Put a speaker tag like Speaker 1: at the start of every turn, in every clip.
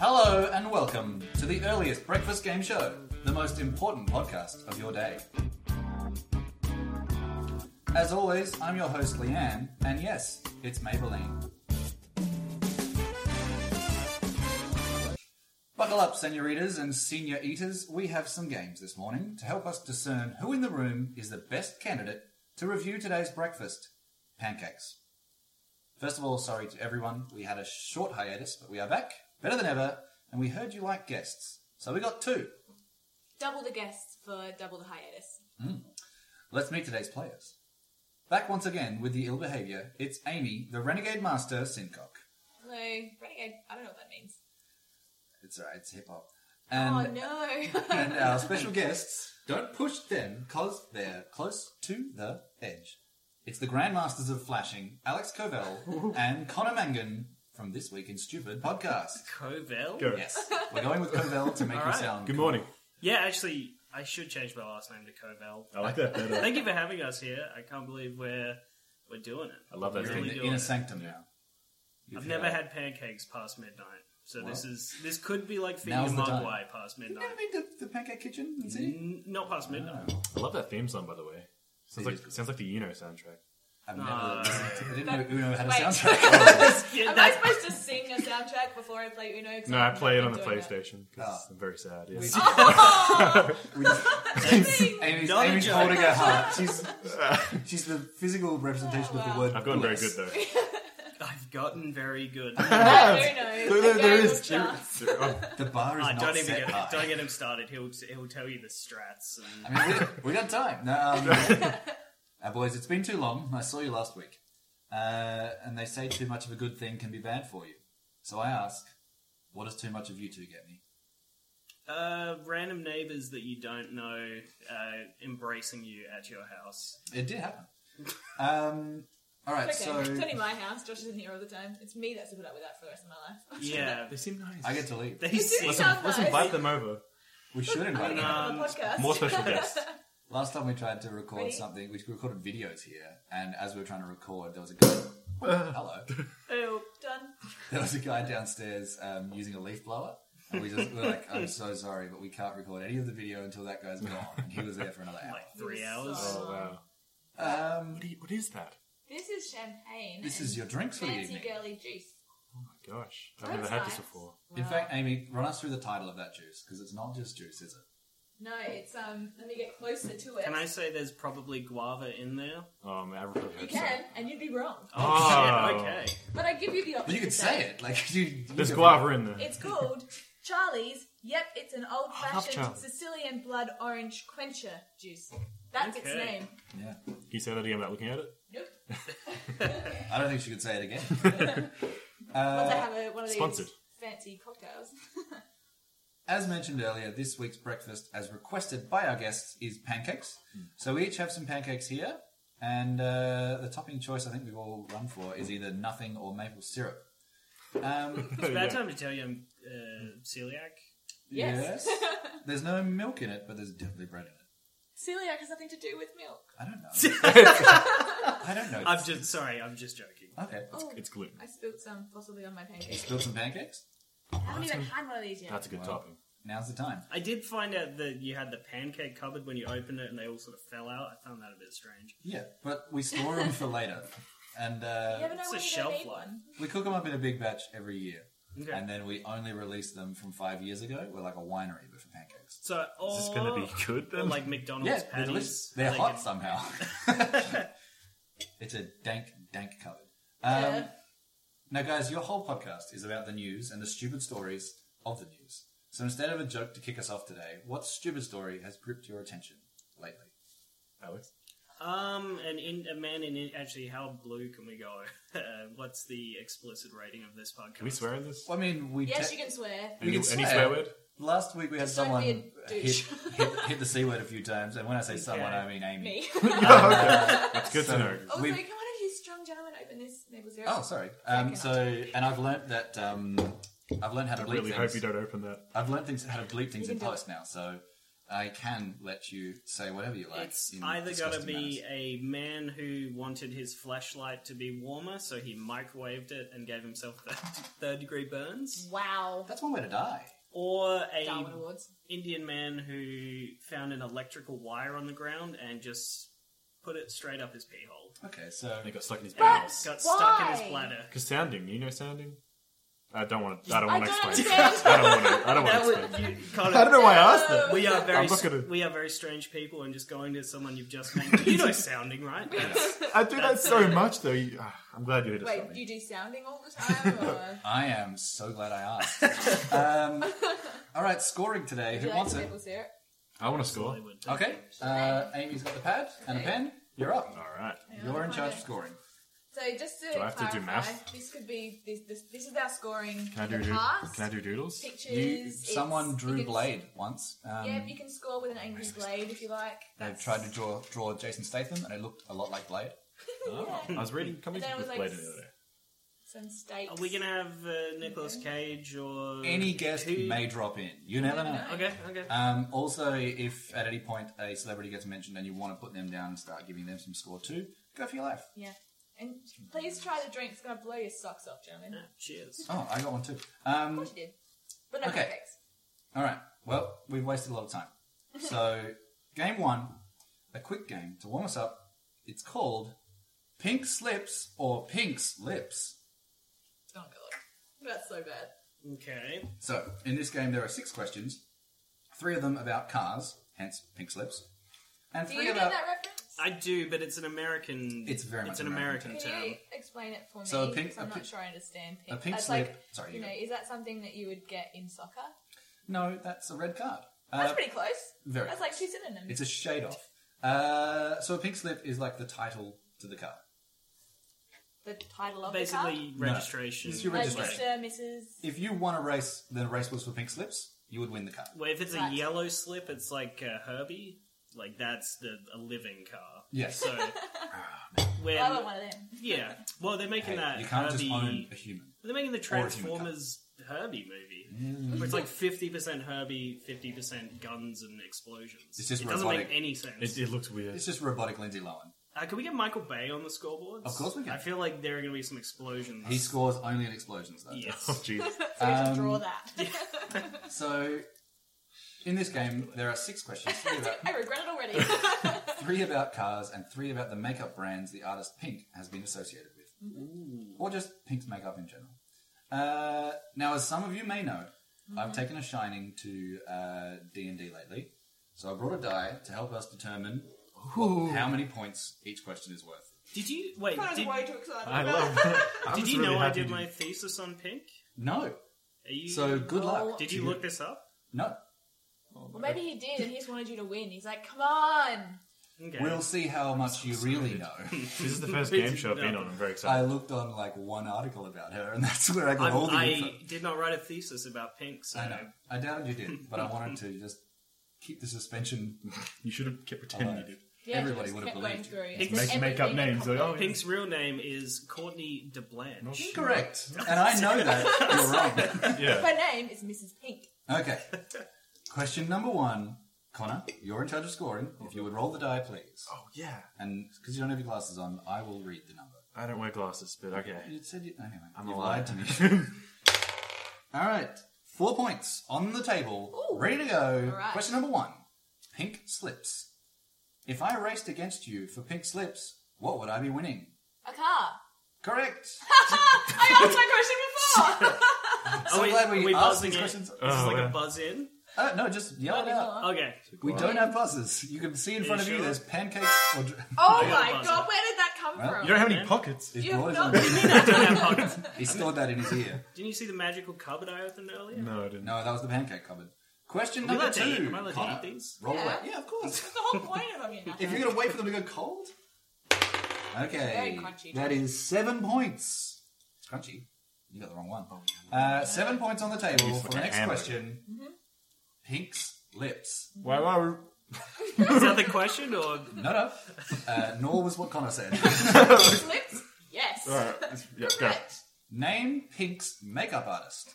Speaker 1: Hello and welcome to the earliest breakfast game show, the most important podcast of your day. As always, I'm your host Leanne, and yes, it's Maybelline. Buckle up, senoritas and senior eaters. We have some games this morning to help us discern who in the room is the best candidate to review today's breakfast pancakes. First of all, sorry to everyone, we had a short hiatus, but we are back, better than ever, and we heard you like guests. So we got two.
Speaker 2: double the guests for double the hiatus.
Speaker 1: Let's meet today's players. Back once again with the ill behaviour, it's Amy, the renegade master, Sincock.
Speaker 2: Hello, renegade. I don't know what that means.
Speaker 1: It's alright, it's hip hop. And,
Speaker 2: oh no!
Speaker 1: and our special guests, don't push them because they're close to the edge. It's the grandmasters of flashing, Alex Covell and Connor Mangan from This Week in Stupid podcast.
Speaker 3: Covell?
Speaker 4: Go.
Speaker 1: Yes, we're going with Covell to make you
Speaker 3: Alright.
Speaker 1: sound
Speaker 4: Good
Speaker 1: cool.
Speaker 4: morning.
Speaker 3: Yeah, actually, I should change my last name to Covell.
Speaker 4: I like that better.
Speaker 3: Thank you for having us here. I can't believe we're we're doing it.
Speaker 4: I love that
Speaker 3: We're
Speaker 1: You're in
Speaker 4: Really
Speaker 1: the
Speaker 3: doing
Speaker 1: inner
Speaker 3: it.
Speaker 1: sanctum now.
Speaker 3: I've
Speaker 1: You've
Speaker 3: never had pancakes past midnight, so this is this could be like feeding a
Speaker 1: Now's the time.
Speaker 3: mogwai past
Speaker 1: You've never
Speaker 3: midnight.
Speaker 1: been to the Pancake Kitchen in Sydney?
Speaker 3: N- not past midnight.
Speaker 4: I love that theme song, by the way. Sounds
Speaker 1: It is
Speaker 4: like sounds like the Uno soundtrack.
Speaker 1: I've never.
Speaker 3: No.
Speaker 1: I didn't know Uno had a
Speaker 2: Wait.
Speaker 1: soundtrack.
Speaker 3: Yeah,
Speaker 2: Am I
Speaker 3: that-
Speaker 2: supposed to sing a soundtrack before I play Uno? 'Cause
Speaker 4: No, I
Speaker 2: I'm
Speaker 4: play it
Speaker 2: not
Speaker 4: on the
Speaker 2: doing that.
Speaker 4: PlayStation because
Speaker 1: Ah.
Speaker 4: I'm very sad. Yes.
Speaker 2: Oh,
Speaker 1: We just- Amy's,
Speaker 3: Not a
Speaker 1: Amy's
Speaker 3: joke.
Speaker 1: holding her heart. She's she's the physical representation
Speaker 2: Oh,
Speaker 1: of
Speaker 2: wow.
Speaker 1: the word.
Speaker 4: I've gotten very good
Speaker 1: bless.
Speaker 4: though.
Speaker 3: I've gotten very good.
Speaker 2: Uno.
Speaker 4: There- there
Speaker 2: Game
Speaker 4: is-
Speaker 2: of chance.
Speaker 1: The bar is
Speaker 3: Ah,
Speaker 1: not
Speaker 3: don't even
Speaker 1: set
Speaker 3: get
Speaker 1: high.
Speaker 3: him, don't get him started. He'll he'll tell you the strats. And,
Speaker 1: I mean, we, we got time. No, um, uh, boys, it's been too long. I saw you last week, uh, and they say too much of a good thing can be bad for you. So I ask, what does too much of you two get me?
Speaker 3: uh, random neighbors that you don't know uh, embracing you at your house.
Speaker 1: It did happen. Um, all right,
Speaker 2: It's okay.
Speaker 1: so
Speaker 2: It's only my house. Josh isn't here all the time. It's me that's to put up with that for the rest of my life.
Speaker 3: Yeah,
Speaker 4: They seem nice.
Speaker 1: I get to leave.
Speaker 3: they
Speaker 2: It did
Speaker 3: seem
Speaker 2: sound
Speaker 4: Listen, let's
Speaker 2: nice.
Speaker 4: invite them over.
Speaker 1: We should
Speaker 2: I'm
Speaker 1: invite
Speaker 2: gonna
Speaker 1: them.
Speaker 2: have a
Speaker 3: Um,
Speaker 2: podcast.
Speaker 4: More special guests.
Speaker 1: Last time we tried to record
Speaker 2: Ready?
Speaker 1: something, we recorded videos here, and as we were trying to record, there was a guy.
Speaker 4: Oh,
Speaker 1: hello.
Speaker 2: Oh, done.
Speaker 1: There was a guy downstairs um, using a leaf blower, and we just we were like, "I'm so sorry, but we can't record any of the video until that guy's gone." And he was there for another hour.
Speaker 3: like three hours.
Speaker 2: Oh.
Speaker 4: Oh wow.
Speaker 1: Um,
Speaker 4: What, do you- what is that?
Speaker 2: This is champagne.
Speaker 1: this is your drinks for the
Speaker 2: fancy
Speaker 1: evening.
Speaker 2: girly juice.
Speaker 4: Oh my gosh. I've
Speaker 2: That's
Speaker 4: never had
Speaker 2: nice.
Speaker 4: this before.
Speaker 1: In
Speaker 2: Wow.
Speaker 1: fact, Amy, run us through the title of that juice because it's not just juice, is it?
Speaker 2: no, it's um. Let me get closer to it.
Speaker 3: Can I say there's probably guava in there?
Speaker 4: Oh man, I really
Speaker 2: You
Speaker 4: hope so.
Speaker 2: can, and you'd be wrong.
Speaker 3: Oh,
Speaker 4: Oh.
Speaker 3: shit, okay.
Speaker 2: But I give you the option.
Speaker 1: But you
Speaker 2: to
Speaker 1: could say it like you. you
Speaker 4: There's
Speaker 1: could-
Speaker 4: guava in there.
Speaker 2: It's called Charlie's. Yep, it's an
Speaker 4: love
Speaker 2: old-fashioned
Speaker 4: Charlie.
Speaker 2: Sicilian blood orange quencher juice. That's its
Speaker 3: Okay.
Speaker 2: name.
Speaker 1: Yeah,
Speaker 4: Can you say that again without looking at it?
Speaker 2: Nope.
Speaker 1: I don't think she could say it again. Uh,
Speaker 2: Once I have a, one of these
Speaker 4: sponsored.
Speaker 2: fancy cocktails.
Speaker 1: As mentioned earlier, this week's breakfast, as requested by our guests, is pancakes. So we each have some pancakes here, and uh, the topping choice I think we've all run for is either nothing or maple syrup. Um,
Speaker 3: It's a
Speaker 4: Yeah.
Speaker 3: bad time to tell you I'm uh, celiac.
Speaker 2: Yes.
Speaker 1: There's no milk in it, but there's definitely bread in it.
Speaker 2: Celiac has nothing to do with milk.
Speaker 1: I don't know. I don't know.
Speaker 3: I'm just sorry. I'm just joking.
Speaker 1: Okay.
Speaker 2: Oh,
Speaker 4: It's gluten.
Speaker 2: I spilled some possibly on my pancakes.
Speaker 1: Build some pancakes.
Speaker 2: I haven't
Speaker 4: that's
Speaker 2: even
Speaker 4: a-
Speaker 2: had one of these yet.
Speaker 4: That's a good
Speaker 1: Wow.
Speaker 4: topping.
Speaker 1: Now's the time.
Speaker 3: I did find out that you had the pancake cupboard when you opened it, and they all sort of fell out. I found that a bit strange.
Speaker 1: Yeah, but we store them for later, and uh,
Speaker 2: You never know
Speaker 3: It's a
Speaker 2: when you're
Speaker 3: shelf
Speaker 2: going to need
Speaker 3: life.
Speaker 2: one.
Speaker 1: we cook them up in a big batch every year,
Speaker 3: Okay.
Speaker 1: and then we only release them from five years ago. We're like a winery, but for pancakes.
Speaker 3: so, or,
Speaker 4: Is this gonna be good
Speaker 3: or
Speaker 4: then?
Speaker 3: like McDonald's
Speaker 1: Yeah, they're
Speaker 3: patties.
Speaker 1: delicious. They're
Speaker 3: They
Speaker 1: hot
Speaker 3: can-
Speaker 1: somehow. it's a dank, dank cupboard. Um,
Speaker 2: Yeah.
Speaker 1: Now, guys, your whole podcast is about the news and the stupid stories of the news. So instead of a joke to kick us off today, what stupid story has gripped your attention lately?
Speaker 4: Alex.
Speaker 3: Um, and in a man in actually, how blue can we go? Uh, what's the explicit rating of this podcast?
Speaker 4: Can we swear in this?
Speaker 1: Well, I mean, we
Speaker 2: Yes,
Speaker 1: te-
Speaker 2: you can swear.
Speaker 1: We
Speaker 4: any,
Speaker 1: can
Speaker 4: any
Speaker 1: swear.
Speaker 4: swear word?
Speaker 1: last week we had
Speaker 2: Just don't
Speaker 1: someone
Speaker 2: be a
Speaker 1: hit,
Speaker 2: douche.
Speaker 1: hit, hit the c word a few times, and when I say someone, I mean Amy. Um,
Speaker 2: Me. Oh,
Speaker 4: That's good
Speaker 1: So-
Speaker 4: to know.
Speaker 2: Also,
Speaker 1: We've-
Speaker 2: can one of you strong gentlemen open this maple syrup?
Speaker 1: Oh, sorry. Um,
Speaker 2: Okay.
Speaker 1: so, and I've learnt that um, I've learned how to
Speaker 4: I
Speaker 1: bleep
Speaker 4: really
Speaker 1: things.
Speaker 4: hope you don't open that.
Speaker 1: I've learned things how to bleep things
Speaker 2: You
Speaker 1: in
Speaker 2: can do
Speaker 1: post now, so I can let you say whatever you like.
Speaker 3: It's
Speaker 1: in
Speaker 3: either got to
Speaker 1: disgusting
Speaker 3: be
Speaker 1: manners.
Speaker 3: a man who wanted his flashlight to be warmer, so he microwaved it and gave himself third degree burns,
Speaker 2: Wow.
Speaker 1: That's one way to die.
Speaker 3: or a
Speaker 2: Darwin Awards.
Speaker 3: Indian man who found an electrical wire on the ground and just put it straight up his pee hole.
Speaker 1: Okay, so
Speaker 4: They got stuck in his
Speaker 3: And
Speaker 4: bowels.
Speaker 2: But-
Speaker 3: got stuck in
Speaker 2: why?
Speaker 3: his bladder.
Speaker 4: Because sounding, you know sounding. I don't want to. I don't
Speaker 2: I
Speaker 4: want to
Speaker 2: don't
Speaker 4: explain.
Speaker 2: understand.
Speaker 4: I don't want to. I don't want
Speaker 3: That
Speaker 4: to
Speaker 3: was,
Speaker 4: explain.
Speaker 3: you, kind
Speaker 4: I don't know
Speaker 3: of,
Speaker 4: why I asked that.
Speaker 3: we are very
Speaker 4: I'm not
Speaker 3: s-
Speaker 4: gonna-
Speaker 3: we are very strange people, and just going to someone you've just met. You know, sounding right. That's-
Speaker 4: I do that so much though. You, ah, I'm glad you did it.
Speaker 2: Wait,
Speaker 4: Scotty.
Speaker 2: you do sounding all the time? Or?
Speaker 1: I am so glad I asked. um, all right, scoring today.
Speaker 2: Would
Speaker 1: Who
Speaker 2: you like
Speaker 1: wants
Speaker 2: to
Speaker 1: it?
Speaker 2: people see it?
Speaker 4: I want to score.
Speaker 3: Hollywood.
Speaker 1: Okay, uh, Amy's got the pad and a
Speaker 2: Okay.
Speaker 1: pen. You're up.
Speaker 4: All right.
Speaker 2: Hang on,
Speaker 1: You're in
Speaker 2: I'll
Speaker 1: charge of
Speaker 2: find it.
Speaker 1: scoring.
Speaker 2: So just to
Speaker 4: Do I have to
Speaker 2: clarify,
Speaker 4: do math?
Speaker 2: this could be this, this, this is our scoring
Speaker 4: Can I do?
Speaker 2: in the
Speaker 4: dood-
Speaker 2: past.
Speaker 4: Can I do doodles?
Speaker 2: pictures?
Speaker 1: You,
Speaker 2: it's-
Speaker 1: someone
Speaker 2: you
Speaker 1: drew
Speaker 2: can-
Speaker 1: Blade once. Um,
Speaker 2: Yeah, you can score with an angry blade if you like.
Speaker 1: They've
Speaker 2: That's-
Speaker 1: tried to draw draw Jason Statham, and it looked a lot like Blade.
Speaker 4: Oh, I was reading comics
Speaker 2: And then I was
Speaker 4: with
Speaker 2: like,
Speaker 4: Blade the other day.
Speaker 2: Some steaks.
Speaker 3: Are we gonna have uh, Nicolas Cage or
Speaker 1: Any guest
Speaker 3: Uh, who-
Speaker 1: may drop in. You never know.
Speaker 3: Okay, okay.
Speaker 1: Um, also, if at any point a celebrity gets mentioned and you want to put them down and start giving them some score too, go for your life.
Speaker 2: Yeah. And please try the drink. It's gonna blow your socks off, gentlemen.
Speaker 3: Ah, cheers.
Speaker 1: Oh, I got one too.
Speaker 2: Of
Speaker 1: Um,
Speaker 2: course you did. But no
Speaker 1: Okay.
Speaker 2: pancakes.
Speaker 1: all right. Well, we've wasted a lot of time. So, game one, a quick game to warm us up. It's called Pink Slips or Pink's Lips.
Speaker 2: Oh god. That's so bad.
Speaker 3: Okay.
Speaker 1: So, in this game, there are six questions. Three of them about cars, hence Pink Slips, and
Speaker 2: Do
Speaker 1: three
Speaker 2: you get
Speaker 1: about
Speaker 2: that reference?
Speaker 3: I do, but it's an American.
Speaker 1: It's very much
Speaker 3: an
Speaker 1: American.
Speaker 3: American,
Speaker 2: Can
Speaker 3: term.
Speaker 2: you explain it for me?
Speaker 1: So a pink-
Speaker 2: 'Cause I'm
Speaker 1: a
Speaker 2: not
Speaker 1: pi-
Speaker 2: sure I understand pink.
Speaker 1: a pink
Speaker 2: That's
Speaker 1: slip.
Speaker 2: like,
Speaker 1: Sorry,
Speaker 2: you
Speaker 1: you
Speaker 2: know,
Speaker 1: go.
Speaker 2: is that something that you would get in soccer?
Speaker 1: No, that's a red card.
Speaker 2: That's
Speaker 1: Uh,
Speaker 2: pretty close.
Speaker 1: very
Speaker 2: That's like two synonyms.
Speaker 1: It's a shade off. Uh, so a pink slip is like the title to the car.
Speaker 2: the title of the
Speaker 3: Basically,
Speaker 1: No.
Speaker 3: registration.
Speaker 1: It's your
Speaker 2: car.
Speaker 1: registration.
Speaker 2: Like Mr. Mrs.
Speaker 1: If you won a race, then a race was for pink slips, you would win the car.
Speaker 3: Well, if it's
Speaker 2: Right.
Speaker 3: a yellow slip, it's like uh, Herbie. Like that's the a living car.
Speaker 1: Yes.
Speaker 3: So when
Speaker 2: I want one of them.
Speaker 3: yeah, well they're making
Speaker 1: Hey,
Speaker 3: that
Speaker 1: you can't
Speaker 3: Herbie.
Speaker 1: just own a human.
Speaker 3: They're making the
Speaker 1: or a human car. Mm.
Speaker 3: Transformers Herbie movie, where it's like fifty percent Herbie, fifty percent guns and explosions.
Speaker 1: It's just
Speaker 3: it doesn't
Speaker 1: robotic.
Speaker 3: make any sense.
Speaker 4: It, it looks weird.
Speaker 1: It's just robotic Lindsay Lohan.
Speaker 3: Uh, can we get Michael Bay on the scoreboards?
Speaker 1: Of course we can.
Speaker 3: I feel like there are going to be some explosions.
Speaker 1: He scores only in explosions, though.
Speaker 4: Oh,
Speaker 3: yes.
Speaker 4: jeez.
Speaker 2: So we
Speaker 1: Um,
Speaker 2: just draw that.
Speaker 1: So, in this game, there are six questions. Three about,
Speaker 2: I regret it already.
Speaker 1: three about cars and three about the makeup brands the artist Pink has been associated with. Or just Pink's makeup in general. Uh, now, as some of you may know, I've taken a shining to uh, D&D lately. So I brought a die to help us determine what- how many points each question is worth.
Speaker 3: Did you wait?
Speaker 2: I was
Speaker 3: Did,
Speaker 2: way too excited.
Speaker 4: I
Speaker 2: about
Speaker 4: love.
Speaker 2: it.
Speaker 4: I'm
Speaker 3: did
Speaker 4: just
Speaker 3: you
Speaker 4: really
Speaker 3: know I
Speaker 4: happy
Speaker 3: did
Speaker 4: to-
Speaker 3: my thesis on pink?
Speaker 1: No.
Speaker 3: Are you?
Speaker 1: So good luck.
Speaker 3: did you look this up?
Speaker 1: No.
Speaker 2: Well, maybe he did, and he just wanted you to win. He's like, "Come on!"
Speaker 3: Okay.
Speaker 1: We'll see how much you really know.
Speaker 4: This is the first game
Speaker 3: It's
Speaker 4: show I've been
Speaker 3: nothing.
Speaker 4: on. I'm very
Speaker 1: I
Speaker 4: excited.
Speaker 1: looked on like one article about her, and that's where I got
Speaker 3: I'm-
Speaker 1: all the info.
Speaker 3: I did not write a thesis about pink, so
Speaker 1: I know. I doubted you did, but I wanted to just keep the suspension.
Speaker 4: You should have kept pretending you did.
Speaker 2: Yeah,
Speaker 1: Everybody
Speaker 2: just
Speaker 1: would have
Speaker 2: kept going
Speaker 1: believed you.
Speaker 2: through.
Speaker 1: Just
Speaker 2: It's
Speaker 4: make-
Speaker 2: everything
Speaker 4: make up
Speaker 2: that
Speaker 4: names,
Speaker 2: comes
Speaker 4: like, oh,
Speaker 2: up.
Speaker 3: Pink's real name is Courtney DeBlanche.
Speaker 4: No shit.
Speaker 1: Incorrect, and I know that you're wrong.
Speaker 4: Yeah.
Speaker 2: Her name is Mrs. Pink.
Speaker 1: Okay. Question number one, Connor, you're in charge of scoring. If you would roll the die, please,
Speaker 4: Oh yeah.
Speaker 1: and because you don't have your glasses on, I will read the number.
Speaker 4: I don't wear glasses, but okay.
Speaker 1: You said you oh, anyway.
Speaker 4: I'm
Speaker 1: you
Speaker 4: a
Speaker 1: lied
Speaker 4: liar.
Speaker 1: to me. All right, four points on the table,
Speaker 2: Ooh.
Speaker 1: ready to go.
Speaker 2: All right.
Speaker 1: Question number one, pink slips. If I raced against you for pink slips, what would I be winning?
Speaker 2: A car.
Speaker 1: Correct.
Speaker 2: I asked my question before.
Speaker 1: So
Speaker 3: we-
Speaker 1: glad
Speaker 3: Oh, are
Speaker 1: we,
Speaker 3: we
Speaker 1: asked
Speaker 3: buzzing
Speaker 1: these
Speaker 3: it?
Speaker 1: questions.
Speaker 4: Oh,
Speaker 3: This is like
Speaker 4: yeah.
Speaker 3: a buzz in.
Speaker 1: Uh, no, just yell it out.
Speaker 3: Okay.
Speaker 1: We don't have buzzers. You can see in
Speaker 3: you
Speaker 1: front of you
Speaker 3: sure?
Speaker 1: there's pancakes or. dr-
Speaker 2: oh
Speaker 3: Yeah,
Speaker 2: my
Speaker 3: buzzer.
Speaker 2: god, where did that come
Speaker 1: Well,
Speaker 2: from?
Speaker 4: You don't have any
Speaker 3: Yeah.
Speaker 4: pockets.
Speaker 1: It's
Speaker 2: You have
Speaker 1: brought
Speaker 2: not
Speaker 1: us on-
Speaker 2: been in
Speaker 3: Don't have pockets.
Speaker 1: He stored that in his ear.
Speaker 3: Didn't you see the magical cupboard I opened earlier?
Speaker 4: No, I didn't.
Speaker 1: No, that was the pancake cupboard. Question
Speaker 3: Am I
Speaker 1: number
Speaker 3: allowed to eat-
Speaker 1: two.
Speaker 3: am I allowed to
Speaker 1: Connor,
Speaker 3: eat these?
Speaker 1: Roll
Speaker 2: Yeah.
Speaker 1: away. Yeah, of course.
Speaker 2: That's the whole point of them.
Speaker 1: if you're going to wait for them to go cold.
Speaker 2: Very
Speaker 1: Okay.
Speaker 2: crunchy.
Speaker 1: That is seven points. It's crunchy. You got the wrong one. Uh, seven points on the table
Speaker 4: He's
Speaker 1: for the
Speaker 4: fucking
Speaker 1: next
Speaker 4: hammered.
Speaker 1: question. Pink's lips.
Speaker 4: Why? Why? were-
Speaker 3: Is that the question or
Speaker 1: No, no. Uh, nor was what Connor said.
Speaker 2: lips, yes.
Speaker 4: All right. let's- Yeah, go.
Speaker 2: Correct.
Speaker 1: Name Pink's makeup artist.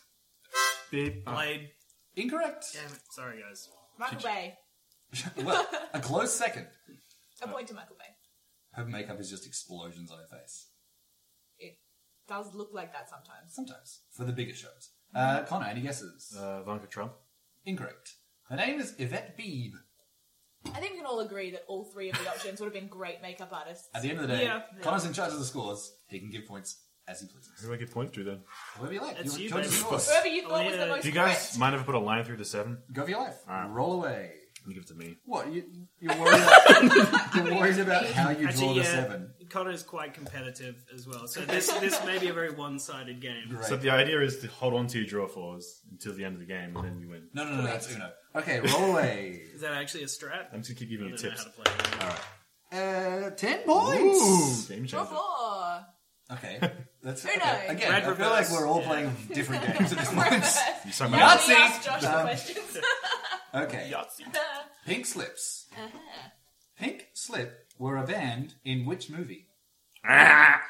Speaker 4: Beep.
Speaker 3: blade?
Speaker 1: Incorrect.
Speaker 3: Damn it. Sorry, guys.
Speaker 2: Michael Bay.
Speaker 1: well, a close second.
Speaker 2: A point to Michael Bay.
Speaker 1: Her makeup is just explosions on her face.
Speaker 2: It does look like that sometimes.
Speaker 1: Sometimes. For the bigger shows. Uh, Connor, any guesses?
Speaker 4: Uh, Ivanka Trump.
Speaker 1: Incorrect. Her name is Yvette Beebe.
Speaker 2: I think we can all agree that all three of the options would have been great makeup artists.
Speaker 1: At the end of the day,
Speaker 5: Yeah.
Speaker 1: Connor's in charge of the scores. He can give points as he
Speaker 4: Who
Speaker 1: pleases.
Speaker 4: do I give point to then?
Speaker 1: Whoever you like.
Speaker 5: It's
Speaker 1: You're
Speaker 5: you,
Speaker 1: in charge of the
Speaker 5: baby.
Speaker 1: scores.
Speaker 2: Whoever you thought was the
Speaker 5: Yeah.
Speaker 2: most
Speaker 4: Do you guys
Speaker 2: correct.
Speaker 4: mind if I put a line through the seven?
Speaker 1: Go for your life.
Speaker 4: Alright.
Speaker 1: Roll away.
Speaker 4: You give it to me.
Speaker 1: What? You, you're worried about, you're worried about how you draw
Speaker 5: Actually,
Speaker 1: the
Speaker 5: yeah,
Speaker 1: seven.
Speaker 5: Connor's quite competitive as well, so this this may be a very one-sided game.
Speaker 1: Great.
Speaker 4: So the idea is to hold on to your draw fours until the end of the game, and then you win.
Speaker 1: no, no, no, that's Uno. Okay, roll away.
Speaker 5: Is that actually a strap?
Speaker 4: I'm just gonna keep
Speaker 5: I
Speaker 4: giving you
Speaker 5: don't know how
Speaker 4: tips.
Speaker 5: to play. that.
Speaker 1: Uh, ten
Speaker 4: Ooh,
Speaker 1: points.
Speaker 4: game
Speaker 2: Draw
Speaker 4: changer.
Speaker 2: four.
Speaker 1: Okay, that's
Speaker 2: Uno.
Speaker 1: okay. Again,
Speaker 5: Red
Speaker 1: I feel like
Speaker 5: reverse.
Speaker 1: we're all playing different games at this
Speaker 2: Right.
Speaker 1: point.
Speaker 4: You suck my
Speaker 2: Nobody
Speaker 4: ass.
Speaker 1: Yahtzee!
Speaker 2: asked Josh the
Speaker 1: Um,
Speaker 2: questions.
Speaker 1: Okay,
Speaker 4: Yahtzee.
Speaker 1: Pink Slips.
Speaker 2: Uh-huh.
Speaker 1: Pink Slip were a band in which movie?
Speaker 4: Ah!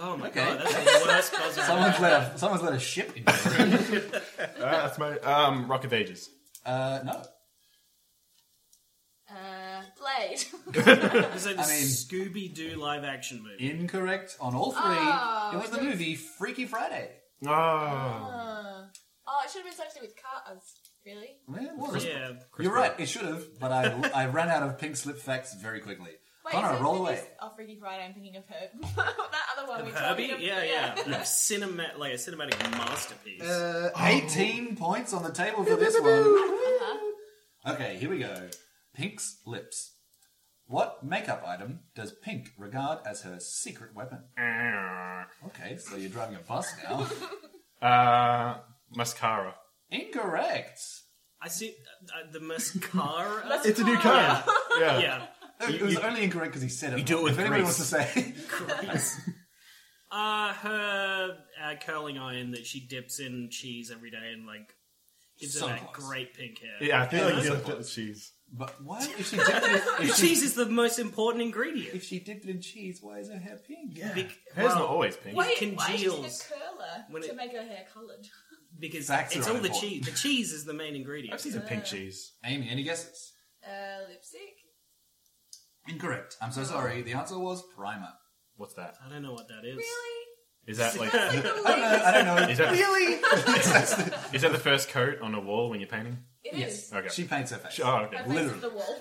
Speaker 5: Oh my
Speaker 1: Okay.
Speaker 5: god, that's the worst puzzle.
Speaker 1: Someone's let a someone's let a ship in.
Speaker 4: Ah, that's my um Rock of Ages.
Speaker 1: uh, no.
Speaker 2: Uh, Blade.
Speaker 5: Is it the
Speaker 1: I mean-
Speaker 5: Scooby Doo live action movie?
Speaker 1: Incorrect on all three.
Speaker 2: Oh,
Speaker 1: it was the movie Freaky Friday.
Speaker 4: Oh.
Speaker 2: Uh,
Speaker 1: Um,
Speaker 2: oh, it should have been something with cars. Really?
Speaker 1: Well, it was.
Speaker 5: Yeah,
Speaker 1: You're right. It should have, but I I ran out of Pink Slip facts very quickly.
Speaker 2: Wait,
Speaker 1: Connor,
Speaker 2: so
Speaker 1: roll
Speaker 2: Freaky-
Speaker 1: away.
Speaker 2: Oh, Freaky Friday. I'm thinking of Herb. that other one we talked
Speaker 5: Herbie.
Speaker 2: about.
Speaker 5: Yeah, yeah, yeah. Cinema- like a cinematic masterpiece.
Speaker 1: Uh,
Speaker 2: Oh.
Speaker 1: 18 points on the table for this one. Okay, here we go. Pink's lips. What makeup item does Pink regard as her secret weapon?
Speaker 4: Ah.
Speaker 1: Okay, so you're driving a bus now.
Speaker 4: Uh, mascara.
Speaker 1: Incorrect.
Speaker 5: I see uh, the mascara.
Speaker 2: It's a new
Speaker 4: car. Yeah.
Speaker 5: yeah,
Speaker 1: It was only incorrect because he said it.
Speaker 4: You do it
Speaker 1: wrong.
Speaker 4: with
Speaker 1: if anybody wants
Speaker 4: grease.
Speaker 1: to say,
Speaker 5: Greece. Uh, her uh, curling iron that she dips in cheese every day and like gives her that
Speaker 1: Sunflowers.
Speaker 5: great pink hair.
Speaker 4: Yeah, I feel like
Speaker 1: that's
Speaker 4: you
Speaker 1: a
Speaker 4: looked at the
Speaker 1: plus.
Speaker 4: cheese.
Speaker 1: but why? If she dipped it, if she,
Speaker 5: cheese is the most important ingredient.
Speaker 1: if she dipped it in cheese, why is her hair pink?
Speaker 5: Bec-
Speaker 4: Hair's
Speaker 5: well,
Speaker 4: not always
Speaker 2: Wait,
Speaker 4: pink.
Speaker 2: why did she take
Speaker 5: congeals
Speaker 2: a curler
Speaker 5: when
Speaker 2: to
Speaker 5: it-
Speaker 2: make her hair coloured?
Speaker 5: because
Speaker 1: Facts
Speaker 5: it's
Speaker 1: are
Speaker 5: all the
Speaker 1: unimportant.
Speaker 5: cheese. The cheese is the main ingredient.
Speaker 4: I've seen some pink cheese.
Speaker 1: Amy, any guesses?
Speaker 2: Uh, lipstick.
Speaker 1: Incorrect. I'm so sorry. The answer was primer.
Speaker 4: What's that?
Speaker 5: I don't know what that is.
Speaker 2: Really?
Speaker 4: Is that like
Speaker 2: That's like the
Speaker 1: I don't know.
Speaker 2: latest.
Speaker 1: I don't know.
Speaker 4: Is that-
Speaker 1: really?
Speaker 4: is that the first coat on a wall when you're painting?
Speaker 2: It is.
Speaker 1: Yes.
Speaker 4: Okay.
Speaker 1: She paints her face.
Speaker 4: oh,
Speaker 2: I
Speaker 4: okay.
Speaker 2: placed
Speaker 1: Literally.
Speaker 2: the wall.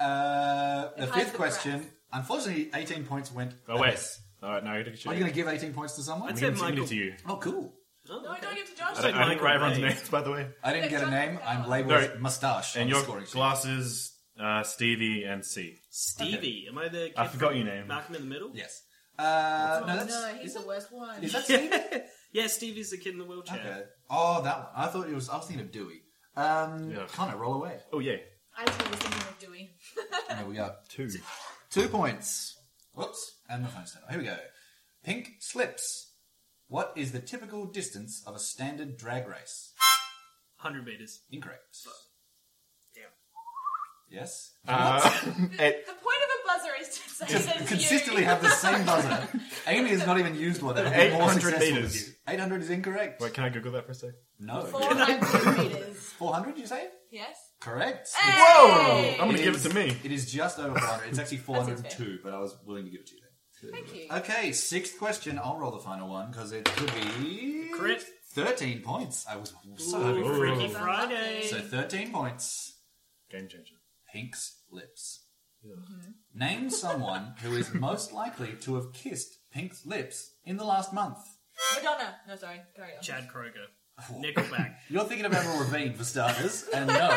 Speaker 1: Uh, the
Speaker 2: It hides
Speaker 1: fifth
Speaker 2: the
Speaker 1: question.
Speaker 2: cracks.
Speaker 1: Unfortunately, 18 points went.
Speaker 4: Oh wait.
Speaker 1: amiss.
Speaker 4: All right, no, you took a cheese.
Speaker 1: Are you going to give 18 points to someone?
Speaker 5: I'd
Speaker 4: I'm
Speaker 5: say
Speaker 4: gonna give
Speaker 5: Michael-
Speaker 4: it to you.
Speaker 1: Oh, cool.
Speaker 5: Oh,
Speaker 2: No,
Speaker 5: okay.
Speaker 2: don't give it to
Speaker 4: I,
Speaker 2: Josh.
Speaker 4: don't, I didn't write
Speaker 5: Michael
Speaker 4: everyone's
Speaker 5: Bay.
Speaker 4: names, by the way.
Speaker 1: I didn't get a name. I'm labeled
Speaker 4: No.
Speaker 1: mustache on
Speaker 4: And
Speaker 1: the
Speaker 4: your
Speaker 1: scoring sheet.
Speaker 4: glasses, uh, Stevie and C.
Speaker 5: Stevie, am I the? Kid
Speaker 4: I forgot
Speaker 5: from
Speaker 4: your name.
Speaker 5: Malcolm in the Middle.
Speaker 1: Yes. Uh, no, that's.
Speaker 2: Oh, no, he's
Speaker 1: is,
Speaker 2: the
Speaker 1: that-
Speaker 2: worst one.
Speaker 1: is that Stevie?
Speaker 5: Yeah. yeah, Stevie's the kid in the wheelchair.
Speaker 1: Okay. Oh, that one. I thought it was. I was thinking of Dewey. Um,
Speaker 4: Yeah.
Speaker 1: Connor, roll away.
Speaker 4: Oh yeah,
Speaker 2: I was thinking of Dewey.
Speaker 1: There we go.
Speaker 4: two.
Speaker 1: Two points. Whoops. And the phone stand. Here we go. Pink slips. What is the typical distance of a standard drag race?
Speaker 5: Hundred meters.
Speaker 1: Incorrect.
Speaker 5: Damn.
Speaker 1: Yes.
Speaker 4: Uh, eight.
Speaker 2: The point of a buzzer is to say
Speaker 1: Just
Speaker 2: that it's
Speaker 1: consistently
Speaker 2: you.
Speaker 1: have the same buzzer. Amy has not even used one. and been more
Speaker 4: 800
Speaker 1: successful than
Speaker 4: meters.
Speaker 1: you. 800 is incorrect.
Speaker 4: Wait, can I Google that for a sec?
Speaker 1: no.
Speaker 2: 400 meters.
Speaker 1: 400, you say?
Speaker 2: Yes.
Speaker 1: Correct.
Speaker 2: Hey!
Speaker 4: I'm gonna give
Speaker 1: is-
Speaker 4: it to me.
Speaker 1: It is just over 400. It's actually
Speaker 2: its
Speaker 1: 402, but I was willing to give it to you then.
Speaker 2: Thank you.
Speaker 1: Okay, sixth question. I'll roll the final one because it could be
Speaker 5: Crit.
Speaker 1: Thirteen points. I was so hoping
Speaker 5: Ooh,
Speaker 1: for
Speaker 5: Freaky
Speaker 1: it.
Speaker 2: Ooh.
Speaker 5: Friday.
Speaker 1: So thirteen points.
Speaker 4: Game changer.
Speaker 1: Pink's lips.
Speaker 4: Yeah.
Speaker 1: Name someone who is most likely to have kissed Pink's lips in the last month.
Speaker 2: Madonna. No, sorry. Carry on.
Speaker 5: Chad Kroger. Nickelback.
Speaker 1: You're thinking of Avril Lavigne for starters, and no.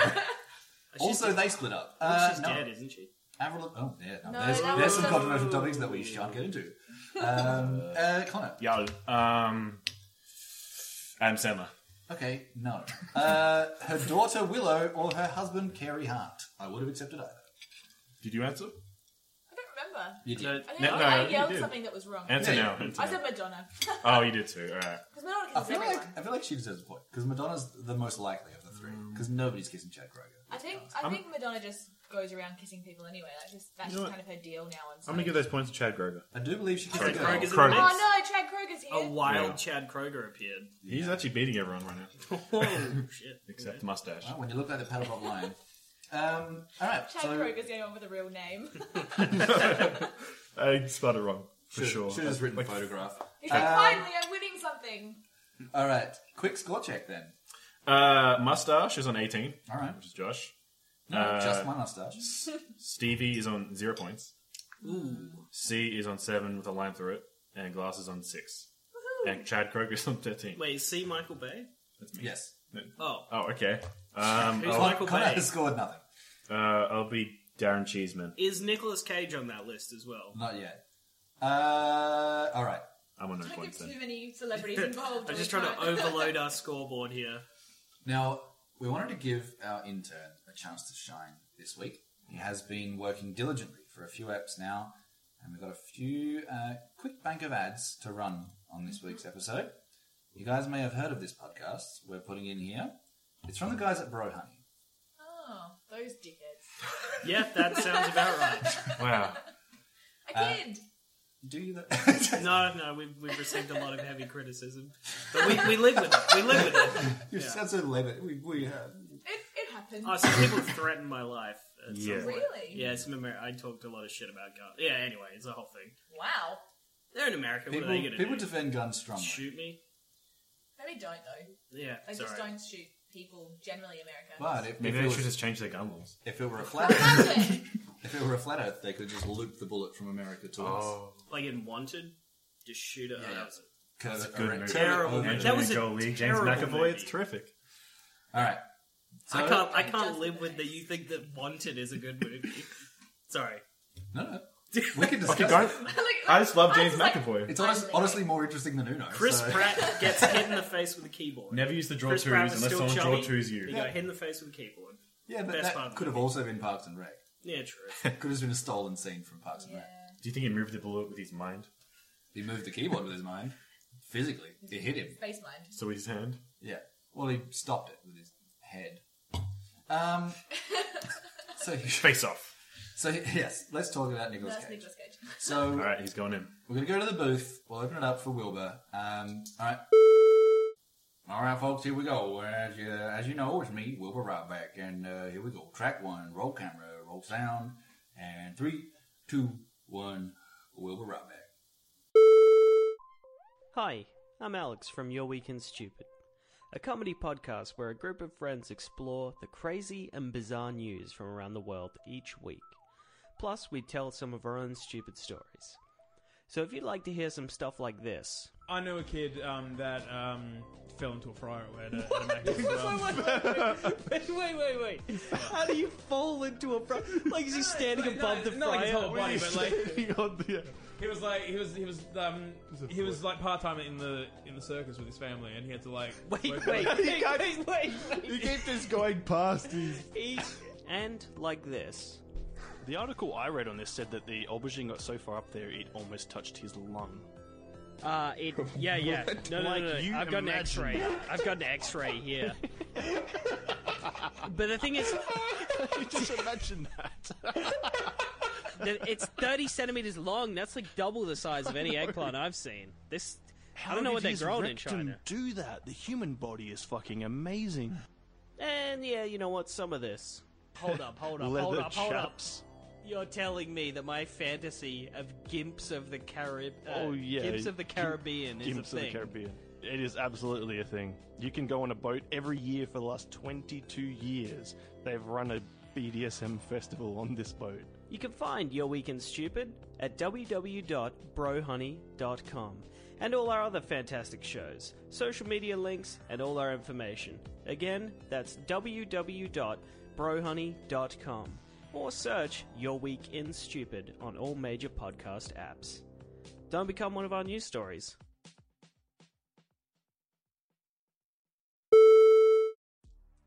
Speaker 1: also, they split up. Uh,
Speaker 5: oh, she's
Speaker 1: no.
Speaker 5: dead, isn't she?
Speaker 1: Avril. Oh, yeah. No.
Speaker 2: No,
Speaker 1: there's
Speaker 2: that
Speaker 1: there's some
Speaker 2: was-
Speaker 1: controversial topics that we shan't get into. Um, uh, Connor.
Speaker 4: Y'all. Um. Adam Sandler.
Speaker 1: Okay, no. Uh, her daughter Willow or her husband Carrie Hart. I would have accepted either.
Speaker 4: Did you answer?
Speaker 2: I don't remember.
Speaker 1: You
Speaker 5: No,
Speaker 2: I think
Speaker 4: No,
Speaker 2: I,
Speaker 4: no, you
Speaker 2: yelled
Speaker 4: did.
Speaker 2: something that was wrong.
Speaker 4: Answer
Speaker 1: Yeah.
Speaker 4: now. answer
Speaker 2: I
Speaker 4: now.
Speaker 2: said Madonna.
Speaker 4: Oh, you did too. All right.
Speaker 2: Because Madonna
Speaker 1: I
Speaker 2: kisses
Speaker 1: feel
Speaker 2: everyone.
Speaker 1: like I feel like she deserves a point because Madonna's the most likely of the three because nobody's kissing Chad Kroger.
Speaker 2: I think I think Madonna just goes around kissing people anyway. Like just, that's
Speaker 4: You know
Speaker 2: just kind of her deal now. And
Speaker 4: I'm gonna give those points to Chad Groger.
Speaker 1: I do believe she kissed a
Speaker 5: Chad
Speaker 1: girl.
Speaker 5: Kroger's in
Speaker 4: Kroger.
Speaker 5: the mix.
Speaker 2: Oh no, Chad Kroger's here.
Speaker 5: A wild
Speaker 4: Yeah.
Speaker 5: Chad Kroger appeared.
Speaker 4: He's actually beating everyone right now,
Speaker 5: Oh shit!
Speaker 4: except the mustache.
Speaker 1: Well, when you look like the paddle bob lion. Um, all right.
Speaker 2: Chad
Speaker 1: so
Speaker 2: Kroger's the only one with a real name.
Speaker 4: I spelled it wrong for
Speaker 6: Should-
Speaker 4: sure.
Speaker 6: Should have written
Speaker 4: Like,
Speaker 6: photograph.
Speaker 2: He's
Speaker 5: Um,
Speaker 2: like, finally, I'm winning something.
Speaker 1: all right. Quick score check then.
Speaker 4: uh, mustache is on eighteen,
Speaker 1: All right.
Speaker 4: which is Josh.
Speaker 1: No,
Speaker 4: Uh,
Speaker 1: just my mustache.
Speaker 4: Stevie is on zero points.
Speaker 5: Ooh.
Speaker 4: C is on seven with a line through it, and Glass is on six.
Speaker 2: Woohoo.
Speaker 4: And Chad Kroger is on thirteen.
Speaker 5: Wait, see Michael Bay?
Speaker 4: That's me.
Speaker 1: Yes.
Speaker 5: Oh.
Speaker 4: Oh, okay. Um,
Speaker 5: Who's
Speaker 4: I'll-
Speaker 5: Michael
Speaker 1: Connor
Speaker 5: Bay?
Speaker 1: has scored nothing.
Speaker 4: uh, I'll be Darren Cheeseman.
Speaker 5: Is Nicolas Cage on that list as well?
Speaker 1: Not yet. Uh, all right.
Speaker 4: I'm on no
Speaker 2: Don't give
Speaker 4: points
Speaker 2: too
Speaker 4: then.
Speaker 2: many celebrities involved.
Speaker 5: I'm
Speaker 2: all
Speaker 5: just
Speaker 2: the
Speaker 5: trying to
Speaker 2: time.
Speaker 5: overload our scoreboard here.
Speaker 1: Now, we wanted to give our intern a chance to shine this week. He has been working diligently for a few apps now, and we've got a few uh, quick bank of ads to run on this week's episode. You guys may have heard of this podcast we're putting in here. It's from the guys at Bro Honey.
Speaker 2: oh, those dickheads.
Speaker 5: Yeah, that sounds about right.
Speaker 4: Wow.
Speaker 2: A
Speaker 1: Uh,
Speaker 2: kid.
Speaker 1: Do you? That?
Speaker 5: No, no, we've, we've received a lot of heavy criticism. But we, we live with it. We live with it.
Speaker 1: you
Speaker 5: yeah.
Speaker 1: sound so levit. We, we uh, have.
Speaker 2: it, it happened.
Speaker 5: Oh, some people threatened my life. at some
Speaker 4: Yeah.
Speaker 5: point.
Speaker 2: Really?
Speaker 5: Yeah, some Amer- I talked a lot of shit about guns. Yeah, anyway, it's a whole thing.
Speaker 2: wow.
Speaker 5: They're in America.
Speaker 1: People,
Speaker 5: what are they going to
Speaker 1: people
Speaker 5: do?
Speaker 1: defend guns strongly.
Speaker 5: Shoot me?
Speaker 2: Maybe don't though.
Speaker 5: Yeah,
Speaker 2: They
Speaker 5: sorry.
Speaker 2: just don't shoot people generally in America.
Speaker 1: But if,
Speaker 4: Maybe
Speaker 1: if, it
Speaker 4: they
Speaker 1: was,
Speaker 4: should just change their gun laws.
Speaker 1: if it were a
Speaker 2: What
Speaker 1: flat earth,
Speaker 2: happened?
Speaker 1: if it were a flat earth, they could just loop the bullet from America to us.
Speaker 4: Oh.
Speaker 5: Like in Wanted, just shoot it.
Speaker 1: Yeah,
Speaker 5: oh,
Speaker 1: yeah.
Speaker 5: that was
Speaker 1: Curve
Speaker 4: That's a
Speaker 1: it
Speaker 4: good
Speaker 1: around-
Speaker 4: movie.
Speaker 1: curve it over.
Speaker 5: Terrible movie.
Speaker 4: Angelina
Speaker 5: That was a
Speaker 4: Jolie, James
Speaker 5: terrible
Speaker 4: McAvoy.
Speaker 5: movie.
Speaker 4: It's terrific.
Speaker 1: All right.
Speaker 5: I
Speaker 1: So-
Speaker 5: can't. I can't
Speaker 2: Just-
Speaker 5: live with that. You think that Wanted is a good movie? Sorry.
Speaker 1: No, no. We can discuss.
Speaker 4: Keep going.
Speaker 1: it.
Speaker 2: Like, like,
Speaker 4: I just love
Speaker 2: I'm
Speaker 4: James
Speaker 2: just like,
Speaker 4: McAvoy.
Speaker 1: It's honest, honestly more interesting than Uno.
Speaker 5: Chris
Speaker 1: so-
Speaker 5: Pratt gets hit in the face with a keyboard.
Speaker 4: Never use the draw
Speaker 5: Chris
Speaker 4: twos
Speaker 5: Pratt was
Speaker 4: unless
Speaker 5: still
Speaker 4: someone draw
Speaker 5: chubby.
Speaker 4: twos
Speaker 5: He
Speaker 4: you.
Speaker 5: got hit in the face with a keyboard.
Speaker 1: Yeah, but
Speaker 5: Best part of
Speaker 1: that
Speaker 5: the
Speaker 1: could have
Speaker 5: movie.
Speaker 1: also been Parks and Rec.
Speaker 5: Yeah, true.
Speaker 1: Could have been a stolen scene from Parks and
Speaker 2: Yeah.
Speaker 1: Rec.
Speaker 4: Do you think he moved the bullet with his mind?
Speaker 1: He moved the keyboard with his mind, physically. It hit him.
Speaker 2: Space mind.
Speaker 4: So with his hand?
Speaker 1: Yeah. Well, he stopped it with his head. Um. So,
Speaker 4: Face off.
Speaker 1: so yes, let's talk about Nicolas
Speaker 2: That's
Speaker 1: Cage.
Speaker 2: Nicolas Cage.
Speaker 1: So
Speaker 4: All right, he's going in.
Speaker 1: we're gonna go to the booth. We'll open it up for Wilbur. Um. All right. All right, folks. Here we go. As you, as you know, it's me, Wilbur Ryback, and uh, here we go. Track one. Roll camera. Roll sound. And three, two, one. Wilbur Ryback.
Speaker 3: Hi, I'm Alex from Your Weekend Stupid, a comedy podcast where a group of friends explore the crazy and bizarre news from around the world each week. Plus, we tell some of our own stupid stories. So if you'd like to hear some stuff like this,
Speaker 7: I know a kid um, that um, fell into a fryer at a, at a Macca's as well.
Speaker 3: wait, wait, wait, wait. How do you fall into a fry? Like, is he standing
Speaker 7: no,
Speaker 3: above the
Speaker 7: not like his
Speaker 3: fryer?
Speaker 7: whole
Speaker 3: Or
Speaker 7: body,
Speaker 3: is he
Speaker 7: but, like-
Speaker 3: standing on the-
Speaker 7: He was like he was he was um, he was like part time in the in the circus with his family, and he had to like
Speaker 3: Wait,
Speaker 7: work-
Speaker 3: wait, wait, wait, wait.
Speaker 8: You keep just going past these.
Speaker 3: He- And like this.
Speaker 9: The article I read on this said that the aubergine got so far up there it almost touched his lung.
Speaker 3: Uh, it. Yeah, yeah. No, no,
Speaker 8: Like
Speaker 3: no. no.
Speaker 8: you
Speaker 3: I've got an
Speaker 8: imagine.
Speaker 3: X-ray. I've got an X-ray here. but the thing is,
Speaker 8: just imagine that.
Speaker 3: that it's 30 centimeters long. That's like double the size of any eggplant I've seen. This. I don't know what they're growing in China.
Speaker 9: Do that. The human body is fucking amazing.
Speaker 3: And yeah, you know what? Some of this. Hold up, hold up, hold
Speaker 9: Leather
Speaker 3: up, hold up.
Speaker 9: chaps.
Speaker 3: You're telling me that my fantasy of gimps of the Carib, uh,
Speaker 9: oh yeah,
Speaker 3: gimps of the Caribbean
Speaker 9: Gimps
Speaker 3: is a
Speaker 9: of
Speaker 3: thing.
Speaker 9: the Caribbean. It is absolutely a thing. You can go on a boat every year for the last 22 years. They've run a BDSM festival on this boat.
Speaker 3: You can find Your Weekend Stupid at www.brohoney.com and all our other fantastic shows, social media links, and all our information. Again, that's www.brohoney.com or search Your Week in Stupid on all major podcast apps. Don't become one of our news stories.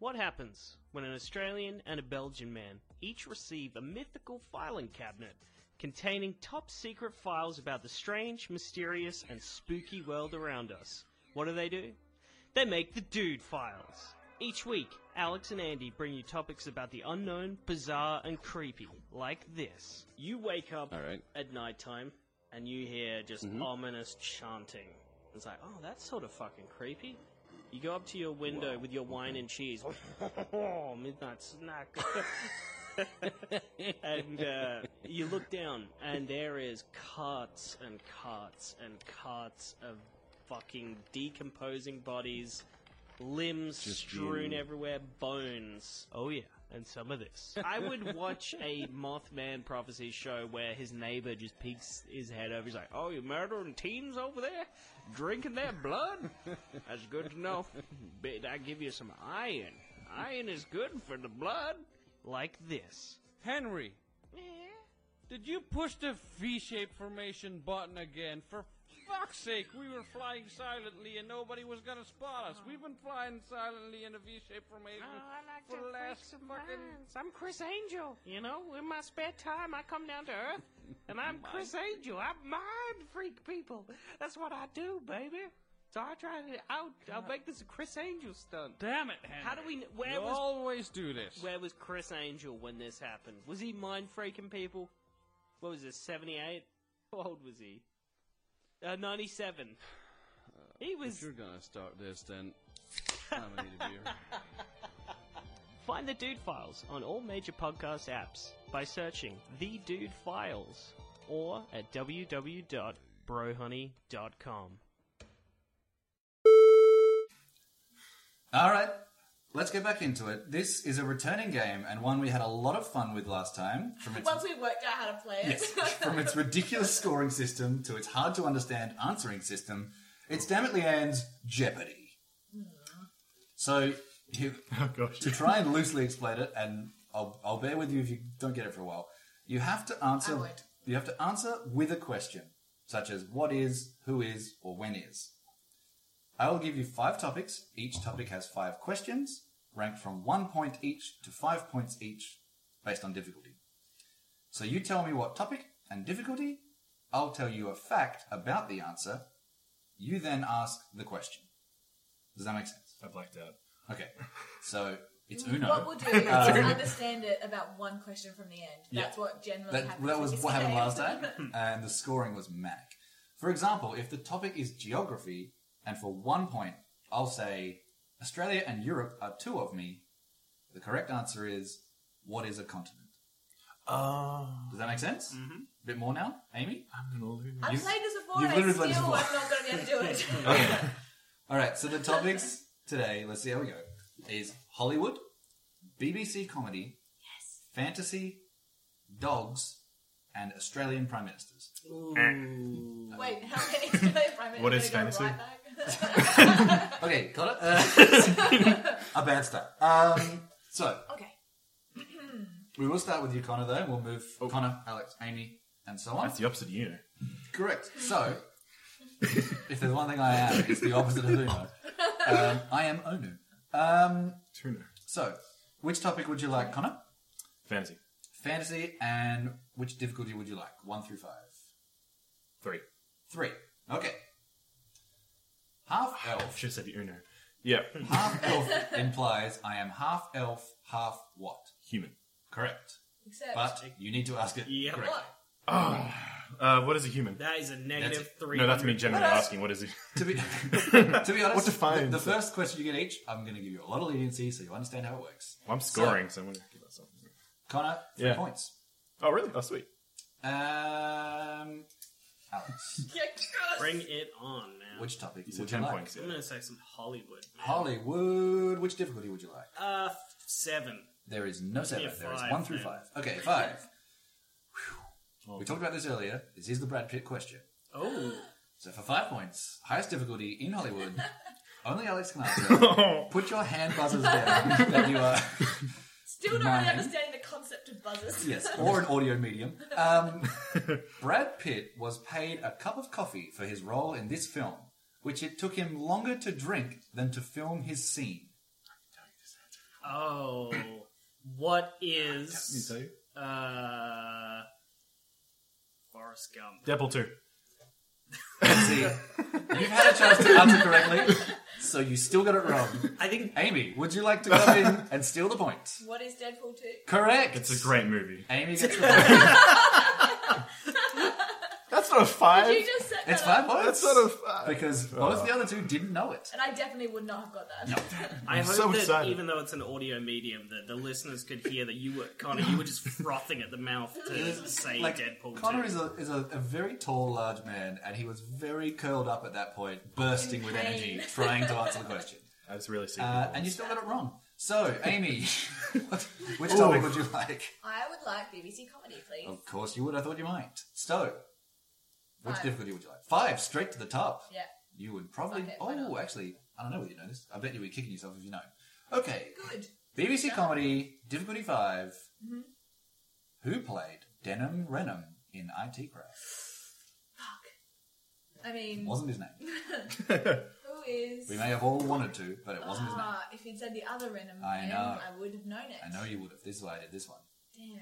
Speaker 3: What happens when an Australian and a Belgian man each receive a mythical filing cabinet containing top secret files about the strange, mysterious, and spooky world around us? What do they do? They make the Dude Files. Each week, Alex and Andy bring you topics about the unknown, bizarre, and creepy, like this. You wake up
Speaker 8: Alright.
Speaker 3: at nighttime and you hear just ominous chanting. It's like, oh, that's sort of fucking creepy. You go up to your window with your wine and cheese. Oh, midnight snack. and uh, you look down, and there is carts and carts and carts of fucking decomposing bodies, limbs strewn everywhere, bones. Oh, yeah. And some of this. I would watch a Mothman prophecy show where his neighbor just peeks his head over. He's like, Oh, you're murdering teens over there? Drinking their blood? That's good to know. But I give you some iron. Iron is good for the blood. Like this.
Speaker 6: Henry, did you push the V-shaped formation button again? For fuck's sake, we were flying silently and nobody was gonna spot us. We've been flying silently in a V-shaped
Speaker 3: Oh,
Speaker 6: formation for the last fucking.
Speaker 3: I'm Chris Angel. You know, in my spare time, I come down to Earth, and I'm Chris Angel. I'm mind freak people. That's what I do, baby. So I try to out. I'll make this a Chris Angel stunt.
Speaker 6: Damn it, Henry!
Speaker 3: How do we? kn- Where
Speaker 6: You
Speaker 3: was?
Speaker 6: always do this.
Speaker 3: Where was Chris Angel when this happened? Was he mind freaking people? What was this? Seventy-eight. How old was he? Uh, Ninety-seven. He was.
Speaker 6: If you're gonna start this, then I'm gonna need a beer.
Speaker 3: Find the Dude Files on all major podcast apps by searching The Dude Files or at www.brohoney.com.
Speaker 1: All right, let's get back into it. This is a returning game and one we had a lot of fun with last time. From its,
Speaker 2: Once we've worked out how to play it.
Speaker 1: yes, from its ridiculous scoring system to its hard to understand answering system, it's damn it, Leanne's Jeopardy.
Speaker 2: Hmm.
Speaker 1: So, you,
Speaker 4: Oh gosh.
Speaker 1: to try and loosely explain it, and I'll, I'll bear with you if you don't get it for a while. You have to answer.
Speaker 2: I won't.
Speaker 1: You have to answer with a question, such as what is, who is, or when is. I will give you five topics. Each topic has five questions, ranked from one point each to five points each, based on difficulty. So you tell me what topic and difficulty. I'll tell you a fact about the answer. You then ask the question. Does that make sense?
Speaker 4: I blacked out.
Speaker 1: Okay. So it's
Speaker 2: Mm,
Speaker 1: Uno.
Speaker 2: What we'll do is understand it about one question from the end.
Speaker 1: Yeah.
Speaker 2: That's what generally
Speaker 1: that,
Speaker 2: happens.
Speaker 1: that was
Speaker 2: in
Speaker 1: what happened last
Speaker 2: games.
Speaker 1: time, and the scoring was manic. For example, if the topic is geography, and for one point, I'll say Australia and Europe are two of me. The correct answer is what is a continent?
Speaker 4: Oh,
Speaker 1: Does that make sense? Mm-hmm. A bit more now, Amy.
Speaker 4: I'm gonna lose.
Speaker 2: I've played this before
Speaker 1: you've
Speaker 2: and I
Speaker 1: literally
Speaker 2: still
Speaker 1: played this
Speaker 2: am not
Speaker 1: before.
Speaker 2: going to be able to do it.
Speaker 1: All right, so the topics today, let's see how we go, is Hollywood, BBC comedy, yes. fantasy, dogs, and Australian prime ministers.
Speaker 2: Wait, how many can they prime it?
Speaker 4: What
Speaker 2: I'm
Speaker 4: is
Speaker 2: gonna go
Speaker 4: fantasy?
Speaker 2: right back.
Speaker 1: Okay, got it. Uh, a bad start. Um, so
Speaker 2: okay.
Speaker 1: we will start with you, Connor. Though we'll move Connor, Alex, Amy, and so on.
Speaker 4: That's the opposite of you.
Speaker 1: Correct. So, if there's one thing I am, it's the opposite of Uno. Um, I am Onu. Um,
Speaker 4: Tuna.
Speaker 1: so, which topic would you like, Connor?
Speaker 4: Fantasy.
Speaker 1: Fantasy, and which difficulty would you like? One through five.
Speaker 4: Three.
Speaker 1: Three. Okay. Half
Speaker 4: I
Speaker 1: elf.
Speaker 4: should have said Uno. Yeah.
Speaker 1: Half elf implies I am half elf, half what?
Speaker 4: Human.
Speaker 1: Correct.
Speaker 2: Except
Speaker 1: But you need to ask it
Speaker 5: Yeah.
Speaker 1: correctly.
Speaker 4: Oh, uh, what is a human?
Speaker 5: That is a negative
Speaker 1: That's-
Speaker 5: three.
Speaker 4: No, that's me generally
Speaker 1: What else?
Speaker 4: asking. What is it?
Speaker 1: to be to be honest,
Speaker 9: What defines
Speaker 1: the, the
Speaker 9: it?
Speaker 1: first question you get each, I'm going to give you a lot of leniency so you understand how it works.
Speaker 4: I'm scoring, so I'm gonna give that something.
Speaker 1: Connor, three
Speaker 4: Yeah.
Speaker 1: points.
Speaker 4: Oh, really? Oh, sweet.
Speaker 1: Um, Alex,
Speaker 5: Bring it on now.
Speaker 1: which topic
Speaker 4: You
Speaker 1: would
Speaker 4: said
Speaker 1: you
Speaker 4: ten
Speaker 1: like?
Speaker 4: points.
Speaker 5: I'm
Speaker 4: Yeah.
Speaker 5: gonna say some Hollywood.
Speaker 1: Hollywood. Which difficulty would you like?
Speaker 5: Uh, seven.
Speaker 1: There is no seven.
Speaker 5: Yeah,
Speaker 1: there is
Speaker 5: five,
Speaker 1: one through
Speaker 5: man.
Speaker 1: five. Okay, five. Whew. We talked about this earlier. This is the Brad Pitt question.
Speaker 5: Oh,
Speaker 1: So for five points, highest difficulty in Hollywood. Only Alex can answer. Put your hand buzzers down that you are.
Speaker 2: still not
Speaker 1: Nine.
Speaker 2: really understanding the concept of buzzers.
Speaker 1: Yes, or an audio medium. Um, Brad Pitt was paid a cup of coffee for his role in this film, which it took him longer to drink than to film his scene.
Speaker 5: oh. What is
Speaker 4: you?
Speaker 5: uh, Forrest Gump?
Speaker 4: Deadpool 2.
Speaker 1: See, you've had a chance to answer correctly, so you still got it wrong.
Speaker 5: I think
Speaker 1: Amy, would you like to come in and steal the point?
Speaker 2: What is Deadpool 2?
Speaker 1: Correct.
Speaker 4: It's a great movie.
Speaker 1: Amy gets the point.
Speaker 9: That's
Speaker 8: That's not a five.
Speaker 2: You just set
Speaker 1: It's
Speaker 2: that up,
Speaker 1: five points.
Speaker 8: That's not a five.
Speaker 1: because both the other two didn't know it.
Speaker 2: and I definitely would not have got that.
Speaker 5: I hope
Speaker 8: so
Speaker 5: that
Speaker 8: excited.
Speaker 5: even though it's an audio medium, that the listeners could hear that you were Connor. You were just frothing at the mouth to say
Speaker 1: Like,
Speaker 5: Deadpool.
Speaker 1: Connor
Speaker 5: 2.
Speaker 1: is a is a, a very tall, large man, and he was very curled up at that point, bursting with
Speaker 2: pain.
Speaker 1: energy, trying to answer the question.
Speaker 4: I was really sick.
Speaker 1: Uh, and you still got it wrong. So, Amy, what, which topic would you like?
Speaker 2: I would like BBC comedy, please.
Speaker 1: Of course you would. I thought you might. So, which
Speaker 2: Five.
Speaker 1: difficulty would you like? Five, straight to the top.
Speaker 2: Yeah.
Speaker 1: You would probably.
Speaker 2: Okay, why
Speaker 1: oh,
Speaker 2: not?
Speaker 1: actually, I don't know whether you know this. I bet you were kicking yourself if you know. Okay.
Speaker 2: Good.
Speaker 1: BBC comedy, difficulty 5
Speaker 2: Mm-hmm.
Speaker 1: Who played Denham Renham in IT Crowd?
Speaker 2: Fuck. I mean,
Speaker 1: Wasn't his name.
Speaker 2: who is?
Speaker 1: We may have all wanted to, but it wasn't his name.
Speaker 2: Ah, if he'd said the other random
Speaker 1: I
Speaker 2: name,
Speaker 1: know.
Speaker 2: I would have known it.
Speaker 1: I know you would have. This is why I did this one.
Speaker 2: Damn.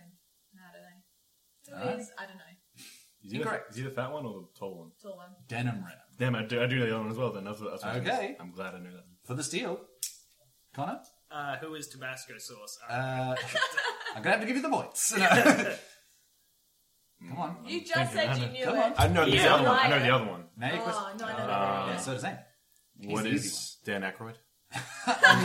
Speaker 2: No, I don't know. Who
Speaker 1: Alright.
Speaker 2: is? I don't know.
Speaker 4: is, he the,
Speaker 1: Incorrect.
Speaker 4: is he the fat one or the tall one?
Speaker 2: Tall one.
Speaker 1: Denham Renham.
Speaker 4: Damn, I do, I do know the other one as well. Then that's what, that's what I was-
Speaker 1: Okay.
Speaker 4: I'm glad I knew that.
Speaker 1: For the steal, Connor,
Speaker 5: Uh, who is Tabasco sauce? Uh,
Speaker 1: uh, I'm going to have to give you the points. No. Come on.
Speaker 2: You just said you knew
Speaker 1: Come
Speaker 2: it.
Speaker 1: on.
Speaker 8: I know
Speaker 4: I know
Speaker 8: the
Speaker 4: the
Speaker 8: other
Speaker 4: other one.
Speaker 8: one.
Speaker 4: I know the other one.
Speaker 1: Now your
Speaker 2: Oh,
Speaker 1: question.
Speaker 2: no, I know that one.
Speaker 1: Yeah, so does Amy. He's
Speaker 4: What
Speaker 1: the easy
Speaker 4: is Dan Aykroyd?
Speaker 1: We're going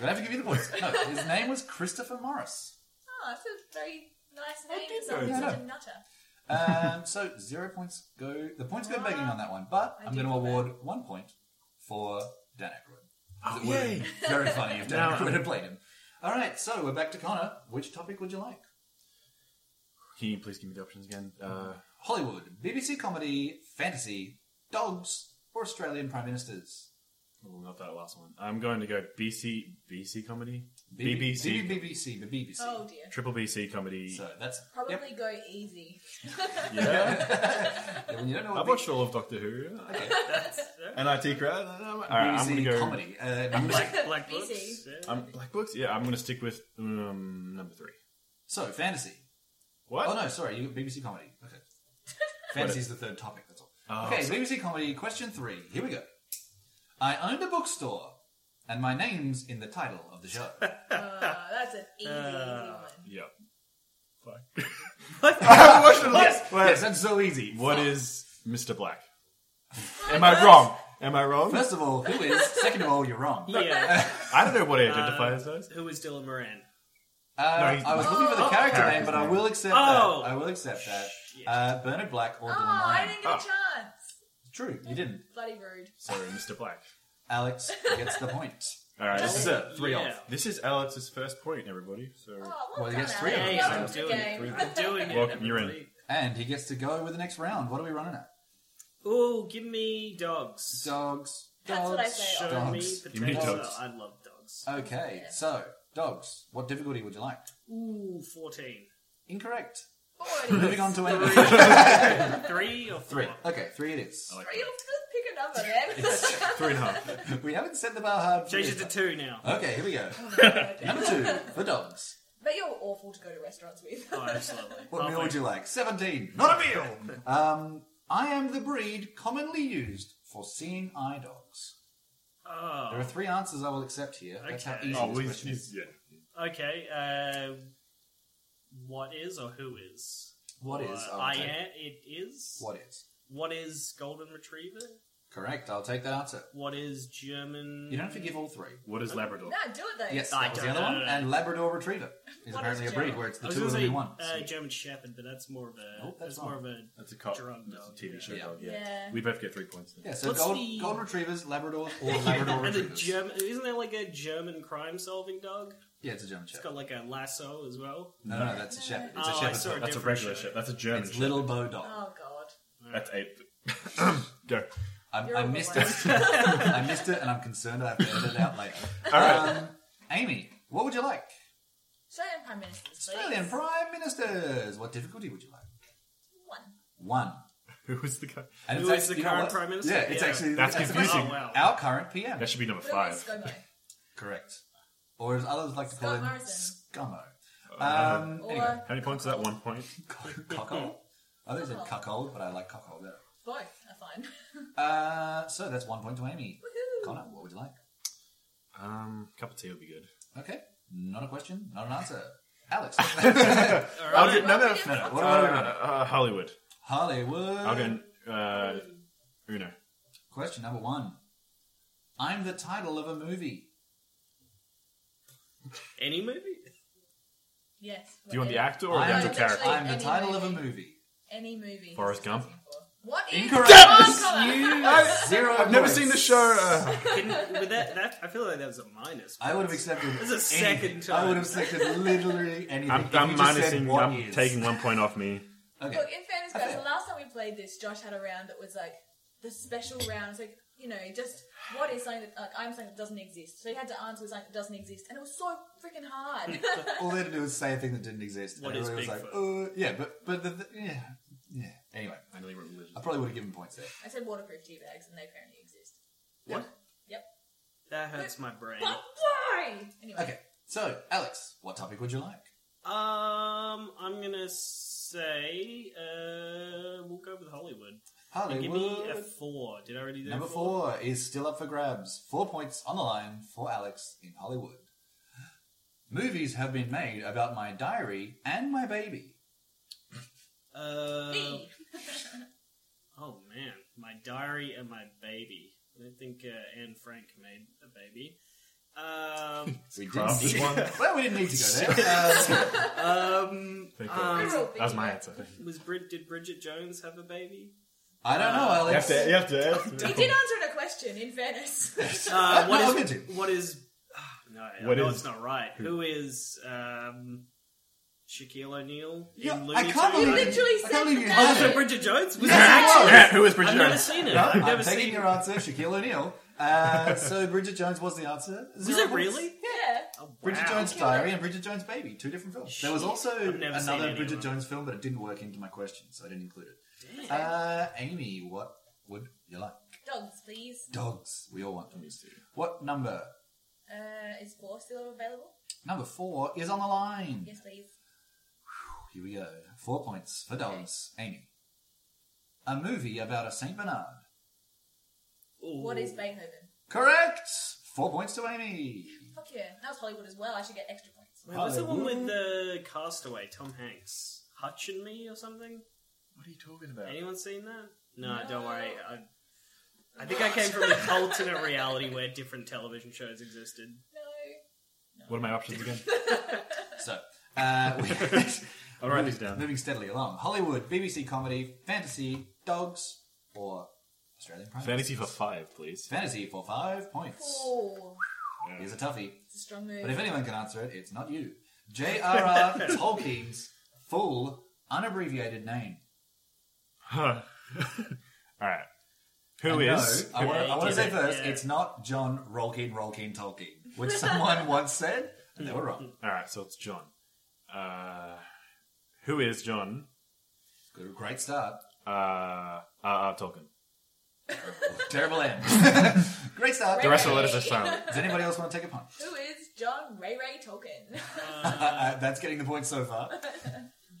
Speaker 1: to have to give you the points. No, his name was Christopher Morris.
Speaker 2: Oh, that's a very nice name.
Speaker 4: did
Speaker 2: It's
Speaker 4: know
Speaker 2: not
Speaker 1: that.
Speaker 2: such a nutter.
Speaker 1: Um, so zero points go. The points go begging on that one, but
Speaker 2: I
Speaker 1: I'm
Speaker 2: do
Speaker 1: going to
Speaker 2: feel bad.
Speaker 1: award one point for Dan Aykroyd. Oh, yay! Very funny if Dan
Speaker 4: Now-
Speaker 1: Aykroyd had played him. All right, so we're back to Connor. Which topic would you like?
Speaker 4: Can you please give me the options again?
Speaker 1: Mm-hmm.
Speaker 4: Uh,
Speaker 1: Hollywood, BBC comedy, fantasy, dogs, or Australian prime ministers?
Speaker 4: well, not that last one. I'm going to go BC BC comedy,
Speaker 1: B-
Speaker 4: BBC
Speaker 1: BBC, the BBC.
Speaker 2: Oh dear.
Speaker 4: triple BC comedy.
Speaker 1: So that's
Speaker 2: Probably
Speaker 1: Yep.
Speaker 2: go easy.
Speaker 4: yeah,
Speaker 1: Yeah, when you don't know
Speaker 4: I've
Speaker 1: what
Speaker 4: watched all of Doctor Who. And IT crowd.
Speaker 1: Uh,
Speaker 4: All right, I'm going
Speaker 1: BBC
Speaker 4: to go.
Speaker 1: comedy. Uh, I'm gonna-
Speaker 5: Black, Black
Speaker 2: Busy.
Speaker 5: Books. yeah.
Speaker 4: Um, Black Books. Yeah, I'm going to stick with um, number three.
Speaker 1: so fantasy.
Speaker 4: What?
Speaker 1: Oh no, sorry, you BBC comedy. Okay. Fantasy's the third topic, that's all.
Speaker 4: Oh,
Speaker 1: okay,
Speaker 4: so-
Speaker 1: BBC comedy, question three. Here we go. I owned a bookstore, and my name's in the title of the show.
Speaker 2: Uh, that's an easy, easy
Speaker 5: Uh,
Speaker 2: one.
Speaker 4: Yeah. Fuck.
Speaker 1: yes, yes, that's so easy.
Speaker 4: What is Mr. Black? Am I wrong? Am I wrong?
Speaker 1: First of all, who is? Second of all, you're wrong.
Speaker 5: Yeah.
Speaker 4: I don't know what I identify as as.
Speaker 5: who is Dylan Moran?
Speaker 1: Uh,
Speaker 4: he's-
Speaker 1: I was looking for the character name, but I will accept
Speaker 5: Oh.
Speaker 1: that. I will accept that. Uh, Bernard Black or
Speaker 2: Oh,
Speaker 1: Dylan
Speaker 2: I
Speaker 1: Moran.
Speaker 2: didn't get a
Speaker 5: Ah.
Speaker 2: chance.
Speaker 1: True, you didn't.
Speaker 2: Bloody rude.
Speaker 4: Sorry, Mr. Black.
Speaker 1: Alex gets the point.
Speaker 4: All right,
Speaker 1: This is it. Three
Speaker 5: yeah.
Speaker 1: off.
Speaker 4: This is Alex's first point, everybody. So
Speaker 2: Oh,
Speaker 1: Well,
Speaker 2: well,
Speaker 1: he
Speaker 2: done,
Speaker 1: gets three of
Speaker 2: Alex.
Speaker 1: them,
Speaker 2: Welcome
Speaker 5: I'm
Speaker 1: so-
Speaker 2: to the
Speaker 5: doing it.
Speaker 2: game.
Speaker 5: I'm doing it.
Speaker 4: Welcome, you're in.
Speaker 5: everybody.
Speaker 1: And he gets to go with the next round. What are we running at?
Speaker 5: Ooh, give me dogs.
Speaker 1: Dogs. Dogs.
Speaker 2: That's what I say.
Speaker 5: Show
Speaker 1: dogs.
Speaker 5: me
Speaker 4: Give me
Speaker 5: potential.
Speaker 4: dogs.
Speaker 5: I love dogs.
Speaker 1: Okay, so dogs. What difficulty would you like?
Speaker 5: Ooh, 14.
Speaker 1: Incorrect.
Speaker 2: Forty.
Speaker 1: Moving on to Amy.
Speaker 5: Three or four?
Speaker 1: Three. Okay, three it is.
Speaker 2: Three. Just pick a number, man.
Speaker 4: three and a half.
Speaker 1: We haven't set the bar hard. for
Speaker 5: Change
Speaker 1: this
Speaker 5: it to
Speaker 1: one.
Speaker 5: two now.
Speaker 1: Okay, here we go. Number two for dogs.
Speaker 2: Oh, But you're awful to go to restaurants with.
Speaker 5: Oh, absolutely.
Speaker 1: What
Speaker 5: Lovely.
Speaker 1: meal would you like? Seventeen. Not a meal. Um, I am the breed commonly used for seeing eye dogs. There
Speaker 5: Oh,
Speaker 1: are three answers I will accept here. That's how
Speaker 5: Okay.
Speaker 1: easy
Speaker 4: Oh,
Speaker 1: this
Speaker 4: we,
Speaker 1: question is.
Speaker 4: yeah.
Speaker 5: okay. Uh, what is or who is?
Speaker 1: What is?
Speaker 5: Uh,
Speaker 1: I'll
Speaker 5: I
Speaker 1: take-
Speaker 5: am. It is.
Speaker 1: What is?
Speaker 5: What is golden retriever?
Speaker 1: Correct. I'll take that answer.
Speaker 5: What is German?
Speaker 1: You don't have to give all three.
Speaker 4: What is Labrador?
Speaker 2: no, do it though.
Speaker 1: Yes,
Speaker 5: I
Speaker 1: that was the
Speaker 5: don't
Speaker 1: other
Speaker 5: know.
Speaker 1: one. And Labrador Retriever is
Speaker 2: What
Speaker 1: apparently
Speaker 2: is
Speaker 1: a breed
Speaker 2: German?
Speaker 1: where it's the
Speaker 5: uh, I was
Speaker 1: two
Speaker 5: gonna
Speaker 1: of them
Speaker 5: say
Speaker 1: in one.
Speaker 5: uh, German Shepherd, but that's more of a
Speaker 1: Nope, that's
Speaker 5: that's more
Speaker 1: not.
Speaker 5: of a
Speaker 4: That's a cop.
Speaker 5: drug
Speaker 4: That's
Speaker 5: dog,
Speaker 4: a TV show
Speaker 1: yeah.
Speaker 4: dog. Yeah.
Speaker 2: Yeah.
Speaker 4: We both get three points. Then.
Speaker 1: Yeah, so
Speaker 5: What's
Speaker 1: gold,
Speaker 5: the-
Speaker 1: golden retrievers, Labradors, or Labrador
Speaker 5: and the
Speaker 1: retrievers.
Speaker 5: German isn't there like a German crime-solving dog?
Speaker 1: yeah, it's a German
Speaker 5: It's
Speaker 1: Shepherd.
Speaker 5: got like a lasso as well.
Speaker 1: No, no, that's a Shepherd. It's
Speaker 5: Oh,
Speaker 1: a
Speaker 5: I
Speaker 1: Shepherd.
Speaker 5: saw
Speaker 1: dog.
Speaker 5: it.
Speaker 4: That's a
Speaker 5: Different
Speaker 4: regular
Speaker 5: show.
Speaker 4: ship. That's a German
Speaker 1: It's
Speaker 4: ship.
Speaker 1: little bow dog.
Speaker 2: Oh god.
Speaker 4: That's eight. Go.
Speaker 1: I,
Speaker 2: You're
Speaker 1: I
Speaker 2: all
Speaker 1: missed
Speaker 2: the
Speaker 1: it. I missed it, and I'm concerned I have to edit it out later. Um, Amy, what would you like?
Speaker 2: Australian Prime Minister. please.
Speaker 1: Australian Prime Ministers. What difficulty would you like?
Speaker 2: One.
Speaker 1: One.
Speaker 4: Who was the guy?
Speaker 1: And
Speaker 5: Who is the
Speaker 1: you know
Speaker 5: current
Speaker 1: what?
Speaker 5: Prime Minister?
Speaker 1: Yeah, it's
Speaker 5: Yeah.
Speaker 1: actually
Speaker 4: That's
Speaker 1: the
Speaker 4: confusing.
Speaker 1: question.
Speaker 5: Oh, wow.
Speaker 1: Our current PM.
Speaker 4: That should be number
Speaker 2: What about
Speaker 4: five.
Speaker 2: ScoMo?
Speaker 1: Correct. Or as others like to call
Speaker 2: Scott
Speaker 1: him,
Speaker 2: Morrison.
Speaker 1: Scummo.
Speaker 4: Uh,
Speaker 1: Um,
Speaker 2: Or
Speaker 1: anyway.
Speaker 4: How many points is that? One point.
Speaker 1: Cuckold? I think said cuckold, but I like cuckold better.
Speaker 2: both are fine.
Speaker 1: Uh, so that's one point to Amy.
Speaker 2: Woohoo.
Speaker 1: Connor, what would you like?
Speaker 4: Um, cup of tea would be good.
Speaker 1: Okay, not a question, not an answer. Alex, Uh,
Speaker 4: I'll get, no, no,
Speaker 1: Oh,
Speaker 2: Well, we have
Speaker 4: no, no. Uh, uh, Hollywood.
Speaker 1: Hollywood.
Speaker 4: I'll go uh, Uno.
Speaker 1: Question number one. I'm the title of a movie.
Speaker 5: Any movie?
Speaker 2: Yes.
Speaker 4: Do you want the
Speaker 2: whatever.
Speaker 4: actor or the
Speaker 2: am
Speaker 4: actual
Speaker 2: literally-
Speaker 4: character?
Speaker 1: I'm the
Speaker 2: Any
Speaker 1: title of a
Speaker 2: movie.
Speaker 1: movie.
Speaker 2: Any movie. he's
Speaker 4: Forrest Gump.
Speaker 2: asking for. What is
Speaker 1: Incorrect.
Speaker 2: Forrest Gump?
Speaker 1: You zero.
Speaker 4: I've never seen the show. Uh,
Speaker 5: Couldn't- but that, that, I feel like that was a minus.
Speaker 1: I would have accepted.
Speaker 5: This is the
Speaker 1: anything.
Speaker 5: second time.
Speaker 1: I would have accepted literally anything.
Speaker 4: I'm,
Speaker 1: If you
Speaker 4: I'm
Speaker 1: just said
Speaker 4: minusing.
Speaker 1: what
Speaker 4: I'm
Speaker 1: is.
Speaker 4: taking one point off me.
Speaker 1: Okay.
Speaker 2: Look, in fairness,
Speaker 1: I
Speaker 2: guys,
Speaker 1: think-
Speaker 2: the last time we played this, Josh had a round that was like the special round. It's like you know, just what is something that like I'm something that doesn't exist. So you had to answer something that doesn't exist, and it was so freaking hard.
Speaker 1: All they had to do was say a thing that didn't exist.
Speaker 5: What
Speaker 1: and
Speaker 5: is
Speaker 1: everybody was like, uh, yeah, but but the, the, yeah, yeah. Anyway, I probably would have given points there.
Speaker 2: I said waterproof tea bags, and they apparently exist.
Speaker 5: What?
Speaker 2: Yep.
Speaker 5: That hurts my brain.
Speaker 2: But why? Anyway,
Speaker 1: Okay, so Alex, what topic would you like?
Speaker 5: Um, I'm gonna say uh, we'll go with Hollywood. And give me a
Speaker 1: Hollywood.
Speaker 5: four. Did I already do
Speaker 1: Number
Speaker 5: four?
Speaker 1: four is still up for grabs. Four points on the line for Alex in Hollywood. Movies have been made about my diary and my baby.
Speaker 5: Uh,
Speaker 2: B.
Speaker 5: oh man, my diary and my baby. I don't think uh, Anne Frank made a baby. Um,
Speaker 1: We
Speaker 4: crafted
Speaker 1: did
Speaker 4: one.
Speaker 1: well, we didn't need to go there. Um,
Speaker 5: um,
Speaker 4: Thank you.
Speaker 5: um,
Speaker 2: Real
Speaker 4: That was my
Speaker 2: big.
Speaker 4: answer.
Speaker 5: was Brid- did Bridget Jones have a baby?
Speaker 1: I don't
Speaker 5: Uh,
Speaker 1: know,
Speaker 4: You have
Speaker 1: Alex.
Speaker 4: to. You have to. ask
Speaker 2: He
Speaker 4: me.
Speaker 2: did answer in a question. In fairness,
Speaker 5: Uh,
Speaker 1: No,
Speaker 5: what
Speaker 1: I'm
Speaker 5: is
Speaker 1: into.
Speaker 5: what is ah, no?
Speaker 4: What
Speaker 5: I know
Speaker 4: is-
Speaker 5: it's not right. Who is um, Shaquille O'Neal in
Speaker 1: Yeah,
Speaker 5: Looney
Speaker 1: I can't
Speaker 5: Tunes?
Speaker 1: believe
Speaker 2: You literally
Speaker 1: I can't
Speaker 2: said
Speaker 1: believe you
Speaker 2: that.
Speaker 1: had
Speaker 5: Was it
Speaker 1: it.
Speaker 5: Bridget Jones?
Speaker 1: Yes,
Speaker 5: Was that
Speaker 1: it was.
Speaker 5: actually?
Speaker 4: Yeah, who is Bridget
Speaker 5: I've never
Speaker 4: Jones?
Speaker 5: seen it.
Speaker 1: No,
Speaker 5: I've
Speaker 1: I'm
Speaker 5: never
Speaker 1: taking
Speaker 5: seen
Speaker 1: your answer, Shaquille O'Neal. Uh, so Bridget Jones was the answer.
Speaker 5: Was
Speaker 1: Zero
Speaker 5: it
Speaker 1: points.
Speaker 5: really?
Speaker 2: yeah.
Speaker 5: Oh, wow.
Speaker 1: Bridget Jones Diary and Bridget Jones Baby, two different films. There was
Speaker 5: Shit.
Speaker 1: also
Speaker 5: I've never seen any
Speaker 1: another
Speaker 5: of
Speaker 1: Bridget
Speaker 5: them.
Speaker 1: Jones film, but it didn't work into my question, so I didn't include it. Uh, Amy, what would you like?
Speaker 2: Dogs, please.
Speaker 1: Dogs. We all want them. What number?
Speaker 2: Uh, is four still available?
Speaker 1: Number four is on the line.
Speaker 2: Yes, please.
Speaker 1: Here we go. Four points for dogs. Amy. A movie about a Saint Bernard.
Speaker 5: Ooh.
Speaker 2: What is Beethoven?
Speaker 1: Correct. Four points to Amy.
Speaker 2: Fuck yeah, that was Hollywood as well. I should get extra points.
Speaker 5: Wait, what's the one with the castaway? Tom Hanks, Hutch and Me, or something?
Speaker 4: What are you talking about?
Speaker 5: Anyone seen that? No, don't worry. I, I think I came from an alternate reality where different television shows existed.
Speaker 2: No.
Speaker 4: What are my options again?
Speaker 1: So, uh, we,
Speaker 4: I'll
Speaker 1: moving,
Speaker 4: write these down.
Speaker 1: moving steadily along. Hollywood, BBC comedy, fantasy, dogs, or Australian prime.
Speaker 4: Fantasy for five, please.
Speaker 1: Fantasy for five points.
Speaker 2: Oh,
Speaker 1: Here's a toughie.
Speaker 2: it's a strong move.
Speaker 1: But if anyone can answer it, it's not you. J.R.R. Tolkien's full, unabbreviated name.
Speaker 4: All right. Who
Speaker 1: And
Speaker 4: is?
Speaker 1: No, I want,
Speaker 5: Yeah,
Speaker 1: I want
Speaker 5: you
Speaker 1: to say
Speaker 5: did it,
Speaker 1: first,
Speaker 5: yeah.
Speaker 1: it's not John Rolkin, Rolkin, Tolkien, which someone once said, and they were wrong.
Speaker 4: All right. So it's John. Uh, who is John?
Speaker 1: Good, great start.
Speaker 4: Uh, uh, uh Tolkien.
Speaker 1: Terrible end. great start.
Speaker 4: The rest of
Speaker 2: Ray.
Speaker 4: the letters are silent.
Speaker 1: Does anybody else want to take a punch?
Speaker 2: Who is John Ray Ray Tolkien?
Speaker 1: Uh, that's getting the point so far.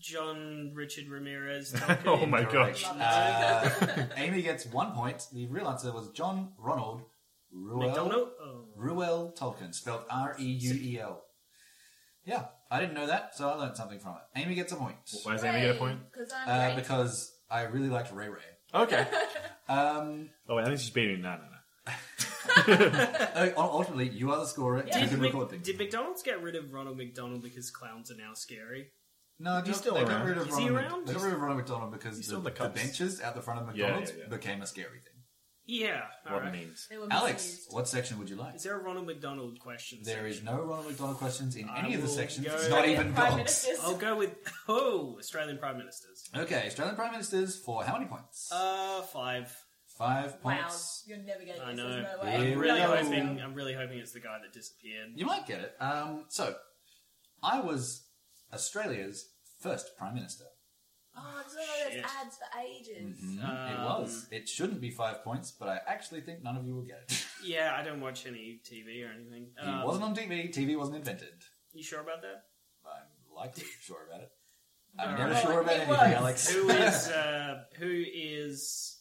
Speaker 5: John Richard Ramirez. Tom
Speaker 4: Oh
Speaker 5: Hanks.
Speaker 4: my gosh.
Speaker 1: Uh, Amy gets one point. The real answer was John Ronald Ruel,
Speaker 5: McDonald. Oh.
Speaker 1: Ruel Tolkien, spelled R E U E L. Yeah, I didn't know that, so I learned something from it. Amy gets a point
Speaker 4: Why does Amy get a point?
Speaker 2: Because I'm
Speaker 1: uh,
Speaker 2: Ray.
Speaker 1: because I really liked Ray Ray.
Speaker 4: Okay.
Speaker 1: Um,
Speaker 4: Oh, wait, I think she's beating. No, no, no.
Speaker 1: uh, ultimately, you are the scorer. You
Speaker 5: Did,
Speaker 1: can
Speaker 5: Mc-
Speaker 1: record things.
Speaker 5: did McDonald's get rid of Ronald McDonald because clowns are now scary?
Speaker 1: No,
Speaker 4: He's
Speaker 1: just
Speaker 4: still
Speaker 1: they got
Speaker 4: around.
Speaker 1: rid of
Speaker 5: Is he
Speaker 1: Ronald. Mc-
Speaker 5: around?
Speaker 1: They got rid of Ronald McDonald because
Speaker 4: He's
Speaker 1: the,
Speaker 4: still in the
Speaker 1: the
Speaker 4: cups.
Speaker 1: benches out the front of
Speaker 4: Yeah, yeah,
Speaker 1: McDonald's
Speaker 4: yeah.
Speaker 1: became a scary thing.
Speaker 5: Yeah.
Speaker 4: What
Speaker 5: alright.
Speaker 4: means?
Speaker 2: They were
Speaker 1: Alex,
Speaker 2: misused.
Speaker 1: what section would you like?
Speaker 5: Is there a Ronald McDonald question?
Speaker 1: There is
Speaker 5: section?
Speaker 1: no Ronald McDonald questions in
Speaker 5: I
Speaker 1: any of the
Speaker 5: will
Speaker 1: sections.
Speaker 5: go-
Speaker 1: It's not
Speaker 2: Yeah,
Speaker 1: even dogs.
Speaker 2: Prime Ministers.
Speaker 5: I'll go with oh Australian prime ministers.
Speaker 1: Okay, Australian Prime Ministers for how many points?
Speaker 5: Uh, five.
Speaker 1: Five
Speaker 2: Wow,
Speaker 1: Oh, points.
Speaker 2: you're never getting this.
Speaker 5: I
Speaker 2: There's
Speaker 5: know.
Speaker 2: no way.
Speaker 5: I'm
Speaker 1: Here we
Speaker 5: really Oh,
Speaker 1: go.
Speaker 5: hoping. I'm really hoping it's the guy that disappeared.
Speaker 1: You might get it. Um, so, I was Australia's first Prime Minister.
Speaker 2: Oh, I just know
Speaker 5: Shit.
Speaker 2: there's ads for ages.
Speaker 1: Mm-hmm.
Speaker 5: Mm-hmm.
Speaker 1: it was. It shouldn't be five points, but I actually think none of you will get it.
Speaker 5: Yeah, I don't watch any TV or anything.
Speaker 1: He
Speaker 5: Um,
Speaker 1: wasn't on TV. TV wasn't invented.
Speaker 5: You sure about that?
Speaker 1: I'm likely sure about it. I'm
Speaker 5: All
Speaker 1: never
Speaker 2: right.
Speaker 1: sure about anything,
Speaker 2: It was.
Speaker 1: Alex.
Speaker 5: Who is uh, who is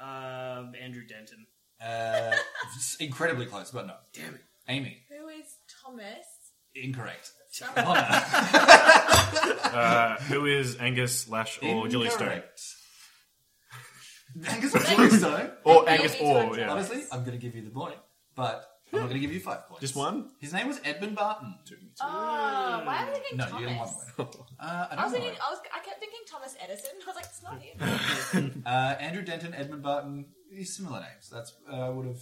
Speaker 5: um, Andrew Denton?
Speaker 1: Uh, it's incredibly close, but no. Damn it. Amy.
Speaker 2: Who is Thomas?
Speaker 1: Incorrect.
Speaker 4: Uh, who is Angus slash or Gilly Stone?
Speaker 1: Incorrect. Angus will do so.
Speaker 4: Or
Speaker 2: Yeah,
Speaker 4: Angus
Speaker 2: it's
Speaker 4: Orr,
Speaker 2: fine.
Speaker 4: yeah.
Speaker 1: Honestly, I'm going to give you the point, but I'm not going to give you five points.
Speaker 4: Just one?
Speaker 1: His name was Edmund Barton.
Speaker 2: Oh, why am I thinking
Speaker 1: No, you didn't
Speaker 2: Thomas?
Speaker 1: want one. Uh, I
Speaker 2: I
Speaker 1: don't
Speaker 2: was
Speaker 1: know.
Speaker 2: thinking, I was, I kept thinking Thomas Edison. I was like, it's not him.
Speaker 1: Uh, Andrew Denton, Edmund Barton, these similar names. That's uh, I would have.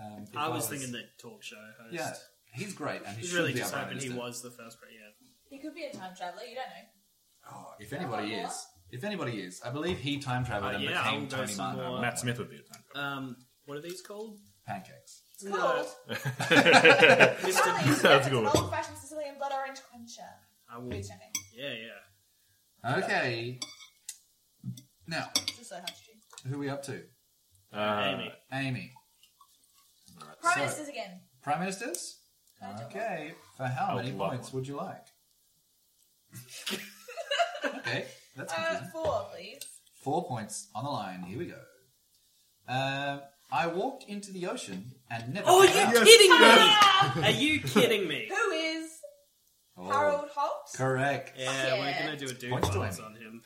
Speaker 1: Um, if
Speaker 5: I was thinking the talk show host.
Speaker 1: Yeah, he's great, and he
Speaker 5: He's
Speaker 1: should
Speaker 5: really
Speaker 1: be
Speaker 5: just
Speaker 1: up
Speaker 5: hoping he was the first. Pre- yeah.
Speaker 2: He could be a time traveler. You don't know.
Speaker 1: Oh, if anybody
Speaker 2: Oh, what?
Speaker 1: is, if anybody is, I believe he time traveled
Speaker 5: Uh,
Speaker 1: and
Speaker 5: yeah, I
Speaker 1: became
Speaker 5: will go
Speaker 1: Tony
Speaker 5: some
Speaker 1: Martin.
Speaker 5: more. uh,
Speaker 4: Matt Smith would be a time
Speaker 5: Um, what are these called?
Speaker 1: Pancakes.
Speaker 2: It's cold. Charlie,
Speaker 4: traveler.
Speaker 2: you should
Speaker 4: That's
Speaker 2: have
Speaker 4: a good
Speaker 2: an
Speaker 4: one.
Speaker 2: old-fashioned Sicilian blood orange concha.
Speaker 5: I will.
Speaker 2: Food
Speaker 5: Yeah,
Speaker 2: champagne.
Speaker 5: yeah.
Speaker 1: Okay. Now,
Speaker 2: It's just so hard to do.
Speaker 1: who are we up to?
Speaker 4: Uh,
Speaker 5: Amy.
Speaker 1: Amy. Alright,
Speaker 2: Prime
Speaker 1: so-
Speaker 2: ministers again.
Speaker 1: Prime ministers.
Speaker 2: I don't
Speaker 1: Okay. For how
Speaker 4: I
Speaker 5: Oh,
Speaker 1: many
Speaker 4: would love
Speaker 1: points
Speaker 4: one.
Speaker 1: would you like? okay, that's
Speaker 2: Uh,
Speaker 1: confusing.
Speaker 2: four, please.
Speaker 1: Four points on the line. Here we go. Um, I walked into the ocean and never.
Speaker 5: Oh,
Speaker 1: came
Speaker 5: you
Speaker 1: out.
Speaker 5: kidding me?
Speaker 2: Ah!
Speaker 5: Are you kidding me?
Speaker 2: Who is
Speaker 1: Oh,
Speaker 2: Harold Holt?
Speaker 1: Correct.
Speaker 5: Yeah,
Speaker 2: Yeah.
Speaker 5: we're gonna do a do
Speaker 1: Points to
Speaker 5: dance
Speaker 1: Amy.
Speaker 5: on him.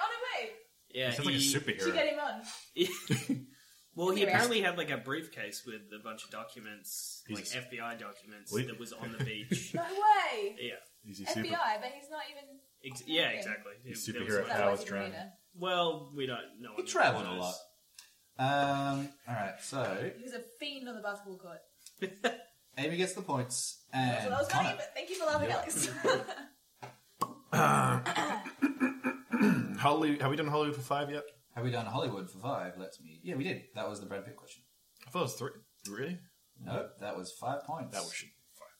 Speaker 2: Oh no, wait.
Speaker 5: Yeah,
Speaker 4: sounds like a
Speaker 5: he-
Speaker 4: superhero.
Speaker 2: She get him on.
Speaker 5: Well, he
Speaker 2: Anyway.
Speaker 5: apparently had like a briefcase with a bunch of documents,
Speaker 4: Jesus.
Speaker 5: like FBI documents,
Speaker 4: Wait.
Speaker 5: that was on the beach.
Speaker 2: No way.
Speaker 5: yeah,
Speaker 4: Easy super.
Speaker 2: FBI, but he's not even.
Speaker 5: ex- yeah,
Speaker 2: Okay.
Speaker 5: exactly. It-
Speaker 4: He's
Speaker 5: it was
Speaker 4: superhero
Speaker 5: like-
Speaker 4: now.
Speaker 2: That
Speaker 4: was
Speaker 2: was
Speaker 4: drowning.
Speaker 2: Wikipedia.
Speaker 5: well, we don't know.
Speaker 1: He travelled a lot. Um, all right. So
Speaker 2: He was a fiend on the basketball court.
Speaker 1: Amy gets the points,
Speaker 2: That's
Speaker 1: and
Speaker 2: what I was
Speaker 1: Connor.
Speaker 2: going but thank you for laughing, Alex.
Speaker 4: Hollywood, have we done Hollywood for five yet?
Speaker 1: Have we done Hollywood for five? Let's me. Yeah, we did. That was the Brad Pitt question.
Speaker 4: I thought it was three. Really?
Speaker 1: Nope, that was five points.
Speaker 4: That was shit. Five.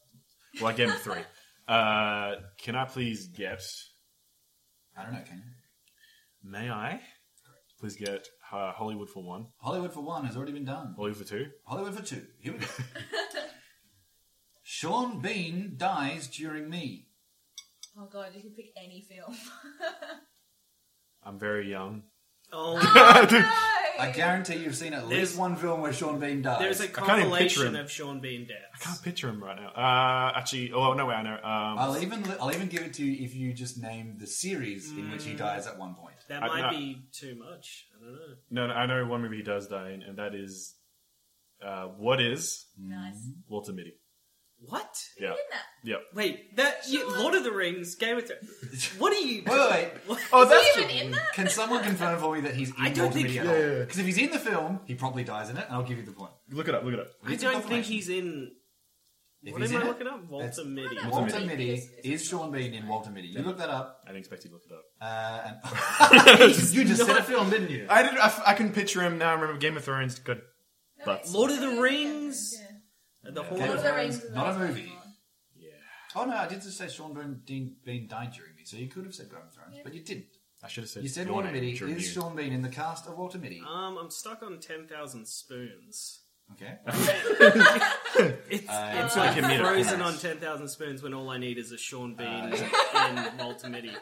Speaker 4: Well, I gave him three. Uh, can I please get?
Speaker 1: I don't know. Can you?
Speaker 4: May I? Please get uh, Hollywood for one.
Speaker 1: Hollywood for one has already been done.
Speaker 4: Hollywood for two.
Speaker 1: Hollywood for two. Here we go. Sean Bean dies during me.
Speaker 2: oh god, you can pick any film.
Speaker 4: I'm very young.
Speaker 2: Ah.
Speaker 5: Oh,
Speaker 1: I guarantee you've seen at least
Speaker 5: There's-
Speaker 1: one film where Sean Bean dies.
Speaker 5: there's a
Speaker 4: can't even picture
Speaker 5: compilation
Speaker 4: him.
Speaker 5: of Sean Bean
Speaker 4: I can't
Speaker 5: deaths.
Speaker 4: picture him right now. Uh, actually, oh no, wait, I know. Um,
Speaker 1: I'll even li- I'll even give it to you if you just name the series in which he dies at one point.
Speaker 5: That
Speaker 4: I-
Speaker 5: might
Speaker 4: no.
Speaker 5: be too much. I don't
Speaker 4: no,
Speaker 5: know.
Speaker 4: no, I know one movie he does die in, and that is uh, what is
Speaker 2: nice.
Speaker 4: Walter Mitty.
Speaker 5: What?
Speaker 4: Yeah,
Speaker 2: Didn't that?
Speaker 4: yep.
Speaker 5: Wait, that you, Lord of the Rings, Game of Thrones. What are you?
Speaker 1: Wait, wait, wait.
Speaker 4: Oh,
Speaker 2: Is he even in that?
Speaker 1: Can someone confirm for me that he's in
Speaker 5: I don't
Speaker 1: Walter
Speaker 5: think-
Speaker 1: Mitty at
Speaker 5: yeah,
Speaker 1: all?
Speaker 4: yeah, yeah.
Speaker 1: Because if he's in the film, he probably dies in it, and I'll give you the point.
Speaker 4: Look it up. Look it up.
Speaker 5: I
Speaker 1: It's a
Speaker 5: don't think
Speaker 1: compilation.
Speaker 5: he's in.
Speaker 1: If
Speaker 5: What
Speaker 1: he's
Speaker 5: am
Speaker 1: in
Speaker 5: I
Speaker 1: it,
Speaker 5: looking up?
Speaker 1: that's-
Speaker 5: Walter Mitty.
Speaker 1: Walter
Speaker 2: Mitty.
Speaker 1: Mitty
Speaker 2: Is-
Speaker 1: is
Speaker 2: is-
Speaker 1: Sean Bean in Walter Mitty. You look that up,
Speaker 4: I didn't expect you to look it up.
Speaker 1: uh, and you just said a film, didn't you?
Speaker 4: I didn't. I, f- I couldn't picture him. Now I remember Game of Thrones. Good.
Speaker 2: No,
Speaker 4: But-
Speaker 2: it's-
Speaker 5: Lord of the
Speaker 2: yeah,
Speaker 5: Rings.
Speaker 2: yeah.
Speaker 5: The
Speaker 1: Game
Speaker 5: Hall
Speaker 2: Lord
Speaker 1: of
Speaker 2: of
Speaker 5: of
Speaker 2: the Rings. is
Speaker 1: Not a
Speaker 2: the best
Speaker 1: movie.
Speaker 2: one.
Speaker 4: Yeah.
Speaker 1: Oh no, I did just say Sean Bean, Dean, Bean died during me, so you could have said Game of Thrones, but you didn't.
Speaker 4: I should have said.
Speaker 1: You said
Speaker 4: your
Speaker 1: Walter
Speaker 4: name
Speaker 1: Mitty
Speaker 4: during
Speaker 1: is
Speaker 4: you.
Speaker 1: Sean Bean in the cast of Walter Mitty.
Speaker 5: Um, I'm stuck on ten thousand spoons.
Speaker 1: Okay.
Speaker 5: It's,
Speaker 1: Uh,
Speaker 5: it's
Speaker 1: Uh,
Speaker 5: like
Speaker 4: give me the
Speaker 5: frozen on
Speaker 4: points.
Speaker 5: 10,000 spoons when all I need is a Sean Bean
Speaker 1: Uh,
Speaker 5: and Walter Mitty.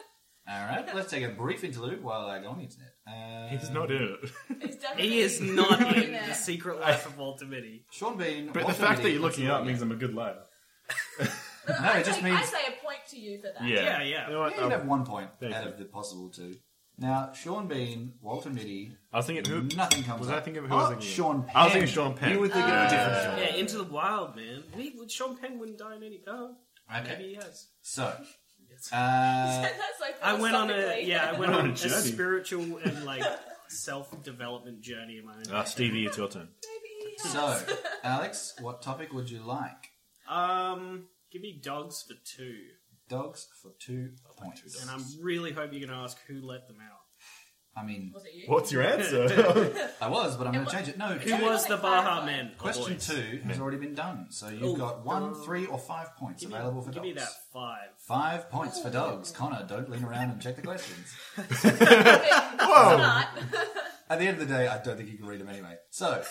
Speaker 1: All right, let's take a brief interlude while I go on the internet. Uh,
Speaker 4: He's not in it.
Speaker 2: He's definitely
Speaker 5: He is not
Speaker 2: not
Speaker 5: in
Speaker 2: in it.
Speaker 5: The Secret Life of Walter Mitty.
Speaker 1: Sean Bean.
Speaker 4: But the
Speaker 1: Walter
Speaker 4: fact that
Speaker 1: Mitty,
Speaker 4: you're looking it up
Speaker 1: Pennsylvania.
Speaker 4: means I'm a good lad.
Speaker 2: But
Speaker 1: No,
Speaker 2: I
Speaker 1: it just
Speaker 2: take- I
Speaker 1: means-
Speaker 2: say a point to you for that.
Speaker 5: Yeah, yeah.
Speaker 4: You know what?
Speaker 1: Yeah, you'd
Speaker 4: I'll-
Speaker 1: have one point
Speaker 4: um, Thank
Speaker 1: out
Speaker 4: you.
Speaker 1: of the possible two. Now, Sean Bean, Walter Mitty,
Speaker 4: I was thinking who?
Speaker 1: nothing comes
Speaker 4: was
Speaker 1: up.
Speaker 4: I thinking of- who was I
Speaker 1: Oh,
Speaker 4: thinking of?
Speaker 1: Sean Penn.
Speaker 4: I was thinking Sean Penn.
Speaker 1: You were thinking of a different Sean.
Speaker 5: Yeah, Into the Wild, man. We, would- Sean Penn wouldn't die in any car. Maybe
Speaker 1: Ah, Okay,
Speaker 5: he has.
Speaker 1: so. Uh,
Speaker 2: That's like
Speaker 5: I went on a
Speaker 2: philosophically.
Speaker 5: yeah, I went on a
Speaker 4: journey.
Speaker 5: spiritual and like self development journey of my own.
Speaker 4: Ah, Stevie, it's your turn.
Speaker 2: Maybe he has.
Speaker 1: so, Alex, what topic would you like?
Speaker 5: Um, give me dogs for two,
Speaker 1: Dogs for two points.
Speaker 5: and I'm really hoping you're gonna ask who let them out.
Speaker 1: I mean,
Speaker 2: Was it you?
Speaker 4: What's your answer?
Speaker 1: I was, but I'm going to change it. No,
Speaker 5: Who
Speaker 1: two-
Speaker 5: was the Oh, Baha
Speaker 2: clarify.
Speaker 5: men?
Speaker 1: question
Speaker 5: Boys.
Speaker 1: two has already been done. So you've
Speaker 5: Oh,
Speaker 1: got one,
Speaker 5: um,
Speaker 1: three, or five points
Speaker 5: Give me-
Speaker 1: available for
Speaker 5: give
Speaker 1: dogs.
Speaker 5: me that five.
Speaker 1: Five points for dogs. Connor, don't lean around and check the questions. At the end of the day, I don't think you can read them anyway. So,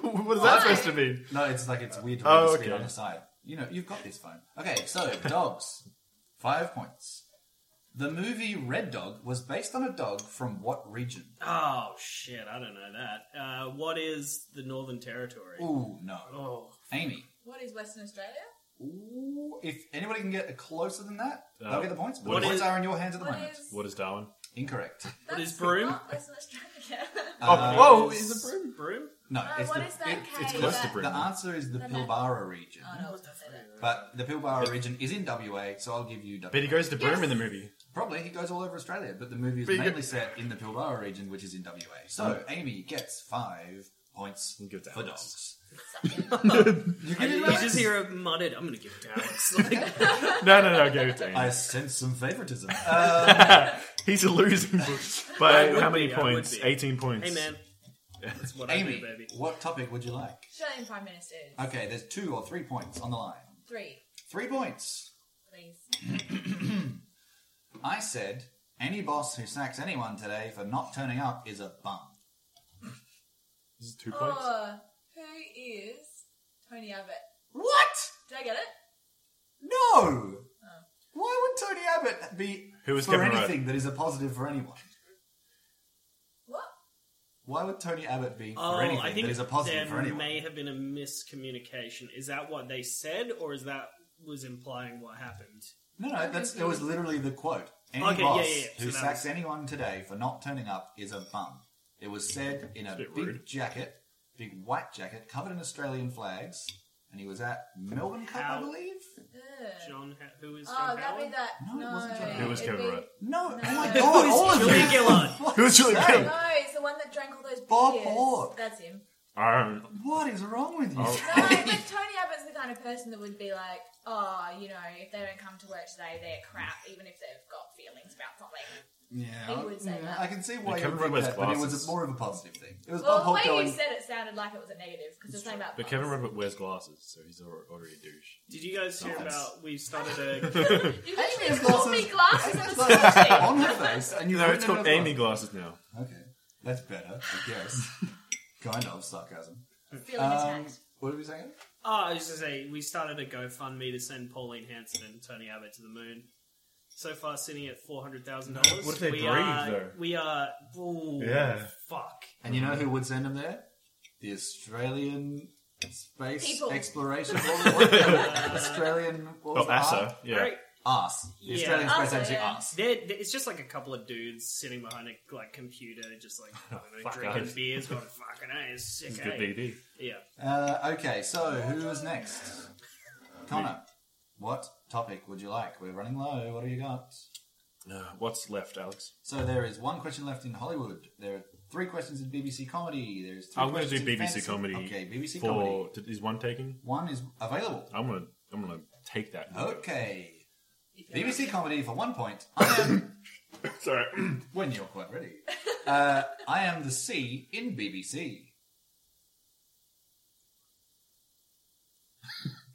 Speaker 4: what is that supposed to mean?
Speaker 1: no, it's like it's weird to read
Speaker 4: Oh,
Speaker 1: the screen
Speaker 4: okay.
Speaker 1: on the side. You know, you've got this phone. Okay, so dogs. Five points. The movie Red Dog was based on a dog from what region?
Speaker 5: Oh shit, I don't know that. Uh, what is the Northern Territory?
Speaker 1: Ooh, no.
Speaker 5: Oh,
Speaker 1: Amy.
Speaker 2: What is Western Australia?
Speaker 1: Ooh, if anybody can get closer than that, they'll get the points. But
Speaker 4: Uh, what
Speaker 1: the points
Speaker 5: is-
Speaker 1: are in your hands at the
Speaker 2: What
Speaker 1: moment.
Speaker 2: is
Speaker 4: What is Darwin?
Speaker 1: Incorrect.
Speaker 2: That's
Speaker 5: is broom?
Speaker 2: Not Western Australia.
Speaker 1: Uh,
Speaker 4: oh, is it broom?
Speaker 5: Broom?
Speaker 1: No,
Speaker 2: Uh,
Speaker 1: it's
Speaker 2: what
Speaker 1: the,
Speaker 2: is that
Speaker 1: it-
Speaker 2: cave
Speaker 1: it's
Speaker 4: close
Speaker 1: close
Speaker 4: to
Speaker 1: to
Speaker 4: that- Britain.
Speaker 1: The answer is the
Speaker 2: The
Speaker 1: Pilbara region.
Speaker 2: oh, no, I was gonna say that.
Speaker 1: But the Pilbara region is in WA, so I'll give you WA.
Speaker 4: But he goes to Broome in the movie.
Speaker 1: Probably he goes all over Australia, but the movie is
Speaker 4: But he go-
Speaker 1: mainly set in the Pilbara region, which is in WA. So Amy gets five points
Speaker 4: Give it to
Speaker 1: for
Speaker 4: Alex.
Speaker 1: dogs.
Speaker 5: You, just hear a muttered, I'm going to give it to Alex. Like,
Speaker 4: No, no, no, go to
Speaker 1: I
Speaker 4: him.
Speaker 1: sense some favoritism. Uh,
Speaker 4: He's a losing by
Speaker 5: I would
Speaker 4: how many
Speaker 5: be, I would
Speaker 4: points?
Speaker 5: be.
Speaker 4: 18 points.
Speaker 5: hey, man. That's what I
Speaker 1: Amy,
Speaker 5: do, baby.
Speaker 1: what topic would you like?
Speaker 2: Australian Prime Minister.
Speaker 1: Okay, there's two or three points on the line.
Speaker 2: Three,
Speaker 1: Three points.
Speaker 2: please.
Speaker 1: I said any boss who sacks anyone today for not turning up is a bum.
Speaker 4: This is two points.
Speaker 2: Oh, who is Tony Abbott?
Speaker 1: What?
Speaker 2: Did I get it?
Speaker 1: No. Why would Tony Abbott be
Speaker 4: Who was
Speaker 1: for
Speaker 4: Kevin
Speaker 1: anything that is a positive for anyone?
Speaker 2: What?
Speaker 1: Why would Tony Abbott be
Speaker 5: Oh,
Speaker 1: for anything
Speaker 5: I think
Speaker 1: that is a positive for
Speaker 5: there
Speaker 1: anyone?
Speaker 5: may have been a miscommunication. Is that what they said, or is that was implying what happened?
Speaker 1: No, no, that's it was literally the quote. Any
Speaker 5: Okay, yeah,
Speaker 1: boss
Speaker 5: yeah, yeah.
Speaker 1: who
Speaker 5: So that
Speaker 1: sacks
Speaker 5: was-
Speaker 1: anyone today for not turning up is a bum. It was said in a,
Speaker 4: a bit
Speaker 1: big
Speaker 4: rude.
Speaker 1: jacket, big white jacket, covered in Australian flags, and he was at Melbourne Cup, I
Speaker 5: How-
Speaker 1: believe.
Speaker 2: Ugh.
Speaker 5: John, Ha- who is
Speaker 2: Oh,
Speaker 5: John
Speaker 2: that'd
Speaker 5: Howard?
Speaker 2: be that.
Speaker 1: No, it wasn't John
Speaker 4: It was
Speaker 2: it'd
Speaker 4: Kevin
Speaker 2: be-
Speaker 4: Rudd.
Speaker 1: No, oh my
Speaker 2: No.
Speaker 1: god, all of
Speaker 5: Julia
Speaker 1: them.
Speaker 5: Gillard.
Speaker 1: What
Speaker 4: It was Julia
Speaker 1: is
Speaker 4: Gillard.
Speaker 1: that?
Speaker 2: No, it's the one that drank all those beers.
Speaker 1: Bob Hawke.
Speaker 2: That's him.
Speaker 4: Oh,
Speaker 1: What is wrong with you?
Speaker 2: No, but Tony Abbott's the kind of person that would be like, oh, you know, if they don't come to work today, they're crap, even if they've got feelings about something.
Speaker 1: Yeah,
Speaker 4: Oh.
Speaker 2: He would say
Speaker 1: yeah,
Speaker 2: that.
Speaker 1: I can see why you
Speaker 4: Kevin
Speaker 1: would think
Speaker 4: Rudd wears
Speaker 1: that, but it was
Speaker 4: glasses.
Speaker 1: a, more of a positive thing. It was
Speaker 2: Well,
Speaker 1: Bob Holt
Speaker 2: the way you
Speaker 1: going.
Speaker 2: said it sounded like it was a negative because it's something about.
Speaker 4: but
Speaker 2: bugs.
Speaker 4: Kevin Robert wears glasses, so he's al- already a douche.
Speaker 5: Did you guys hear
Speaker 1: Nice.
Speaker 5: about we started a
Speaker 2: You
Speaker 5: oh,
Speaker 1: Amy
Speaker 2: literally
Speaker 1: has
Speaker 2: called me glasses on the
Speaker 1: It's
Speaker 2: same
Speaker 1: on her face, and you
Speaker 4: No,
Speaker 1: wouldn't
Speaker 4: it's
Speaker 1: have
Speaker 4: called
Speaker 1: known.
Speaker 4: Amy glasses now.
Speaker 1: Okay, that's better, I guess. kind of sarcasm.
Speaker 2: thing. Feeling
Speaker 1: Um,
Speaker 2: attacked.
Speaker 1: what were we saying?
Speaker 5: Oh, I was just say we started a GoFundMe to send Pauline Hanson and Tony Abbott to the moon. So far, sitting at four hundred thousand dollars.
Speaker 4: What if they
Speaker 5: we
Speaker 4: breathe,
Speaker 5: are,
Speaker 4: though?
Speaker 5: We are. Ooh,
Speaker 4: Yeah.
Speaker 5: Fuck.
Speaker 1: And you know who would send him there? The Australian Space
Speaker 2: People.
Speaker 1: Exploration. what was it? Australian. What was
Speaker 4: Oh,
Speaker 1: the
Speaker 4: Asa,
Speaker 1: R?
Speaker 4: yeah.
Speaker 5: Right.
Speaker 1: Us. The
Speaker 5: Yeah.
Speaker 1: Australian Space
Speaker 2: Asa,
Speaker 1: Agency.
Speaker 2: yeah.
Speaker 1: Us.
Speaker 5: They're, they it's just like a couple of dudes sitting behind a like computer, just like I don't know,
Speaker 4: Fuck
Speaker 5: drinking
Speaker 4: us.
Speaker 5: beers, going fucking hey, it's sick.
Speaker 4: He's a good
Speaker 5: eh?"
Speaker 4: BD.
Speaker 5: Yeah.
Speaker 1: Uh, okay, so who is next? Connor. What topic would you like? We're running low. What do you got?
Speaker 4: Uh, what's left, Alex?
Speaker 1: So there is one question left in Hollywood. There are three questions in BBC comedy. There's. Three
Speaker 4: I'm going to
Speaker 1: questions
Speaker 4: do
Speaker 1: in
Speaker 4: BBC
Speaker 1: fantasy.
Speaker 4: comedy.
Speaker 1: Okay, BBC
Speaker 4: for,
Speaker 1: comedy.
Speaker 4: t- Is one taking?
Speaker 1: One is available.
Speaker 4: I'm gonna, I'm gonna take that.
Speaker 1: Okay. BBC comedy for one point. I am,
Speaker 4: Sorry.
Speaker 1: when you're quite ready, uh, I am the C in BBC.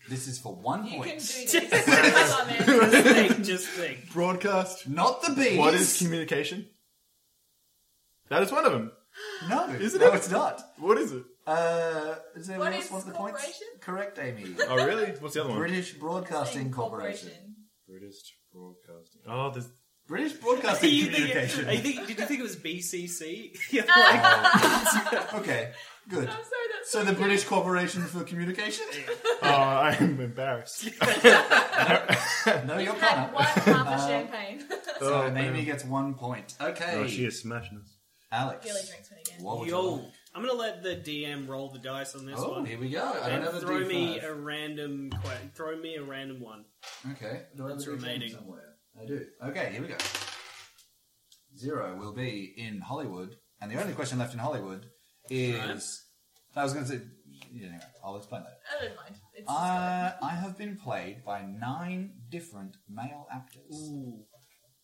Speaker 1: This is for one
Speaker 2: You
Speaker 1: point.
Speaker 2: can do this. Come on, man.
Speaker 5: Just think, just think.
Speaker 4: Broadcast.
Speaker 1: Not the B.
Speaker 4: What is communication? That is one of them.
Speaker 1: No,
Speaker 4: Isn't
Speaker 1: no,
Speaker 4: it?
Speaker 1: it's not.
Speaker 4: What is it?
Speaker 1: Uh, is there
Speaker 2: What
Speaker 1: else
Speaker 2: is
Speaker 1: wants the points?
Speaker 2: corporation?
Speaker 1: Correct, Amy.
Speaker 4: Oh, really? What's the other one?
Speaker 1: British Broadcasting Corporation.
Speaker 4: British Broadcasting. Oh, there's.
Speaker 1: British Broadcasting
Speaker 5: You think it-
Speaker 1: Communication.
Speaker 5: are you think- did you think it was BCC? Yeah, like,
Speaker 1: okay, good.
Speaker 2: I'm sorry, that's
Speaker 1: So the British Corporation for Communication?
Speaker 4: Oh, I'm embarrassed.
Speaker 1: No, you're
Speaker 2: Had one
Speaker 1: Connor.
Speaker 2: half of
Speaker 1: Um,
Speaker 2: champagne.
Speaker 1: So
Speaker 4: Oh,
Speaker 1: Amy gets one point. Okay.
Speaker 4: Oh, she is smashing us.
Speaker 1: Alex.
Speaker 2: Billy drinks one again.
Speaker 1: What would you
Speaker 5: Yo,
Speaker 1: like?
Speaker 5: I'm gonna let the DM roll the dice on this one.
Speaker 1: Oh, here we go. I don't
Speaker 5: And
Speaker 1: have a
Speaker 5: throw
Speaker 1: D5.
Speaker 5: me a random que- throw me a random one.
Speaker 1: Okay. Do I have a
Speaker 5: That's
Speaker 1: D5
Speaker 5: remaining.
Speaker 1: somewhere? I do. Okay, here we go. Zero will be in Hollywood, and the only question left in Hollywood is. I was going to say. yeah, Anyway, I'll explain that.
Speaker 2: I don't mind. It's just
Speaker 1: Uh, I have been played by nine different male actors.
Speaker 5: Ooh.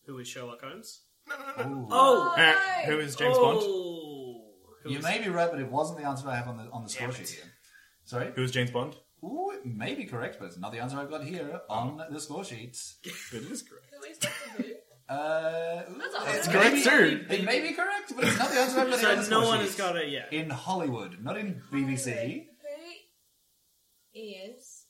Speaker 5: Who is Sherlock Holmes?
Speaker 1: Ooh.
Speaker 5: Oh,
Speaker 2: No.
Speaker 4: Eh, Who is James Bond?
Speaker 5: Who
Speaker 1: You
Speaker 5: is-
Speaker 1: may be right, but it wasn't the answer I have on the on the score
Speaker 5: Damn
Speaker 1: sheet
Speaker 5: it.
Speaker 1: here. Sorry.
Speaker 4: Who is James Bond?
Speaker 1: Ooh, it may be correct, but it's not the answer I've got here on the score sheet.
Speaker 4: It is correct.
Speaker 2: Who is Doctor Who?
Speaker 1: Uh,
Speaker 2: That's awesome.
Speaker 1: it's
Speaker 2: It's
Speaker 1: correct
Speaker 4: correct
Speaker 1: too.
Speaker 4: too.
Speaker 1: It may be correct, but it's not the answer I've got here on the
Speaker 5: So
Speaker 1: score
Speaker 5: no one
Speaker 1: sheet.
Speaker 5: has got it yet.
Speaker 1: in Hollywood, not in BBC.
Speaker 2: Who is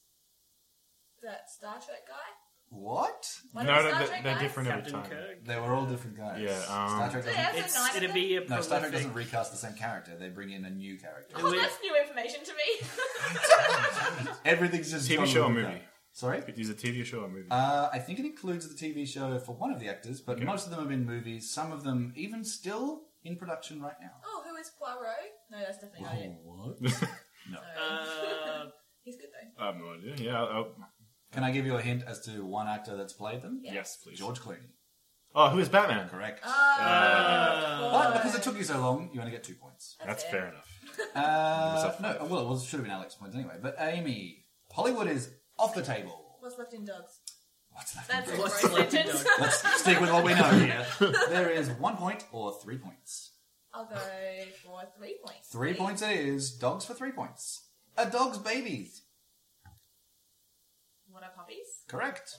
Speaker 2: that Star Trek guy?
Speaker 1: What?
Speaker 2: One
Speaker 4: no,
Speaker 2: of the
Speaker 4: no,
Speaker 2: Star
Speaker 4: they're,
Speaker 2: Trek
Speaker 4: they're
Speaker 2: guys?
Speaker 4: different every
Speaker 5: Captain
Speaker 4: time.
Speaker 5: Kirk.
Speaker 1: They were all different guys.
Speaker 4: Yeah, um,
Speaker 1: Star Trek
Speaker 2: Yeah,
Speaker 1: doesn't.
Speaker 2: that's a
Speaker 5: It's,
Speaker 2: nice
Speaker 5: it'd
Speaker 2: of them.
Speaker 5: be a
Speaker 1: No, Star Trek
Speaker 5: prolific-
Speaker 1: doesn't recast the same character. They bring in a new character.
Speaker 2: Oh,
Speaker 5: we-
Speaker 2: that's new information to me.
Speaker 1: Everything's just
Speaker 4: TV
Speaker 1: gone
Speaker 4: show or
Speaker 1: with
Speaker 4: movie?
Speaker 1: that. Sorry?
Speaker 4: It is a TV show or movie.
Speaker 1: Uh, I think it includes the TV show for one of the actors, but most of them have been movies. Some of them even still in production right now.
Speaker 2: Oh, who is Poirot? No, that's definitely not it.
Speaker 1: what? no.
Speaker 5: Uh,
Speaker 2: He's good though.
Speaker 4: I have no idea. Yeah. I'll, I'll,
Speaker 1: Can I give you a hint as to one actor that's played them?
Speaker 2: Yeah.
Speaker 4: yes, please.
Speaker 1: George Clooney.
Speaker 4: Oh, who is Batman?
Speaker 1: Correct.
Speaker 2: Uh,
Speaker 5: Uh,
Speaker 2: Ah,
Speaker 1: but because it took you so long, you only get two points.
Speaker 4: That's
Speaker 2: it.
Speaker 4: fair enough.
Speaker 1: Uh, no, well, it was, should have been Alex points anyway. But Amy, Hollywood is off the table.
Speaker 2: What's left in dogs?
Speaker 1: What's left?
Speaker 2: That's a
Speaker 5: What's
Speaker 2: great
Speaker 5: left in
Speaker 2: sentence.
Speaker 1: Let's stick with what we know here. There is one point or three points.
Speaker 2: I'll go for three points.
Speaker 1: Three
Speaker 2: please.
Speaker 1: points it is. Dogs for three points. A dog's babies.
Speaker 2: What are puppies?
Speaker 1: Correct.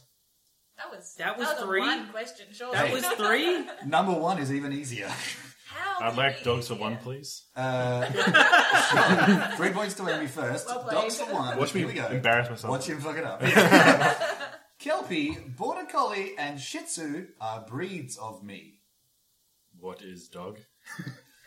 Speaker 2: That was
Speaker 5: That was
Speaker 2: a
Speaker 5: three?
Speaker 2: One question, sure.
Speaker 5: That was three?
Speaker 1: Number one is even easier.
Speaker 2: How?
Speaker 4: I'd
Speaker 2: did
Speaker 4: like
Speaker 2: we-
Speaker 4: dogs for one, please.
Speaker 1: Uh, three points to Amy first.
Speaker 2: Well played.
Speaker 1: Dogs for one.
Speaker 4: Watch me
Speaker 1: Here we go.
Speaker 4: embarrass myself.
Speaker 1: Watch him fuck it up. Kelpie, Border Collie, and Shih Tzu are breeds of me.
Speaker 4: What is dog?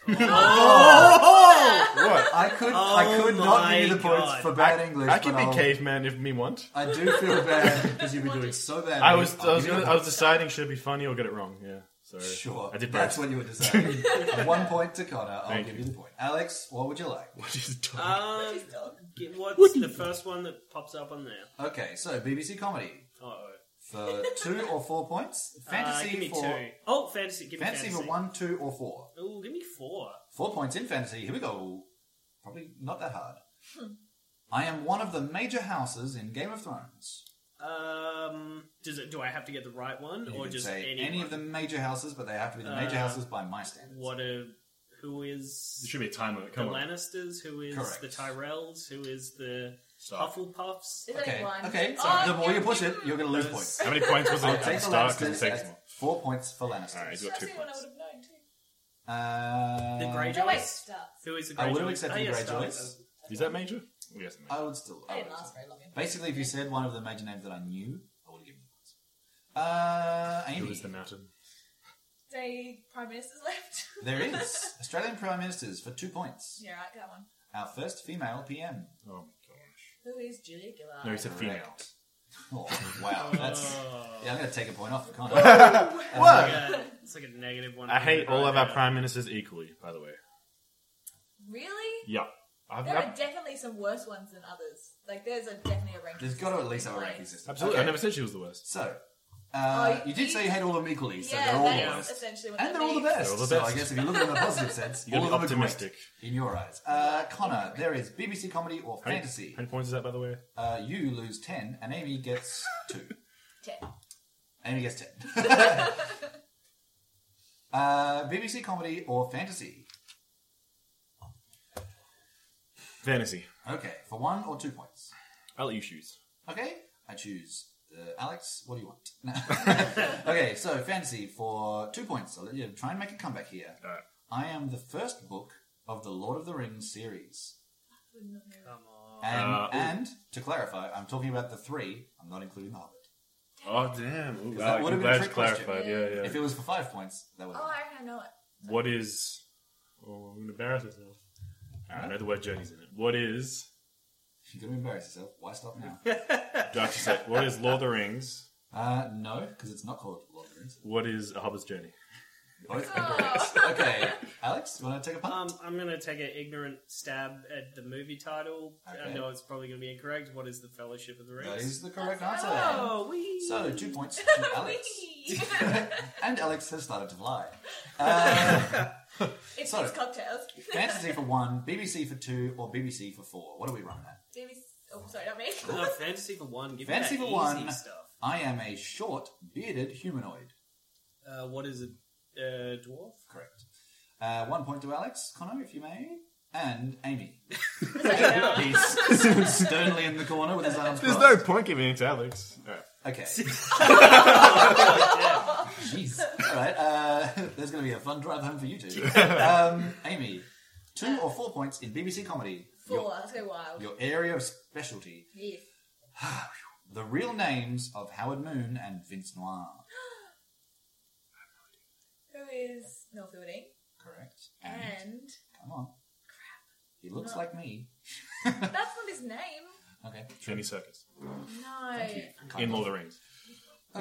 Speaker 9: What?
Speaker 1: Oh! I could, I could not give you the
Speaker 5: my
Speaker 1: points
Speaker 5: God.
Speaker 1: for bad English.
Speaker 4: I can
Speaker 1: but
Speaker 4: be
Speaker 1: I'll-
Speaker 4: caveman if me want.
Speaker 1: I do feel bad because you've been doing so bad.
Speaker 4: I was,
Speaker 1: I'll
Speaker 4: I was,
Speaker 1: give you
Speaker 4: gonna,
Speaker 1: a
Speaker 4: I was deciding should it be funny or get it wrong. Yeah, sorry.
Speaker 1: Sure.
Speaker 4: I did both.
Speaker 1: That's what you were deciding. One point to Connor. I'll
Speaker 4: Thank
Speaker 1: give you.
Speaker 4: you.
Speaker 1: the point. Alex, what would you like?
Speaker 4: What is dog?
Speaker 5: Um,
Speaker 2: His dog.
Speaker 5: g- what's the first one that pops up on there?
Speaker 1: Okay, so BBC comedy
Speaker 5: Oh,
Speaker 1: for two or four points.
Speaker 5: uh,
Speaker 1: Fantasy
Speaker 5: give me
Speaker 1: for
Speaker 5: two. Oh, fantasy. Give me
Speaker 1: fantasy,
Speaker 5: fantasy.
Speaker 1: for one, two, or four.
Speaker 5: Ooh, give me four.
Speaker 1: Four points in fantasy. Here we go. Probably not that hard.
Speaker 2: Hmm.
Speaker 1: I am one of the major houses in Game of Thrones.
Speaker 5: Um, does it? Do I have to get the right one,
Speaker 1: You
Speaker 5: or
Speaker 1: can
Speaker 5: just
Speaker 1: say
Speaker 5: any,
Speaker 1: any
Speaker 5: one?
Speaker 1: of the major houses, but they have to be the major
Speaker 5: Uh,
Speaker 1: houses by my standards.
Speaker 5: What a who
Speaker 4: There
Speaker 5: is
Speaker 4: should be a time limit.
Speaker 5: the
Speaker 4: Come on.
Speaker 5: Lannisters? Who is
Speaker 1: Correct.
Speaker 5: the Tyrells? Who is the
Speaker 4: Stop.
Speaker 5: Hufflepuffs?
Speaker 2: Is that
Speaker 1: Okay,
Speaker 2: one?
Speaker 1: okay.
Speaker 2: Oh,
Speaker 1: the more you push it, you're going to lose
Speaker 5: Those-
Speaker 1: points.
Speaker 4: How many points was it
Speaker 1: I'll
Speaker 4: at
Speaker 1: take the
Speaker 4: the start? Because it
Speaker 1: Lannisters.
Speaker 4: takes
Speaker 1: At
Speaker 4: more.
Speaker 1: four points for Lannisters.
Speaker 4: All right, he's got
Speaker 2: That's
Speaker 4: two
Speaker 2: the one I
Speaker 4: points.
Speaker 2: would have known
Speaker 1: Uh,
Speaker 2: too.
Speaker 5: The Greyjoys.
Speaker 2: No, wait, starts.
Speaker 5: Who is the
Speaker 1: I
Speaker 5: Greyjoys?
Speaker 1: would have accepted
Speaker 5: oh, yeah,
Speaker 1: the
Speaker 5: Stark.
Speaker 1: Greyjoys.
Speaker 4: Is that major? Oh, yes, major.
Speaker 1: I would still. I
Speaker 2: They
Speaker 1: would
Speaker 2: didn't
Speaker 1: still.
Speaker 2: last very long. yeah.
Speaker 1: Basically, if you said one of the major names that I knew, I would have given you points. Uh,
Speaker 4: Who
Speaker 1: Amy,
Speaker 4: is the mountain?
Speaker 2: They prime ministers left.
Speaker 1: there is Australian prime ministers for two points.
Speaker 2: yeah, right, that one.
Speaker 1: Our first female PM.
Speaker 4: Oh my gosh.
Speaker 2: Who is Julia Gillard?
Speaker 4: No, he said female.
Speaker 1: Correct. Oh wow, that's yeah. I'm going to take a point off for Connor.
Speaker 4: What?
Speaker 5: Yeah, it's like a negative one.
Speaker 4: I hate all of our prime ministers equally. By the way.
Speaker 2: Really?
Speaker 4: Yeah. I've,
Speaker 2: There are
Speaker 4: I've,
Speaker 2: definitely some worse ones than others. Like, there's a definitely a ranking.
Speaker 1: There's got to at least have a ranking system.
Speaker 4: absolutely.
Speaker 1: Okay,
Speaker 4: I never said she was the worst.
Speaker 1: So. Uh,
Speaker 2: Oh,
Speaker 1: you did
Speaker 2: you-
Speaker 1: say you hate all of them equally, so
Speaker 2: yeah,
Speaker 1: they're all
Speaker 2: that is
Speaker 1: worse.
Speaker 2: essentially what
Speaker 1: And
Speaker 2: that
Speaker 1: they're all the
Speaker 2: means.
Speaker 1: best.
Speaker 4: They're all the
Speaker 1: So I
Speaker 4: best.
Speaker 1: guess if you look at them in a positive sense,
Speaker 4: You
Speaker 1: all
Speaker 4: gotta
Speaker 1: of
Speaker 4: be
Speaker 1: them are great
Speaker 4: optimistic.
Speaker 1: in your eyes. Uh, Connor, there is BBC comedy or
Speaker 4: How many-
Speaker 1: fantasy.
Speaker 4: How many points is that, by the way?
Speaker 1: Uh, you lose 10, and Amy gets 2.
Speaker 2: Ten.
Speaker 1: Amy gets 10. uh, BBC comedy or fantasy?
Speaker 4: Fantasy.
Speaker 1: Okay, for one or two points.
Speaker 4: I'll let you choose.
Speaker 1: Okay, I choose. Uh, Alex, what do you want? No. okay, so fantasy for two points. I'll let you try and make a comeback here.
Speaker 4: Alright.
Speaker 1: I am the first book of the Lord of the Rings series.
Speaker 5: Come on.
Speaker 1: And,
Speaker 4: Uh, ooh.
Speaker 1: and to clarify, I'm talking about the three. I'm not including the Hobbit.
Speaker 4: Oh damn! Ooh,
Speaker 1: that
Speaker 4: wow,
Speaker 1: would've been a
Speaker 4: I'm glad you
Speaker 1: trick question.
Speaker 4: clarified. Yeah, yeah.
Speaker 1: If it was for five points, that would.
Speaker 2: Oh, I reckon I know it.
Speaker 4: What is? Oh, I'm gonna embarrass myself. I know the word journey's in it. What is?
Speaker 1: You're going to embarrass yourself. Why stop now?
Speaker 4: Do I have to say? What is Lord of the Rings?
Speaker 1: uh, no, because it's not called Lord of the Rings.
Speaker 4: What is a Hobbit's journey?
Speaker 1: Both
Speaker 2: Oh.
Speaker 1: incorrect. okay, Alex, you want to take a punt?
Speaker 5: Um, I'm gonna take an ignorant stab at the movie title.
Speaker 1: Okay.
Speaker 5: I know it's probably gonna be incorrect. What is the Fellowship of the Rings?
Speaker 1: that is the correct
Speaker 2: That's
Speaker 1: answer.
Speaker 5: Oh, we.
Speaker 1: So two points to Alex, and Alex has started to fly. Uh,
Speaker 2: It's
Speaker 1: So-
Speaker 2: these cocktails.
Speaker 1: fantasy for one, BBC for two, or BBC for four. What are we running at?
Speaker 2: Babies- Oh, sorry, not me.
Speaker 5: No, fantasy for one. Give
Speaker 1: Fantasy
Speaker 5: me that
Speaker 1: for one.
Speaker 5: easy stuff.
Speaker 1: I am a short, bearded humanoid.
Speaker 5: Uh, what is a uh, dwarf?
Speaker 1: Correct. Uh, one point to Alex, Connor, if you may, and Amy. He's sternly in the corner with his arms
Speaker 4: There's
Speaker 1: crossed.
Speaker 4: no point giving it to Alex. Alright.
Speaker 1: Okay. Jeez. All right. Uh, there's going to be a fun drive home for you two. Um, Amy, two or four points in BBC comedy.
Speaker 2: Four.
Speaker 1: Your,
Speaker 2: Let's go wild.
Speaker 1: your area of specialty.
Speaker 2: Yes.
Speaker 1: The real names of Howard Moon and Vince Noir.
Speaker 2: Who is Mel Fielding?
Speaker 1: Correct.
Speaker 2: And
Speaker 1: come on. He looks like me.
Speaker 2: that's not his name.
Speaker 1: Okay.
Speaker 4: Any circus.
Speaker 2: No.
Speaker 4: In Lord of the Rings.
Speaker 1: So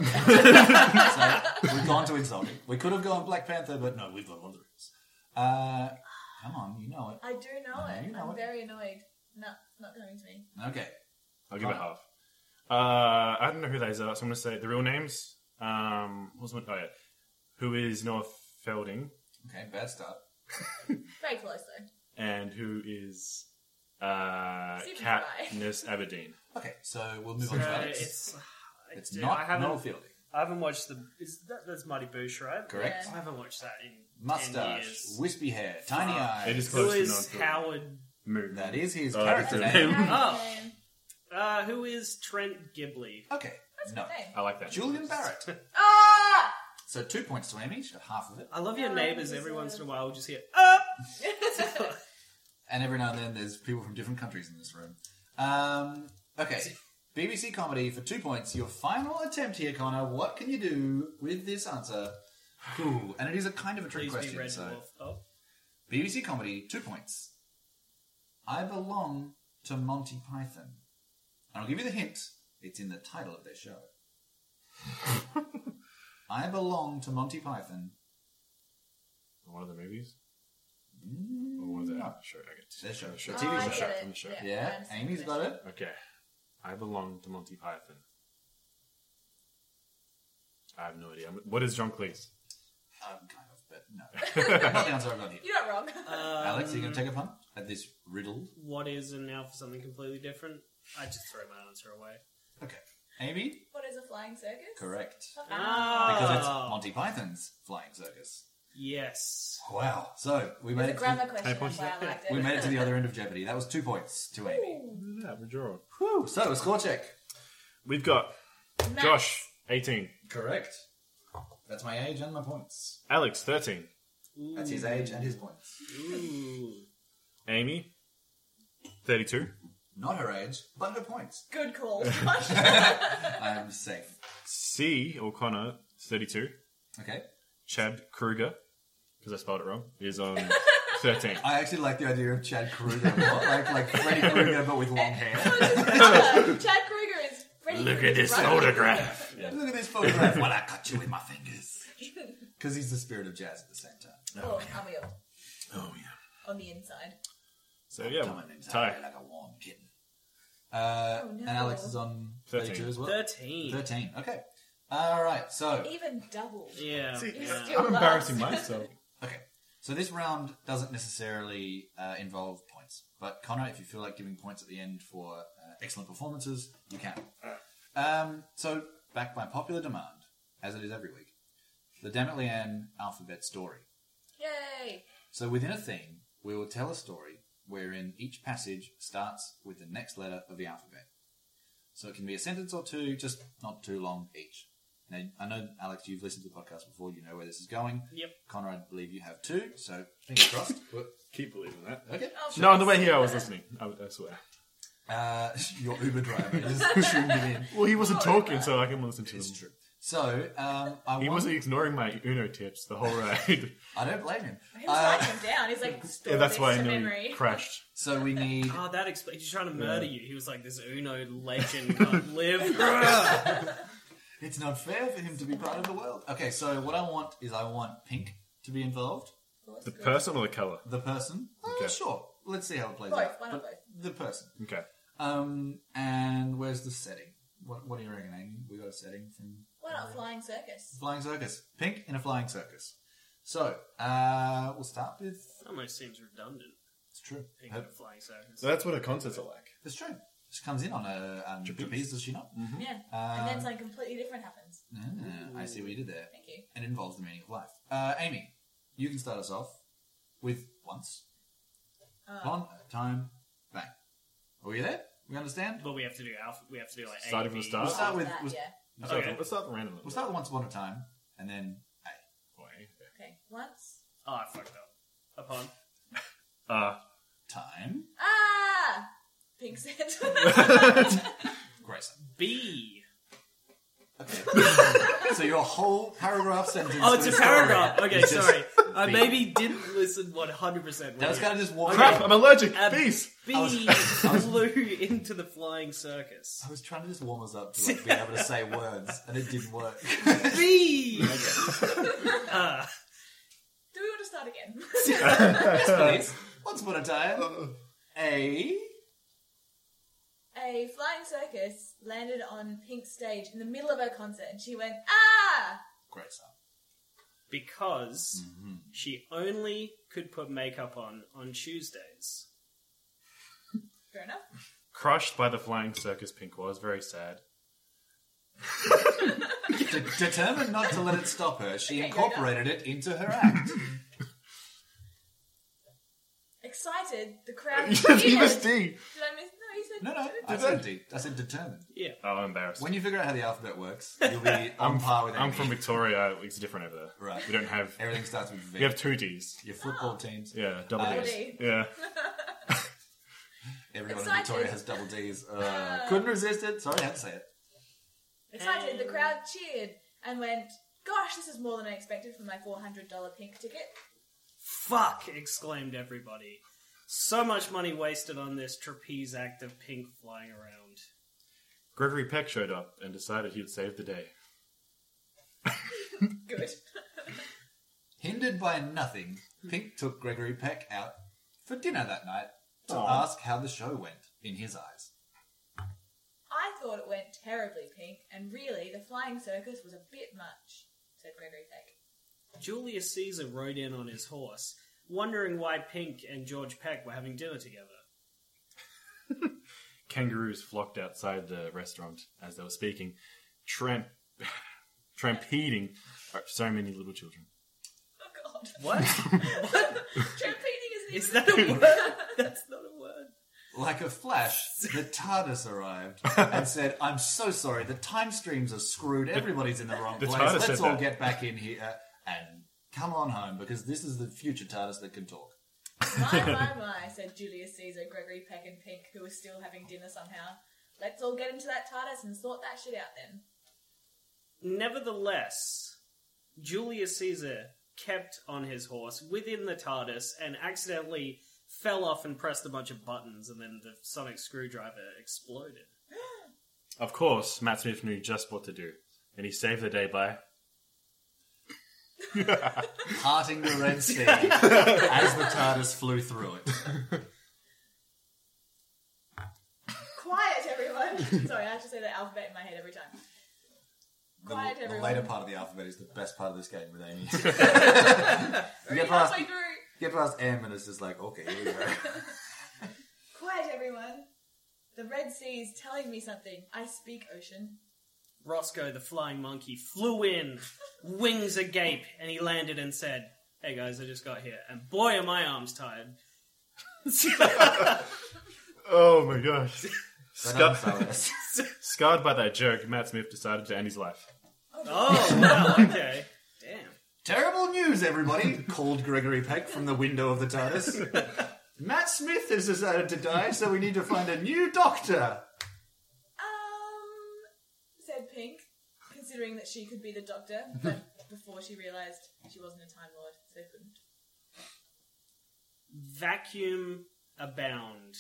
Speaker 1: we've gone to exotic. We could have gone Black Panther, but no, we've gone Lord of the Rings. Uh, come on, you know it.
Speaker 2: I do know
Speaker 1: I know
Speaker 2: it.
Speaker 1: you know
Speaker 2: I'm
Speaker 1: it.
Speaker 2: very annoyed. No, not coming to me.
Speaker 1: Okay.
Speaker 4: I'll give it half. Uh, I don't know who those are, so I'm going to say the real names. Um, what's my, oh yeah. Who is Noah Felding
Speaker 1: Okay, bad start.
Speaker 2: Very close though.
Speaker 4: and who is uh,
Speaker 2: Super guy.
Speaker 4: Katniss Aberdeen?
Speaker 1: Okay, so we'll move on to
Speaker 5: Uh,
Speaker 1: Alex. It's,
Speaker 5: it's it's I
Speaker 1: not
Speaker 5: haven't
Speaker 1: Noel Fielding.
Speaker 5: I haven't watched the is that that's Mighty Boosh right?
Speaker 1: Correct.
Speaker 2: Yeah.
Speaker 5: I haven't watched that in
Speaker 1: Mustache,
Speaker 5: Ten years.
Speaker 1: wispy hair, tiny eyes.
Speaker 4: It is
Speaker 5: Who
Speaker 4: close to Noah
Speaker 5: is
Speaker 4: Fielding.
Speaker 5: Howard?
Speaker 4: Moon.
Speaker 1: That is his
Speaker 4: Oh, that's
Speaker 1: character
Speaker 4: his
Speaker 1: name.
Speaker 4: name.
Speaker 5: Oh.
Speaker 2: Um,
Speaker 5: Uh, who is Trent Gibley?
Speaker 1: Okay, no. Oh.
Speaker 2: okay.
Speaker 4: I like that.
Speaker 1: Julian Barrett.
Speaker 2: Ah!
Speaker 1: So two points to him each, got half of it.
Speaker 5: I love your
Speaker 2: Yeah,
Speaker 5: neighbours.
Speaker 2: he's uh,
Speaker 5: Every
Speaker 2: a-
Speaker 5: once in a while, just hear "Ah!" up.
Speaker 1: And every now and then there's people from different countries in this room. Um, okay, BBC comedy for two points. Your final attempt here, Connor. What can you do with this answer? Cool. And it is a kind of a trick
Speaker 5: Please be
Speaker 1: question.
Speaker 5: Red
Speaker 1: So
Speaker 5: Dwarf. Oh,
Speaker 1: BBC comedy, two points. I belong to Monty Python. And I'll give you the hint. It's in the title of their show. I belong to Monty Python.
Speaker 4: One of the movies? Or one of the oh,
Speaker 1: no.
Speaker 4: sure, okay.
Speaker 1: Their show. The
Speaker 2: Oh,
Speaker 1: TV
Speaker 2: I
Speaker 1: show.
Speaker 2: get
Speaker 4: shot
Speaker 2: it.
Speaker 4: from the show.
Speaker 2: Yeah,
Speaker 1: Mm. Yeah,
Speaker 2: I'm seeing
Speaker 1: Amy's
Speaker 2: it.
Speaker 1: got it.
Speaker 4: Okay. I belong to Monty Python. I have no idea. I'm- What is John Cleese?
Speaker 1: Um, kind of, but no. Not the answer I've got here.
Speaker 2: You're not wrong.
Speaker 1: Alex, are you going to take a punt at this riddle?
Speaker 5: Oh, um, what is and now for something completely different? I just throw my answer away.
Speaker 1: Okay. Amy?
Speaker 2: what is a flying circus?
Speaker 1: Correct.
Speaker 2: Ah.
Speaker 1: Because it's
Speaker 5: Oh.
Speaker 1: Monty Python's Flying Circus.
Speaker 5: Yes.
Speaker 1: Wow. So, we made
Speaker 2: It's a
Speaker 1: it to-
Speaker 2: grammar question. That's why I liked it.
Speaker 1: we made it to the other end of Jeopardy. That was two points to Amy.
Speaker 4: Yeah, we draw.
Speaker 1: Whew, so, a score check.
Speaker 4: We've got
Speaker 2: Matt,
Speaker 4: Josh, 18.
Speaker 1: Correct. That's my age and my points.
Speaker 4: Alex, 13.
Speaker 1: That's his age and his points.
Speaker 5: Ooh.
Speaker 4: Amy, 32.
Speaker 1: Not her age, but her points.
Speaker 2: Good call.
Speaker 1: I'm safe.
Speaker 4: C, or Connor, 32.
Speaker 1: Okay.
Speaker 4: Chad Kruger, because I spelled it wrong, is um, on 13.
Speaker 1: I actually like the idea of Chad Kruger, a lot, like like Freddy Krueger, but with long hair.
Speaker 2: Chad Kruger is pretty
Speaker 4: Look at this
Speaker 2: right?
Speaker 4: photograph.
Speaker 1: Look at this photograph while I cut you with my fingers. Because he's the spirit of jazz at the same time.
Speaker 2: Oh, are we all
Speaker 4: Oh, yeah.
Speaker 2: on the inside?
Speaker 4: So, Oh, yeah,
Speaker 1: Coming in
Speaker 4: tie.
Speaker 1: like a warm kitten. Uh,
Speaker 2: Oh, no.
Speaker 1: And Alex is on
Speaker 4: 13.
Speaker 1: 32 as well?
Speaker 5: Thirteen.
Speaker 1: 13, okay. All right, so...
Speaker 2: Even double.
Speaker 5: Yeah. yeah.
Speaker 2: still lost.
Speaker 4: myself.
Speaker 1: Okay, so this round doesn't necessarily uh, involve points. But Connor, if you feel like giving points at the end for uh, excellent performances, you can. Um, so, back by popular demand, as it is every week, the Dammit Leanne alphabet story.
Speaker 2: Yay!
Speaker 1: So within a theme, we will tell a story wherein each passage starts with the next letter of the alphabet. So it can be a sentence or two, just not too long each. Now, I know, Alex, you've listened to the podcast before, you know where this is going.
Speaker 5: Yep.
Speaker 1: Connor, I believe you have too, so fingers crossed.
Speaker 4: Keep believing that.
Speaker 1: okay.
Speaker 2: Oh,
Speaker 4: No, on the way here, I was listening. I, I swear.
Speaker 1: Uh, your Uber driver just tuned it in.
Speaker 4: Well, he wasn't talking, so I can listen to him.
Speaker 1: It's true. So, um, I,
Speaker 4: He
Speaker 1: want-
Speaker 4: wasn't ignoring my Uno tips the whole ride.
Speaker 1: I don't blame him.
Speaker 2: He was
Speaker 1: Uh,
Speaker 2: writing them down. He's like, store
Speaker 4: yeah, that's
Speaker 2: this
Speaker 4: why I
Speaker 2: to
Speaker 4: know
Speaker 2: memory.
Speaker 4: he crashed.
Speaker 1: so we need
Speaker 5: Oh, that explains. He's trying to murder you. He was like, "This Uno legend can't live."
Speaker 1: It's not fair for him to be part of the world. Okay, so what I want is I want Pink to be involved.
Speaker 4: The person or the color?
Speaker 1: The person. Uh,
Speaker 4: Okay.
Speaker 1: Sure. Let's see how it plays
Speaker 2: Both,
Speaker 1: out.
Speaker 2: why not
Speaker 1: But The person.
Speaker 4: Okay.
Speaker 1: Um, and where's the setting? What, what do you reckon, Amy? We got a setting from
Speaker 2: Why not flying circus?
Speaker 1: Flying Circus. Pink in a Flying Circus. So, uh, we'll start with.
Speaker 5: Almost seems redundant.
Speaker 1: It's true.
Speaker 5: Pink
Speaker 1: Her,
Speaker 5: and flying circus.
Speaker 4: that's what her concerts are like.
Speaker 1: it's true. She comes in on a um, trapeze, does she not?
Speaker 2: Yeah.
Speaker 1: Uh,
Speaker 2: and then something completely different happens.
Speaker 1: Ah, I see what you did there.
Speaker 2: Thank you.
Speaker 1: And it involves the meaning of life. Uh, Amy, you can start us off with once.
Speaker 2: Um,
Speaker 1: Upon a time, bang. Are we there? We understand?
Speaker 5: But we have to do alpha. We have to do like A,
Speaker 4: Starting from
Speaker 5: B.
Speaker 4: the start?
Speaker 1: We'll start with
Speaker 2: That,
Speaker 1: we'll,
Speaker 2: yeah.
Speaker 4: Let's start
Speaker 5: Okay.
Speaker 4: let's start randomly.
Speaker 1: we'll start with once upon a time, and then A.
Speaker 2: Okay. Once.
Speaker 5: Oh, I fucked up. Upon.
Speaker 4: Uh,
Speaker 1: Time,
Speaker 2: Ah! Pink said.
Speaker 1: Grayson.
Speaker 5: B.
Speaker 1: Okay. so your whole paragraph sentence.
Speaker 5: Oh,
Speaker 1: for
Speaker 5: it's a
Speaker 1: this story
Speaker 5: paragraph. Okay,
Speaker 1: is just
Speaker 5: sorry. I maybe didn't listen 100%.
Speaker 1: I was
Speaker 5: right.
Speaker 1: kind of just walking.
Speaker 4: Crap, I'm allergic.
Speaker 5: A
Speaker 4: Peace.
Speaker 5: bee flew into the flying circus.
Speaker 1: I was trying to just warm us up to like, be able to say words, and it didn't work.
Speaker 5: Bee!
Speaker 2: Do we want to start again?
Speaker 1: Please, once upon a time, a
Speaker 2: a flying circus landed on Pink's stage in the middle of her concert, and she went, ah!
Speaker 1: great stuff.
Speaker 5: because she only could put makeup on on Tuesdays.
Speaker 2: Fair enough.
Speaker 4: Crushed by the flying circus, Pink was very sad.
Speaker 1: De- determined not to let it stop her, she
Speaker 2: Okay, go
Speaker 1: incorporated it into her act.
Speaker 2: Excited, the crowd.
Speaker 9: He
Speaker 2: cheered.
Speaker 9: was D.
Speaker 2: Did I miss? No, you said.
Speaker 1: No, no, I said, de- I said determined.
Speaker 5: Yeah.
Speaker 4: Oh, I'm embarrassed.
Speaker 1: When you figure out how the alphabet works, you'll be on par with
Speaker 4: I'm
Speaker 1: Amy.
Speaker 4: from Victoria. It's different over there.
Speaker 1: Right.
Speaker 4: We don't have.
Speaker 1: Everything starts with V.
Speaker 4: We have two Ds.
Speaker 1: Your football teams.
Speaker 4: Yeah, double
Speaker 1: Uh,
Speaker 4: Ds.
Speaker 2: D.
Speaker 4: Yeah.
Speaker 1: Everyone in
Speaker 2: Excited.
Speaker 1: Victoria has double Ds. Uh, couldn't resist it. Sorry, I had to say it.
Speaker 2: Excited, the crowd cheered and went, gosh, this is more than I expected for my $400 pink ticket.
Speaker 5: Fuck! exclaimed everybody. So much money wasted on this trapeze act of pink flying around.
Speaker 4: Gregory Peck showed up and decided he'd save the day.
Speaker 2: Good.
Speaker 1: Hindered by nothing, Pink took Gregory Peck out for dinner that night to ask how the show went in his eyes.
Speaker 2: I thought it went terribly pink, and really, the flying circus was a bit much, said Gregory Peck.
Speaker 5: Julius Caesar rode in on his horse, wondering why Pink and George Peck were having dinner together.
Speaker 4: Kangaroos flocked outside the restaurant as they were speaking, tramp, trampeding uh, so many little children.
Speaker 2: Oh, God.
Speaker 5: What?
Speaker 2: Trampeting isn't
Speaker 5: Is
Speaker 2: even
Speaker 5: that a word? That's not a word.
Speaker 1: Like a flash, the TARDIS arrived and said, I'm so sorry, the time streams are screwed, everybody's in the wrong
Speaker 4: The
Speaker 1: place,
Speaker 4: TARDIS
Speaker 1: let's
Speaker 4: said
Speaker 1: all
Speaker 4: that."
Speaker 1: get back in here and come on home because this is the future TARDIS that can talk.
Speaker 2: My, my, my, said Julius Caesar, Gregory Peck, and Pink, who were still having dinner somehow. Let's all get into that TARDIS and sort that shit out then.
Speaker 5: Nevertheless, Julius Caesar kept on his horse within the TARDIS and accidentally fell off and pressed a bunch of buttons, and then the sonic screwdriver exploded.
Speaker 4: Of course, Matt Smith knew just what to do, and he saved the day by.
Speaker 1: Parting the Red Sea as the TARDIS flew through it.
Speaker 2: Quiet, everyone! Sorry, I have to say that alphabet in my head every time.
Speaker 1: The,
Speaker 2: Quiet,
Speaker 1: the
Speaker 2: everyone.
Speaker 1: later part of the alphabet is the best part of this game with Amy. you get past,
Speaker 2: Halfway through.
Speaker 1: get past M and it's just like, okay, here we go.
Speaker 2: Quiet, everyone. The Red Sea is telling me something. I speak ocean.
Speaker 5: Roscoe the flying monkey flew in, wings agape, and he landed and said, Hey guys, I just got here, and boy are my arms tired.
Speaker 4: Oh my gosh.
Speaker 1: But I'm
Speaker 4: Scar-
Speaker 1: sorry.
Speaker 4: Scarred by that joke, Matt Smith decided to end his life.
Speaker 5: oh, wow, okay. Damn.
Speaker 1: Terrible news, everybody, called Gregory Peck from the window of the TARDIS. Matt Smith has decided to die, so we need to find a new doctor.
Speaker 2: Um, said Pink, considering that she could be the doctor, but before she realised she wasn't a Time Lord, so couldn't.
Speaker 5: vacuum abound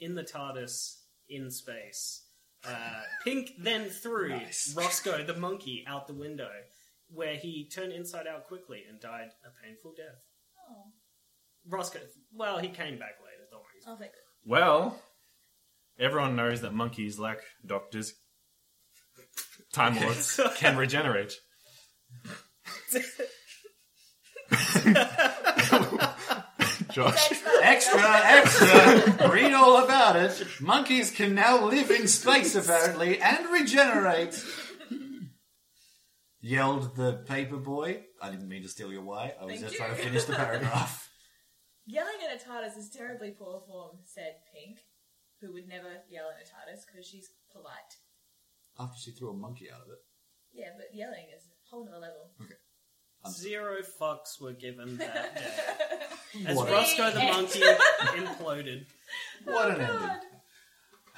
Speaker 5: in the TARDIS in space. Uh, Pink then threw Roscoe the monkey out the window, where he turned inside out quickly and died a painful death.
Speaker 2: Oh,
Speaker 5: Roscoe, well, he came back later. Don't worry.
Speaker 2: oh, thank
Speaker 4: Well, everyone knows that monkeys, like doctors, time lords, can regenerate. Josh.
Speaker 1: Extra, extra! Read all about it. Monkeys can now live in space, apparently, and regenerate. Yelled the paper boy. I didn't mean to steal your Y. I was
Speaker 2: Thank
Speaker 1: just
Speaker 2: you.
Speaker 1: trying to finish the paragraph.
Speaker 2: Yelling at a TARDIS is terribly poor form, said Pink, who would never yell at a TARDIS because she's polite.
Speaker 1: After she threw a monkey out of it.
Speaker 2: Yeah, but yelling is a whole nother level.
Speaker 5: Zero fucks were given that day as
Speaker 1: What,
Speaker 5: Roscoe the
Speaker 2: Yes.
Speaker 5: monkey imploded.
Speaker 1: what an
Speaker 2: Oh, God.
Speaker 1: ending.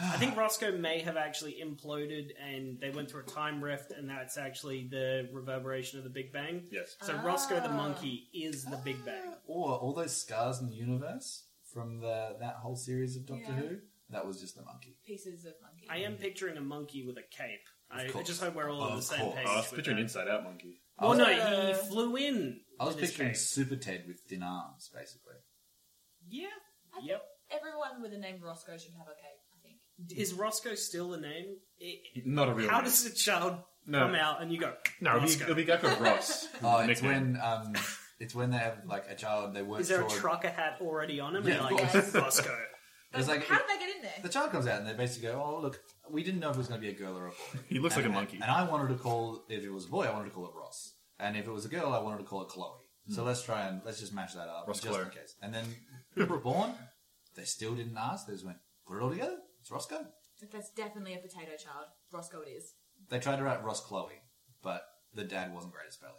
Speaker 5: I think Roscoe may have actually imploded and they went through a time rift, and that's actually the reverberation of the Big Bang.
Speaker 4: Yes.
Speaker 5: So Roscoe
Speaker 2: Ah.
Speaker 5: the monkey is the Big Bang.
Speaker 1: Or all those scars in the universe from the that whole series of Doctor
Speaker 2: Yeah.
Speaker 1: Who. That was just the monkey.
Speaker 2: Pieces of monkey.
Speaker 5: I am picturing a monkey with a cape. I, I
Speaker 1: course.
Speaker 5: just hope we're all on the
Speaker 1: Of
Speaker 5: same
Speaker 1: course.
Speaker 5: page.
Speaker 4: I was
Speaker 5: with
Speaker 4: picturing
Speaker 5: that.
Speaker 4: Inside Out Monkey.
Speaker 5: Well, no, he
Speaker 2: Uh,
Speaker 5: flew in.
Speaker 1: I was
Speaker 5: with his
Speaker 1: picturing
Speaker 5: cape.
Speaker 1: Super Ted with thin arms, basically.
Speaker 5: Yeah.
Speaker 2: I think
Speaker 5: Yep.
Speaker 2: Everyone with the name Roscoe should have a cape. I think.
Speaker 5: Is Roscoe still a name? It,
Speaker 4: Not a real
Speaker 5: how
Speaker 4: name.
Speaker 5: does a child
Speaker 4: No.
Speaker 5: come out and you go?
Speaker 4: No, it'll be,
Speaker 5: Roscoe.
Speaker 4: it'll be Gecko Ross.
Speaker 1: Oh, it's
Speaker 4: Nickname.
Speaker 1: when um, it's when they have like a child. They work.
Speaker 5: Is there a
Speaker 1: toward-
Speaker 5: trucker hat already on him?
Speaker 1: Yeah,
Speaker 5: and
Speaker 1: of
Speaker 5: like
Speaker 2: course.
Speaker 5: Roscoe.
Speaker 1: It's like
Speaker 2: How did they get in there?
Speaker 1: the child comes out and they basically go, "Oh, look, we didn't know if it was going to be a girl or a boy."
Speaker 4: He looks like a
Speaker 1: And-
Speaker 4: monkey.
Speaker 1: And I wanted to call if it was a boy, I wanted to call it Ross, and if it was a girl, I wanted to call it Chloe. So let's try and let's just mash that up
Speaker 4: Hmm. Ross
Speaker 1: just in
Speaker 4: Chloe.
Speaker 1: case. And then reborn, they still didn't ask. They just went, "Put it all together. It's Roscoe."
Speaker 2: But that's definitely a potato child. Roscoe it is.
Speaker 1: They tried to write Ross Chloe, but the dad wasn't great at spelling.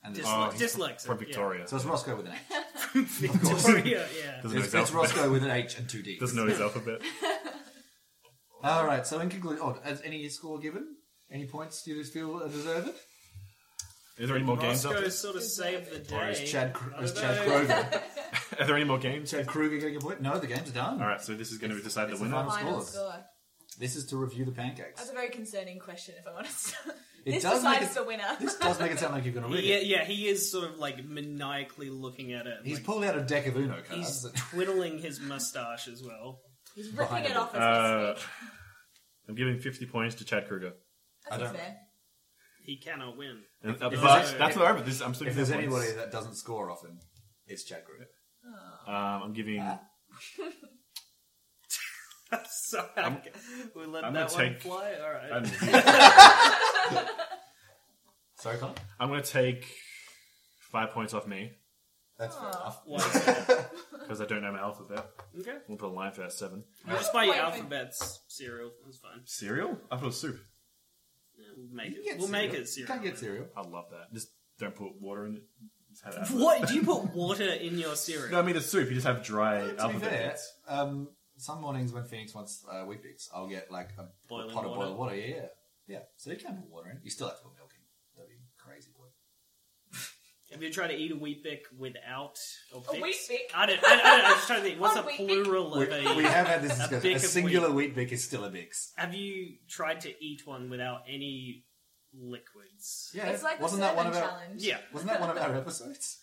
Speaker 1: And the-
Speaker 5: Dysle-
Speaker 4: Oh, he's
Speaker 5: dyslexic.
Speaker 4: From Victoria.
Speaker 1: so it's Roscoe with an H.
Speaker 5: Yeah. Victoria, yeah.
Speaker 4: Doesn't know
Speaker 1: It's,
Speaker 4: his
Speaker 1: it's
Speaker 4: alphabet.
Speaker 1: Roscoe with an H and two D's.
Speaker 4: Doesn't know his alphabet.
Speaker 1: All right. So in conclusion, oh, has any score given? Any points you feel are deserved?
Speaker 4: Is there any more games up?
Speaker 5: Roscoe sort of saved the
Speaker 4: Or
Speaker 5: day.
Speaker 4: is
Speaker 1: Is Chad Cr-
Speaker 5: I
Speaker 1: is
Speaker 5: don't
Speaker 1: Chad
Speaker 5: know.
Speaker 1: Kroger
Speaker 4: Are there any more games?
Speaker 1: Chad Kruger getting a point? No, the game's done.
Speaker 4: All right, so this is going to decide the
Speaker 1: it's the
Speaker 4: winner.
Speaker 1: final-
Speaker 2: Final
Speaker 1: scores.
Speaker 2: score.
Speaker 1: This is to review the
Speaker 2: That's
Speaker 1: pancakes.
Speaker 2: a very concerning question, if I'm honest.
Speaker 1: It
Speaker 2: this
Speaker 1: does make
Speaker 2: decides
Speaker 1: it-
Speaker 2: the winner.
Speaker 1: This does make it sound like you're going to win.
Speaker 5: Yeah,
Speaker 1: it.
Speaker 5: yeah, he is sort of like maniacally looking at it.
Speaker 1: He's
Speaker 5: like,
Speaker 1: pulled out a deck of Uno cards.
Speaker 5: he's twiddling his mustache as well.
Speaker 2: He's
Speaker 1: behind
Speaker 2: ripping it
Speaker 1: it.
Speaker 2: off. As
Speaker 4: Uh, I'm giving 50 points to Chad Kruger.
Speaker 2: I
Speaker 1: I
Speaker 2: think
Speaker 1: don't-
Speaker 2: fair.
Speaker 5: He cannot win.
Speaker 4: And, uh,
Speaker 1: If
Speaker 4: but
Speaker 1: there's-
Speaker 4: that's not over. This, I'm still
Speaker 1: if
Speaker 4: giving
Speaker 1: there's
Speaker 4: points.
Speaker 1: anybody that doesn't score often, it's Chad Kruger.
Speaker 4: Um, I'm giving.
Speaker 5: Mm.
Speaker 1: Uh,
Speaker 5: so
Speaker 4: I'm-
Speaker 5: we let
Speaker 4: I'm
Speaker 5: that
Speaker 4: gonna
Speaker 5: one
Speaker 4: take-
Speaker 5: fly. All right.
Speaker 4: I'm,
Speaker 1: Sorry, Connor.
Speaker 4: I'm going to take five points off me
Speaker 1: That's fair enough.
Speaker 5: Why?
Speaker 4: because I don't know my alphabet.
Speaker 5: okay.
Speaker 4: We'll put a line for that seven.
Speaker 5: Just by your
Speaker 2: Wait, wait.
Speaker 5: alphabets, cereal. That's fine.
Speaker 4: Cereal? I thought soup.
Speaker 5: Yeah, We'll make
Speaker 1: You
Speaker 5: it.
Speaker 1: can get
Speaker 5: We'll make
Speaker 1: cereal.
Speaker 5: it cereal.
Speaker 1: You can't
Speaker 5: man.
Speaker 1: get cereal.
Speaker 4: I love that. Just don't put water in it. Just have alphabet.
Speaker 5: What? Do you put water in your cereal?
Speaker 4: No, I mean it's soup. You just have dry
Speaker 1: To be
Speaker 4: alphabet.
Speaker 1: fair,
Speaker 4: bits.
Speaker 1: um, some mornings when Phoenix wants uh, Weet-Bix, I'll get like a
Speaker 5: Boiling
Speaker 1: pot of
Speaker 5: water.
Speaker 1: boiled water. Yeah, yeah. yeah. So you can put water in. You still have to put milk in. That'd be crazy, boy.
Speaker 5: Have you tried to eat a wheat bick without or
Speaker 2: A wheat
Speaker 5: fix?
Speaker 2: bick?
Speaker 5: I don't. I, I don't. I'm just trying to think. What's
Speaker 2: Oh,
Speaker 5: a
Speaker 2: wheat bick.
Speaker 5: plural of a?
Speaker 1: We have had this discussion.
Speaker 5: bick
Speaker 1: A,
Speaker 5: of
Speaker 1: singular wheat bick is still a bix.
Speaker 5: Have you tried to eat one without any liquids?
Speaker 1: Yeah,
Speaker 2: It's like
Speaker 1: wasn't
Speaker 2: the
Speaker 1: that one
Speaker 2: Sermon
Speaker 1: of our
Speaker 2: challenge.
Speaker 5: Yeah.
Speaker 1: wasn't that one of our episodes?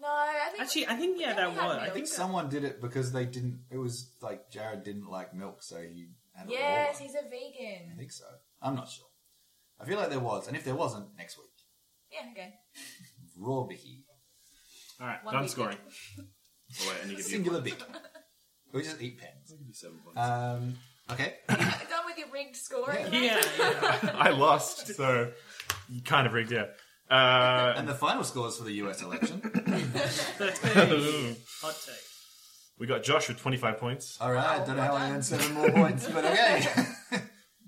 Speaker 2: No, I think
Speaker 5: Actually, I think yeah,
Speaker 2: think
Speaker 5: that
Speaker 2: we had
Speaker 5: was. I
Speaker 2: milk.
Speaker 1: I think
Speaker 5: think
Speaker 1: someone did it because they didn't. It was like Jared didn't like milk, so he had a raw
Speaker 2: yes,
Speaker 1: one.
Speaker 2: he's a
Speaker 1: I
Speaker 2: vegan.
Speaker 1: think so. I'm not sure. I feel like there was, and if there wasn't, next week
Speaker 2: Yeah, okay.
Speaker 1: raw bicky,
Speaker 4: All right,
Speaker 2: One
Speaker 4: done
Speaker 2: week.
Speaker 4: scoring. Oh, wait, I need to give you,
Speaker 1: singular bick. We just eat pens.
Speaker 4: give you seven points.
Speaker 1: Um, okay.
Speaker 2: Done with your rigged scoring.
Speaker 5: yeah, yeah.
Speaker 4: I lost, so you kind of rigged. Yeah. Uh,
Speaker 1: And the final scores for the US election.
Speaker 5: Hot take.
Speaker 4: we got Josh with 25 points.
Speaker 1: All right, don't know how I earned seven more points, but okay.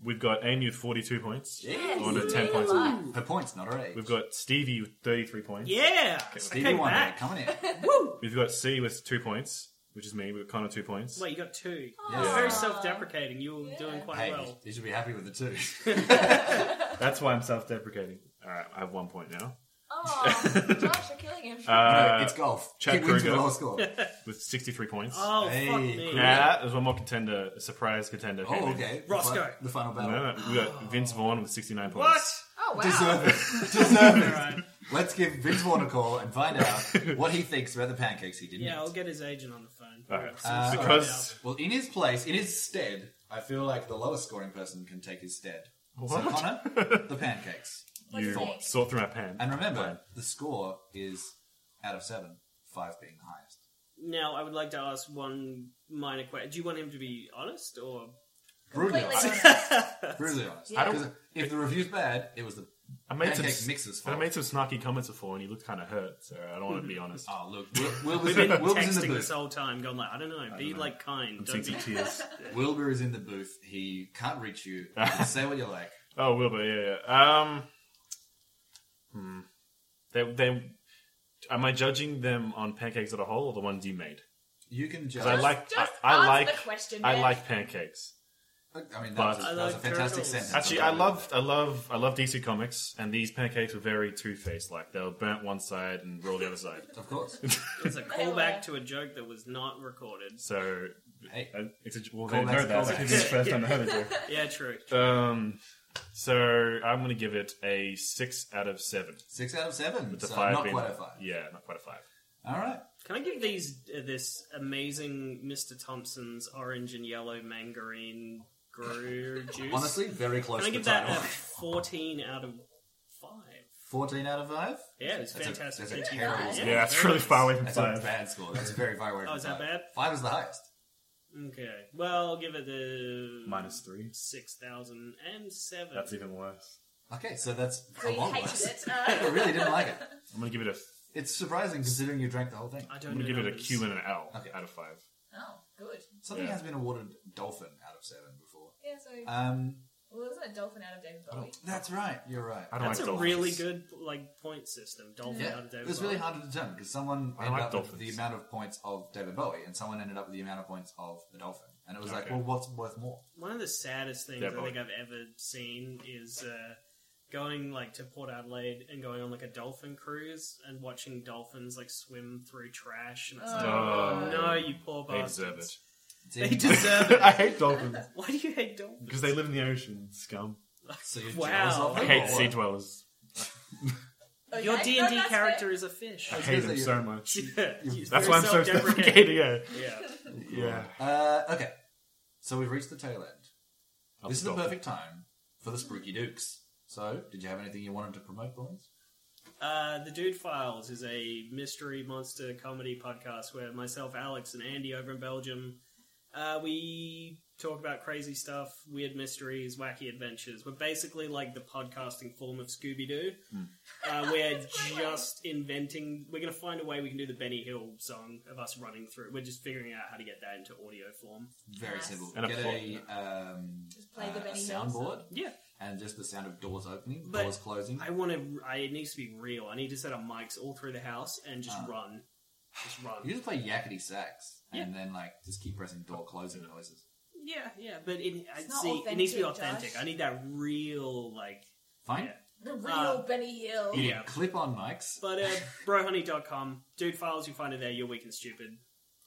Speaker 4: We've got Amy with 42 points.
Speaker 1: Yes,
Speaker 4: on a 10 points.
Speaker 1: Her points, not her age.
Speaker 4: We've got Stevie with 33 points.
Speaker 5: Yeah.
Speaker 1: Stevie
Speaker 5: I came
Speaker 1: Wonder
Speaker 5: back.
Speaker 1: coming in.
Speaker 5: Woo.
Speaker 4: We've got C with two points, which is me. We've got Connor two points.
Speaker 5: Wait, you got two.
Speaker 1: Yeah.
Speaker 5: You're very self-deprecating. You were doing quite
Speaker 1: Hey,
Speaker 5: well.
Speaker 1: you should be happy with the two.
Speaker 4: That's why I'm self-deprecating. All right, I have one point now.
Speaker 2: Oh, Josh, you're killing him.
Speaker 1: no,
Speaker 4: Uh,
Speaker 1: it's golf.
Speaker 4: Chad
Speaker 1: he wins with
Speaker 4: Kruger.
Speaker 1: the lowest score.
Speaker 4: with 63 points.
Speaker 5: Oh fuck
Speaker 1: Hey,
Speaker 5: me.
Speaker 1: cool.
Speaker 4: Yeah, there's one more contender, a surprise contender.
Speaker 1: Oh,
Speaker 4: came in.
Speaker 1: okay. The,
Speaker 5: Roscoe.
Speaker 1: fi- the final
Speaker 4: No,
Speaker 1: battle.
Speaker 4: no, we got Vince Vaughn with 69 points.
Speaker 5: What?
Speaker 2: Oh wow.
Speaker 1: Deserve it. Deserve
Speaker 5: All
Speaker 1: it.
Speaker 5: right.
Speaker 1: Let's give Vince Vaughn a call and find out what he thinks about the pancakes he didn't
Speaker 5: Yeah, I'll
Speaker 1: eat.
Speaker 5: get his agent on the phone.
Speaker 4: All right.
Speaker 1: Uh,
Speaker 4: because
Speaker 1: Well, in his place, in his stead, I feel like the lowest scoring person can take his stead. So,
Speaker 4: What?
Speaker 1: Connor, the pancakes.
Speaker 2: What's
Speaker 4: you
Speaker 2: his name?
Speaker 4: sort through my pen.
Speaker 1: And remember, the score is out of seven, five being the highest.
Speaker 5: Now, I would like to ask one minor question. Do you want him to be honest or?
Speaker 1: Brutally
Speaker 2: Completely
Speaker 1: honest. Brutally honest.
Speaker 2: Yeah. I don't-
Speaker 1: Because if the review's bad, it was the
Speaker 4: I made some
Speaker 1: pancake mixes.
Speaker 4: I
Speaker 1: fault.
Speaker 4: made some snarky comments before, and he looked kind of hurt. So I don't want to be honest.
Speaker 1: Oh look, Wil- Wilbur's
Speaker 5: We've been
Speaker 1: in, Wilbur's in the
Speaker 5: texting this
Speaker 1: booth.
Speaker 5: whole time, going like, I don't know, be
Speaker 1: know.
Speaker 5: like kind.
Speaker 4: I'm
Speaker 5: Don't
Speaker 4: seeing
Speaker 5: be
Speaker 4: some tears.
Speaker 1: Wilbur is in the booth. He can't reach you. You can say what you like.
Speaker 4: Oh, Wilbur, yeah, yeah. Um, hmm. They, they, am I judging them on pancakes as a whole, or the ones you made?
Speaker 1: You can judge.
Speaker 4: Because I like,
Speaker 2: just
Speaker 4: I, I
Speaker 2: answer
Speaker 4: like,
Speaker 2: the question,
Speaker 4: I
Speaker 2: man.
Speaker 4: like pancakes.
Speaker 1: I mean,
Speaker 4: But-
Speaker 1: that was, a-
Speaker 5: I
Speaker 1: that was a
Speaker 5: like
Speaker 1: fantastic
Speaker 5: turtles.
Speaker 1: sentence.
Speaker 4: Actually, I love, I love, I love DC Comics, and these pancakes were very Two Faced. Like they were burnt one side and raw the other side.
Speaker 1: Of course.
Speaker 5: It's a callback to a joke that was not recorded.
Speaker 4: So
Speaker 1: Hey.
Speaker 4: uh, it's a, well, they
Speaker 1: Callbacks,
Speaker 4: know that.
Speaker 1: callbacks.
Speaker 4: This is the first time they heard it.
Speaker 5: Yeah, true.
Speaker 4: Um, so I'm going to give it a six out of seven.
Speaker 1: Six out of seven.
Speaker 4: With the
Speaker 1: so
Speaker 4: five
Speaker 1: not
Speaker 4: being-
Speaker 1: quite a five.
Speaker 4: Yeah, not quite a five.
Speaker 1: All right.
Speaker 5: Can I give these uh, this amazing Mr. Thompson's orange and yellow mangarine grew juice?
Speaker 1: Honestly, very close
Speaker 5: can I
Speaker 1: to
Speaker 5: give
Speaker 1: the
Speaker 5: that
Speaker 1: title.
Speaker 5: a fourteen out of five?
Speaker 1: Fourteen out of five.
Speaker 5: Yeah, it's
Speaker 1: That's a-
Speaker 5: fantastic.
Speaker 1: that's a
Speaker 5: Thank you.
Speaker 1: terrible
Speaker 5: Yeah,
Speaker 1: score.
Speaker 4: Yeah, it's
Speaker 5: very
Speaker 4: really
Speaker 5: nice.
Speaker 4: far away from
Speaker 1: That's a
Speaker 4: five.
Speaker 1: bad score. That's very far away.
Speaker 5: Oh,
Speaker 1: from
Speaker 5: is
Speaker 1: five.
Speaker 5: that bad?
Speaker 1: Five is the highest.
Speaker 5: Okay, well, I'll give it the
Speaker 4: Minus three.
Speaker 5: six thousand and seven.
Speaker 4: That's even worse.
Speaker 1: Okay, so that's
Speaker 2: So
Speaker 1: a
Speaker 2: you
Speaker 1: lot
Speaker 2: hated
Speaker 1: worse.
Speaker 2: it. Uh,
Speaker 1: I really didn't like it.
Speaker 4: I'm going to give it a.
Speaker 1: It's surprising considering you drank the whole thing.
Speaker 5: I
Speaker 4: I'm
Speaker 5: don't
Speaker 4: going
Speaker 5: know.
Speaker 4: to give it a
Speaker 5: numbers.
Speaker 4: Q and an L
Speaker 1: Okay.
Speaker 4: out of five.
Speaker 2: Oh, good.
Speaker 1: Something
Speaker 4: Yeah.
Speaker 1: has been awarded dolphin out of seven before.
Speaker 2: Yeah, so
Speaker 1: Um,
Speaker 2: well, it wasn't a dolphin out of David Bowie.
Speaker 1: that's right. You're right.
Speaker 4: Oh, I don't
Speaker 5: That's
Speaker 4: like
Speaker 5: a
Speaker 4: dolphins.
Speaker 5: really good like point system. Dolphin
Speaker 1: Yeah,
Speaker 5: out of
Speaker 1: it
Speaker 5: David.
Speaker 1: was really
Speaker 5: Bowie.
Speaker 1: hard to determine because someone
Speaker 4: I
Speaker 1: ended up
Speaker 4: like
Speaker 1: with the
Speaker 4: dolphins.
Speaker 1: amount of points of David Bowie, and someone ended up with the amount of points of the dolphin, and it was like,
Speaker 4: Okay.
Speaker 1: well, what's worth more?
Speaker 5: One of the saddest things
Speaker 4: Yeah,
Speaker 5: I
Speaker 4: boy.
Speaker 5: think I've ever seen is uh, going like to Port Adelaide and going on like a dolphin cruise and watching dolphins like swim through
Speaker 2: Uh.
Speaker 5: trash. And it's like,
Speaker 4: Oh.
Speaker 5: no, you poor
Speaker 4: They deserve
Speaker 5: bastards.
Speaker 4: it.
Speaker 5: They
Speaker 2: uh,
Speaker 5: deserve it.
Speaker 4: I hate dolphins
Speaker 5: Why do you hate dolphins?
Speaker 4: because they live in the ocean. Scum.
Speaker 1: So you're
Speaker 5: Wow.
Speaker 1: jealous of
Speaker 5: I
Speaker 4: I
Speaker 1: them, or
Speaker 4: hate
Speaker 1: what?
Speaker 4: sea dwellers.
Speaker 2: Okay,
Speaker 5: Your D
Speaker 2: Oh, no,
Speaker 5: and D
Speaker 2: that's
Speaker 5: character
Speaker 2: fair.
Speaker 5: is a fish.
Speaker 4: I
Speaker 1: was
Speaker 4: hate
Speaker 1: gonna
Speaker 4: them
Speaker 1: say,
Speaker 4: so much.
Speaker 5: That's
Speaker 4: That's why I'm so sophisticated. Yeah.
Speaker 5: Yeah.
Speaker 4: Yeah.
Speaker 1: Uh, okay, so we've reached the tail end.
Speaker 4: I'll
Speaker 1: this is the
Speaker 4: stop it.
Speaker 1: perfect time for the Spooky Dukes. So, did you have anything you wanted to promote, boys?
Speaker 5: Uh, the Dude Files is a mystery monster comedy podcast where myself, Alex, and Andy over in Belgium, uh, we talk about crazy stuff, weird mysteries, wacky adventures. We're basically like the podcasting form of Scooby Doo. Uh, we're just inventing. We're going to find a way we can do the Benny Hill song of us running through. We're just figuring out how to get that into audio form.
Speaker 1: Very
Speaker 2: Nice.
Speaker 1: simple.
Speaker 4: And a
Speaker 1: Get
Speaker 4: plot-
Speaker 1: a, um,
Speaker 2: Just play the
Speaker 1: uh, a
Speaker 2: Benny Hill
Speaker 1: soundboard
Speaker 5: Yeah,
Speaker 1: and just the sound of doors opening,
Speaker 5: But
Speaker 1: doors closing.
Speaker 5: I want to. I it needs to be real. I need to set up mics all through the house and just
Speaker 1: Ah.
Speaker 5: run, just run.
Speaker 1: You just play yakety sax and then like just keep pressing door closing noises.
Speaker 5: Yeah, yeah, but it, I
Speaker 2: not
Speaker 5: see, it needs to be
Speaker 2: authentic,
Speaker 5: authentic.
Speaker 2: Josh.
Speaker 5: I need that real, like,
Speaker 1: Fine.
Speaker 5: Yeah.
Speaker 2: The real
Speaker 5: Uh,
Speaker 2: Benny Hill.
Speaker 1: You
Speaker 5: Yeah.
Speaker 1: clip on mics.
Speaker 5: but uh, brohoney.com, dude files, you find it there, you're weak and stupid.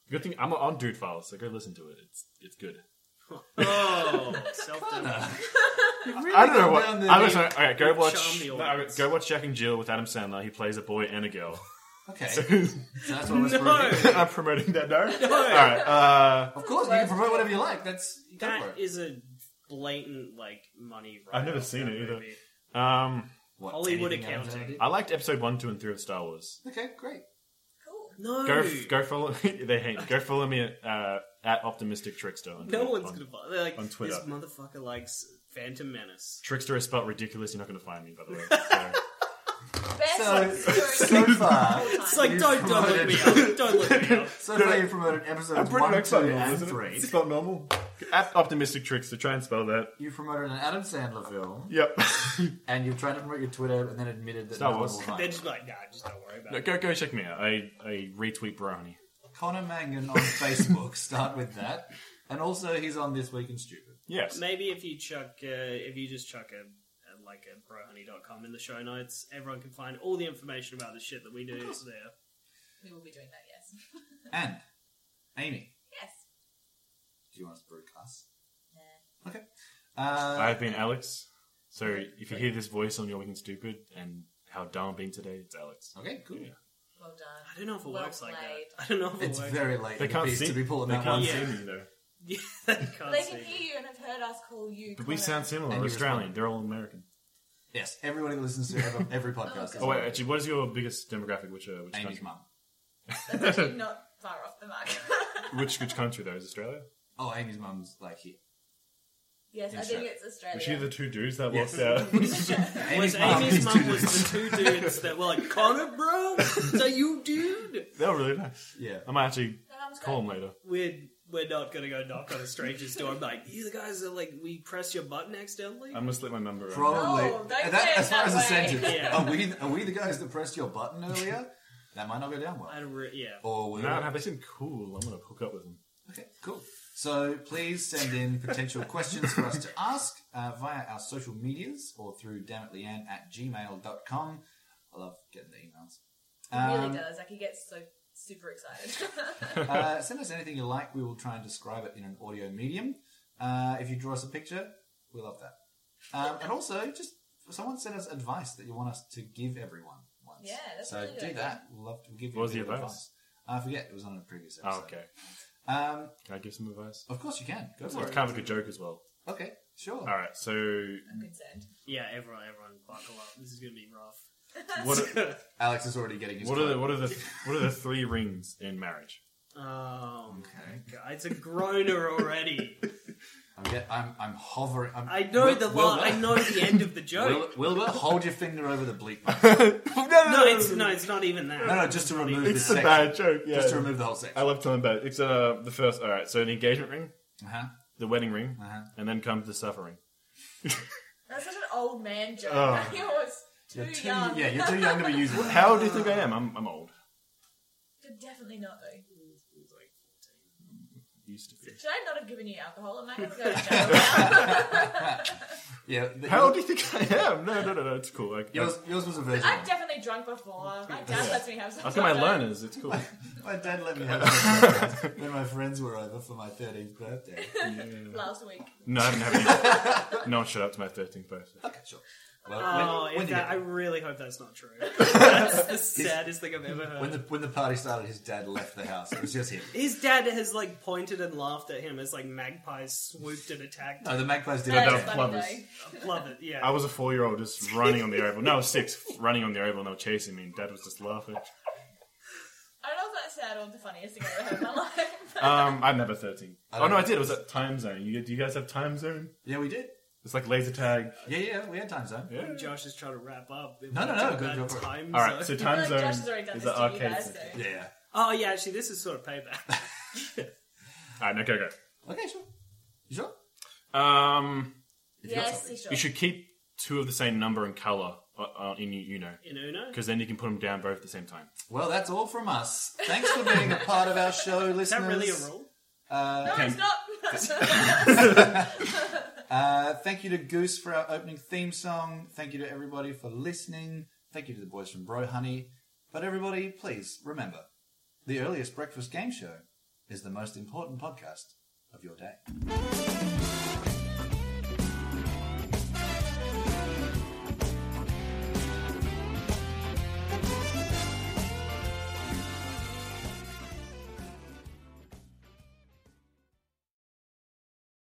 Speaker 4: Good thing I'm on Dude Files, so go listen to it. It's it's good.
Speaker 5: Oh, self
Speaker 4: I don't know
Speaker 1: gone
Speaker 4: what.
Speaker 1: down the
Speaker 4: I
Speaker 1: deep-
Speaker 4: was like, all right, go
Speaker 5: You've
Speaker 4: watch.
Speaker 5: charmed the
Speaker 4: no,
Speaker 5: audience.
Speaker 4: go watch Jack and Jill with Adam Sandler. He plays a boy and a girl.
Speaker 1: Okay.
Speaker 4: So,
Speaker 1: So that's what we're
Speaker 5: No.
Speaker 1: supposed to do.
Speaker 4: I'm promoting that. No. All right. Uh,
Speaker 1: Of course, you can promote whatever you like. That's go for
Speaker 5: That
Speaker 1: it.
Speaker 5: is a blatant, like, money
Speaker 4: I've never
Speaker 5: write-off,
Speaker 4: seen
Speaker 5: that
Speaker 4: it either.
Speaker 5: movie.
Speaker 4: um,
Speaker 1: What,
Speaker 5: Hollywood
Speaker 1: anything else,
Speaker 5: accounting.
Speaker 1: Andy?
Speaker 4: I liked episode one, two, and three of Star Wars.
Speaker 1: Okay, great.
Speaker 2: Cool.
Speaker 5: No.
Speaker 4: Go f- go follow. they hate. Go follow me at, uh, at Optimistic Trickster. On
Speaker 5: No
Speaker 4: Twitter.
Speaker 5: one's
Speaker 4: On-
Speaker 5: going to buy They're like,
Speaker 4: on Twitter.
Speaker 5: this motherfucker likes Phantom Menace.
Speaker 4: Trickster is spelled ridiculous. You're not going to find me, by the way. So.
Speaker 2: Best
Speaker 1: So, so
Speaker 2: story
Speaker 1: far,
Speaker 2: of all
Speaker 5: It's
Speaker 2: time.
Speaker 5: like, don't, don't look me up. Don't look me up.
Speaker 1: so far you promoted episodes one, two, and three.
Speaker 4: spelled normal. At Optimistic Trickster. Try and spell that.
Speaker 1: You promoted an Adam Sandler film,
Speaker 4: Yep.
Speaker 1: and you've tried to promote your Twitter, and then admitted that
Speaker 4: Star
Speaker 1: no one
Speaker 4: Wars.
Speaker 1: will
Speaker 5: They're
Speaker 1: find. it.
Speaker 5: just like, nah, just don't worry about
Speaker 4: No,
Speaker 5: it.
Speaker 4: go go check me out. I I retweet Brownie.
Speaker 1: Connor Mangan on Facebook. Start with that, and also he's on This Week in Stupid.
Speaker 4: Yes.
Speaker 5: Maybe if you chuck, uh, if you just chuck a, a like a brohoney.com in the show notes, everyone can find all the information about the shit that we do is there.
Speaker 2: We will be doing that, yes.
Speaker 1: And Amy,
Speaker 2: yes.
Speaker 1: do you want us to broadcast?
Speaker 2: Nah.
Speaker 1: Okay. Uh,
Speaker 4: I've been Alex. So if you hear this voice on your Weekend Stupid and how dumb I'm being today, it's Alex.
Speaker 1: Okay, cool.
Speaker 2: Well done.
Speaker 5: I don't know if it
Speaker 2: Well
Speaker 5: works like
Speaker 2: played.
Speaker 5: that. I don't know if it
Speaker 1: It's
Speaker 5: works.
Speaker 1: very late.
Speaker 4: They
Speaker 1: in the
Speaker 4: can't
Speaker 1: piece
Speaker 4: see.
Speaker 1: to be pulling
Speaker 4: they
Speaker 1: that
Speaker 4: can't
Speaker 1: one.
Speaker 4: see
Speaker 5: Yeah.
Speaker 4: me though.
Speaker 5: Yeah, I can't
Speaker 2: They
Speaker 5: see.
Speaker 2: can hear you and have heard us call you.
Speaker 4: But we
Speaker 2: Connor.
Speaker 4: sound similar.
Speaker 1: And
Speaker 4: We're
Speaker 1: you
Speaker 4: Australian.
Speaker 1: respond.
Speaker 4: They're all American.
Speaker 1: Yes, everybody that listens to every, every podcast. is
Speaker 4: Oh wait,
Speaker 1: like
Speaker 4: actually, what is your biggest demographic? Which uh, which
Speaker 1: Amy's
Speaker 4: country?
Speaker 1: mum.
Speaker 2: That's actually not far off the mark.
Speaker 4: Which which country though? Is Australia?
Speaker 1: Oh, Amy's mum's like here.
Speaker 2: yes, I think it's Australia.
Speaker 4: Was she the two dudes that
Speaker 1: Yes.
Speaker 4: walked out?
Speaker 5: Was
Speaker 1: Amy's mum
Speaker 5: Amy's
Speaker 1: is
Speaker 5: mum was the two dudes that were like, Connor, bro? Is that you, dude?
Speaker 4: they were really nice.
Speaker 1: Yeah.
Speaker 4: I might actually
Speaker 2: Her mum's
Speaker 4: call
Speaker 2: great.
Speaker 4: them later.
Speaker 5: We're, we're not going to go knock on a stranger's door and be like, you the guys that like, we press your button accidentally?
Speaker 4: I must let my number. out.
Speaker 1: Probably.
Speaker 2: No, don't
Speaker 1: And
Speaker 2: say it
Speaker 1: as far
Speaker 2: that
Speaker 1: as the
Speaker 2: way.
Speaker 1: sentence,
Speaker 5: Yeah.
Speaker 1: are we are we the guys that pressed your button earlier? that might not go down well.
Speaker 5: I don't re- yeah.
Speaker 1: Or we're
Speaker 4: No, no, they seem cool. I'm gonna hook up with them.
Speaker 1: okay, cool. So please send in potential questions for us to ask uh, via our social medias or through dammitleanne at gmail.com. I love getting the emails.
Speaker 2: He
Speaker 1: Um,
Speaker 2: really does. Like he gets so super excited.
Speaker 1: uh, send us anything you like. We will try and describe it in an audio medium. Uh, if you draw us a picture, we love that. Um, and also, just someone sent us advice that you want us to give everyone once.
Speaker 2: Yeah, that's
Speaker 1: so
Speaker 2: a really good
Speaker 1: do
Speaker 2: idea.
Speaker 1: that. We'll love to give you
Speaker 4: What was
Speaker 1: a bit
Speaker 4: the
Speaker 1: of
Speaker 4: advice?
Speaker 1: advice. I forget. It was on a previous
Speaker 4: Oh,
Speaker 1: episode.
Speaker 4: okay.
Speaker 1: Um,
Speaker 4: Can I give some advice?
Speaker 1: of course you can. Go for
Speaker 4: I've
Speaker 1: it.
Speaker 4: covered a joke as well.
Speaker 1: Okay, sure.
Speaker 4: All right, so
Speaker 2: I'm concerned.
Speaker 5: Yeah, everyone, everyone, buckle up. This is going to be rough.
Speaker 4: what are,
Speaker 1: Alex is already getting his.
Speaker 4: what are the
Speaker 1: quote.
Speaker 4: what are the what are the three rings in marriage?
Speaker 5: Oh,
Speaker 1: Okay.
Speaker 5: my God. it's a groaner already.
Speaker 1: I'm, get, I'm, I'm hovering. I'm,
Speaker 5: I know
Speaker 1: Wil-
Speaker 5: the
Speaker 1: Wilbur-
Speaker 5: lot. I know the end of the
Speaker 1: Wil-
Speaker 5: joke.
Speaker 1: Wilbur, hold your finger over the bleep button.
Speaker 5: no, it's no, it's not even that.
Speaker 1: No, no, just to
Speaker 5: Not
Speaker 1: remove
Speaker 5: even
Speaker 1: this
Speaker 5: that.
Speaker 1: section.
Speaker 4: joke.
Speaker 1: Just to remove the whole section.
Speaker 4: I love telling bad. It's uh the first. All right, so an engagement ring,
Speaker 1: Uh-huh.
Speaker 4: the wedding ring,
Speaker 1: Uh-huh.
Speaker 4: and then comes the suffering.
Speaker 2: That's such an old man joke.
Speaker 4: Oh.
Speaker 2: He was too,
Speaker 1: You're too,
Speaker 2: young.
Speaker 1: yeah, you're too young to be using it.
Speaker 4: How do you think I am? I'm I'm old.
Speaker 2: You're definitely not though.
Speaker 4: Used to be.
Speaker 2: Should I not have given you alcohol? Am I going to go to jail now?
Speaker 1: Yeah, the-
Speaker 4: How old do you think I am? No, no, no, no. It's cool. I,
Speaker 1: yours, yours was a virgin.
Speaker 2: I've definitely drunk before. My dad lets me have some.
Speaker 4: I, I got my
Speaker 2: alcohol.
Speaker 4: learners. It's cool.
Speaker 1: My dad let me have it when my friends were over for my 13th birthday.
Speaker 2: last week.
Speaker 4: No, I didn't have any. no one showed up to my 13th birthday.
Speaker 1: Okay, sure. Well,
Speaker 5: Oh,
Speaker 1: when, when,
Speaker 5: if
Speaker 1: did
Speaker 5: that, I
Speaker 1: it-
Speaker 5: really hope that's not true. That's the saddest thing I've ever heard.
Speaker 1: when the when the party started, his dad left the house. It was just him.
Speaker 5: His dad has like pointed and laughed at him as like magpies swooped and attacked.
Speaker 1: No, Oh, the magpies did.
Speaker 2: That
Speaker 4: about
Speaker 2: was funny,
Speaker 4: plumbers.
Speaker 2: though.
Speaker 5: Love it, yeah.
Speaker 4: I was a four year old just running on the oval. No, I was six, running on the oval, and they were chasing me, and dad was just laughing.
Speaker 2: I don't know if that's sad or the funniest thing I've ever had in my life.
Speaker 4: Um, I'm never 13.
Speaker 1: I
Speaker 4: Oh,
Speaker 1: don't
Speaker 4: no, I
Speaker 1: know.
Speaker 4: did. It was at Time Zone. You, do you guys have Time Zone?
Speaker 1: Yeah, we did.
Speaker 4: It's like laser tag.
Speaker 1: Yeah, yeah, we had time zone.
Speaker 4: Yeah.
Speaker 5: When Josh is trying to wrap up. it
Speaker 1: No, no,
Speaker 5: went
Speaker 1: no,
Speaker 5: to
Speaker 1: go-
Speaker 5: about
Speaker 1: go for it.
Speaker 5: time
Speaker 4: All right, so
Speaker 5: zone.
Speaker 2: I
Speaker 4: Time
Speaker 2: feel like Josh has
Speaker 4: Zone
Speaker 2: already done
Speaker 4: is
Speaker 2: this
Speaker 4: an
Speaker 2: to you
Speaker 4: arcade.
Speaker 2: guys,
Speaker 4: thing.
Speaker 2: though.
Speaker 1: Yeah.
Speaker 5: oh yeah, actually, this is sort of payback.
Speaker 4: All right, no, go go.
Speaker 1: Okay, sure. You sure?
Speaker 4: Um,
Speaker 2: Yes, he should.
Speaker 4: you should keep two of the same number and color uh, uh, in you, you know,
Speaker 5: In Uno,
Speaker 4: because then you can put them down both at the same time.
Speaker 1: Well, that's all from us. Thanks for being a part of our show, listeners.
Speaker 5: is that really a rule?
Speaker 2: No,
Speaker 4: Okay.
Speaker 2: it's not.
Speaker 1: Uh, thank you to Goose for our opening theme song. Thank you to everybody for listening. Thank you to the boys from Bro Honey. But everybody, please remember, the earliest breakfast game show is the most important podcast of your day.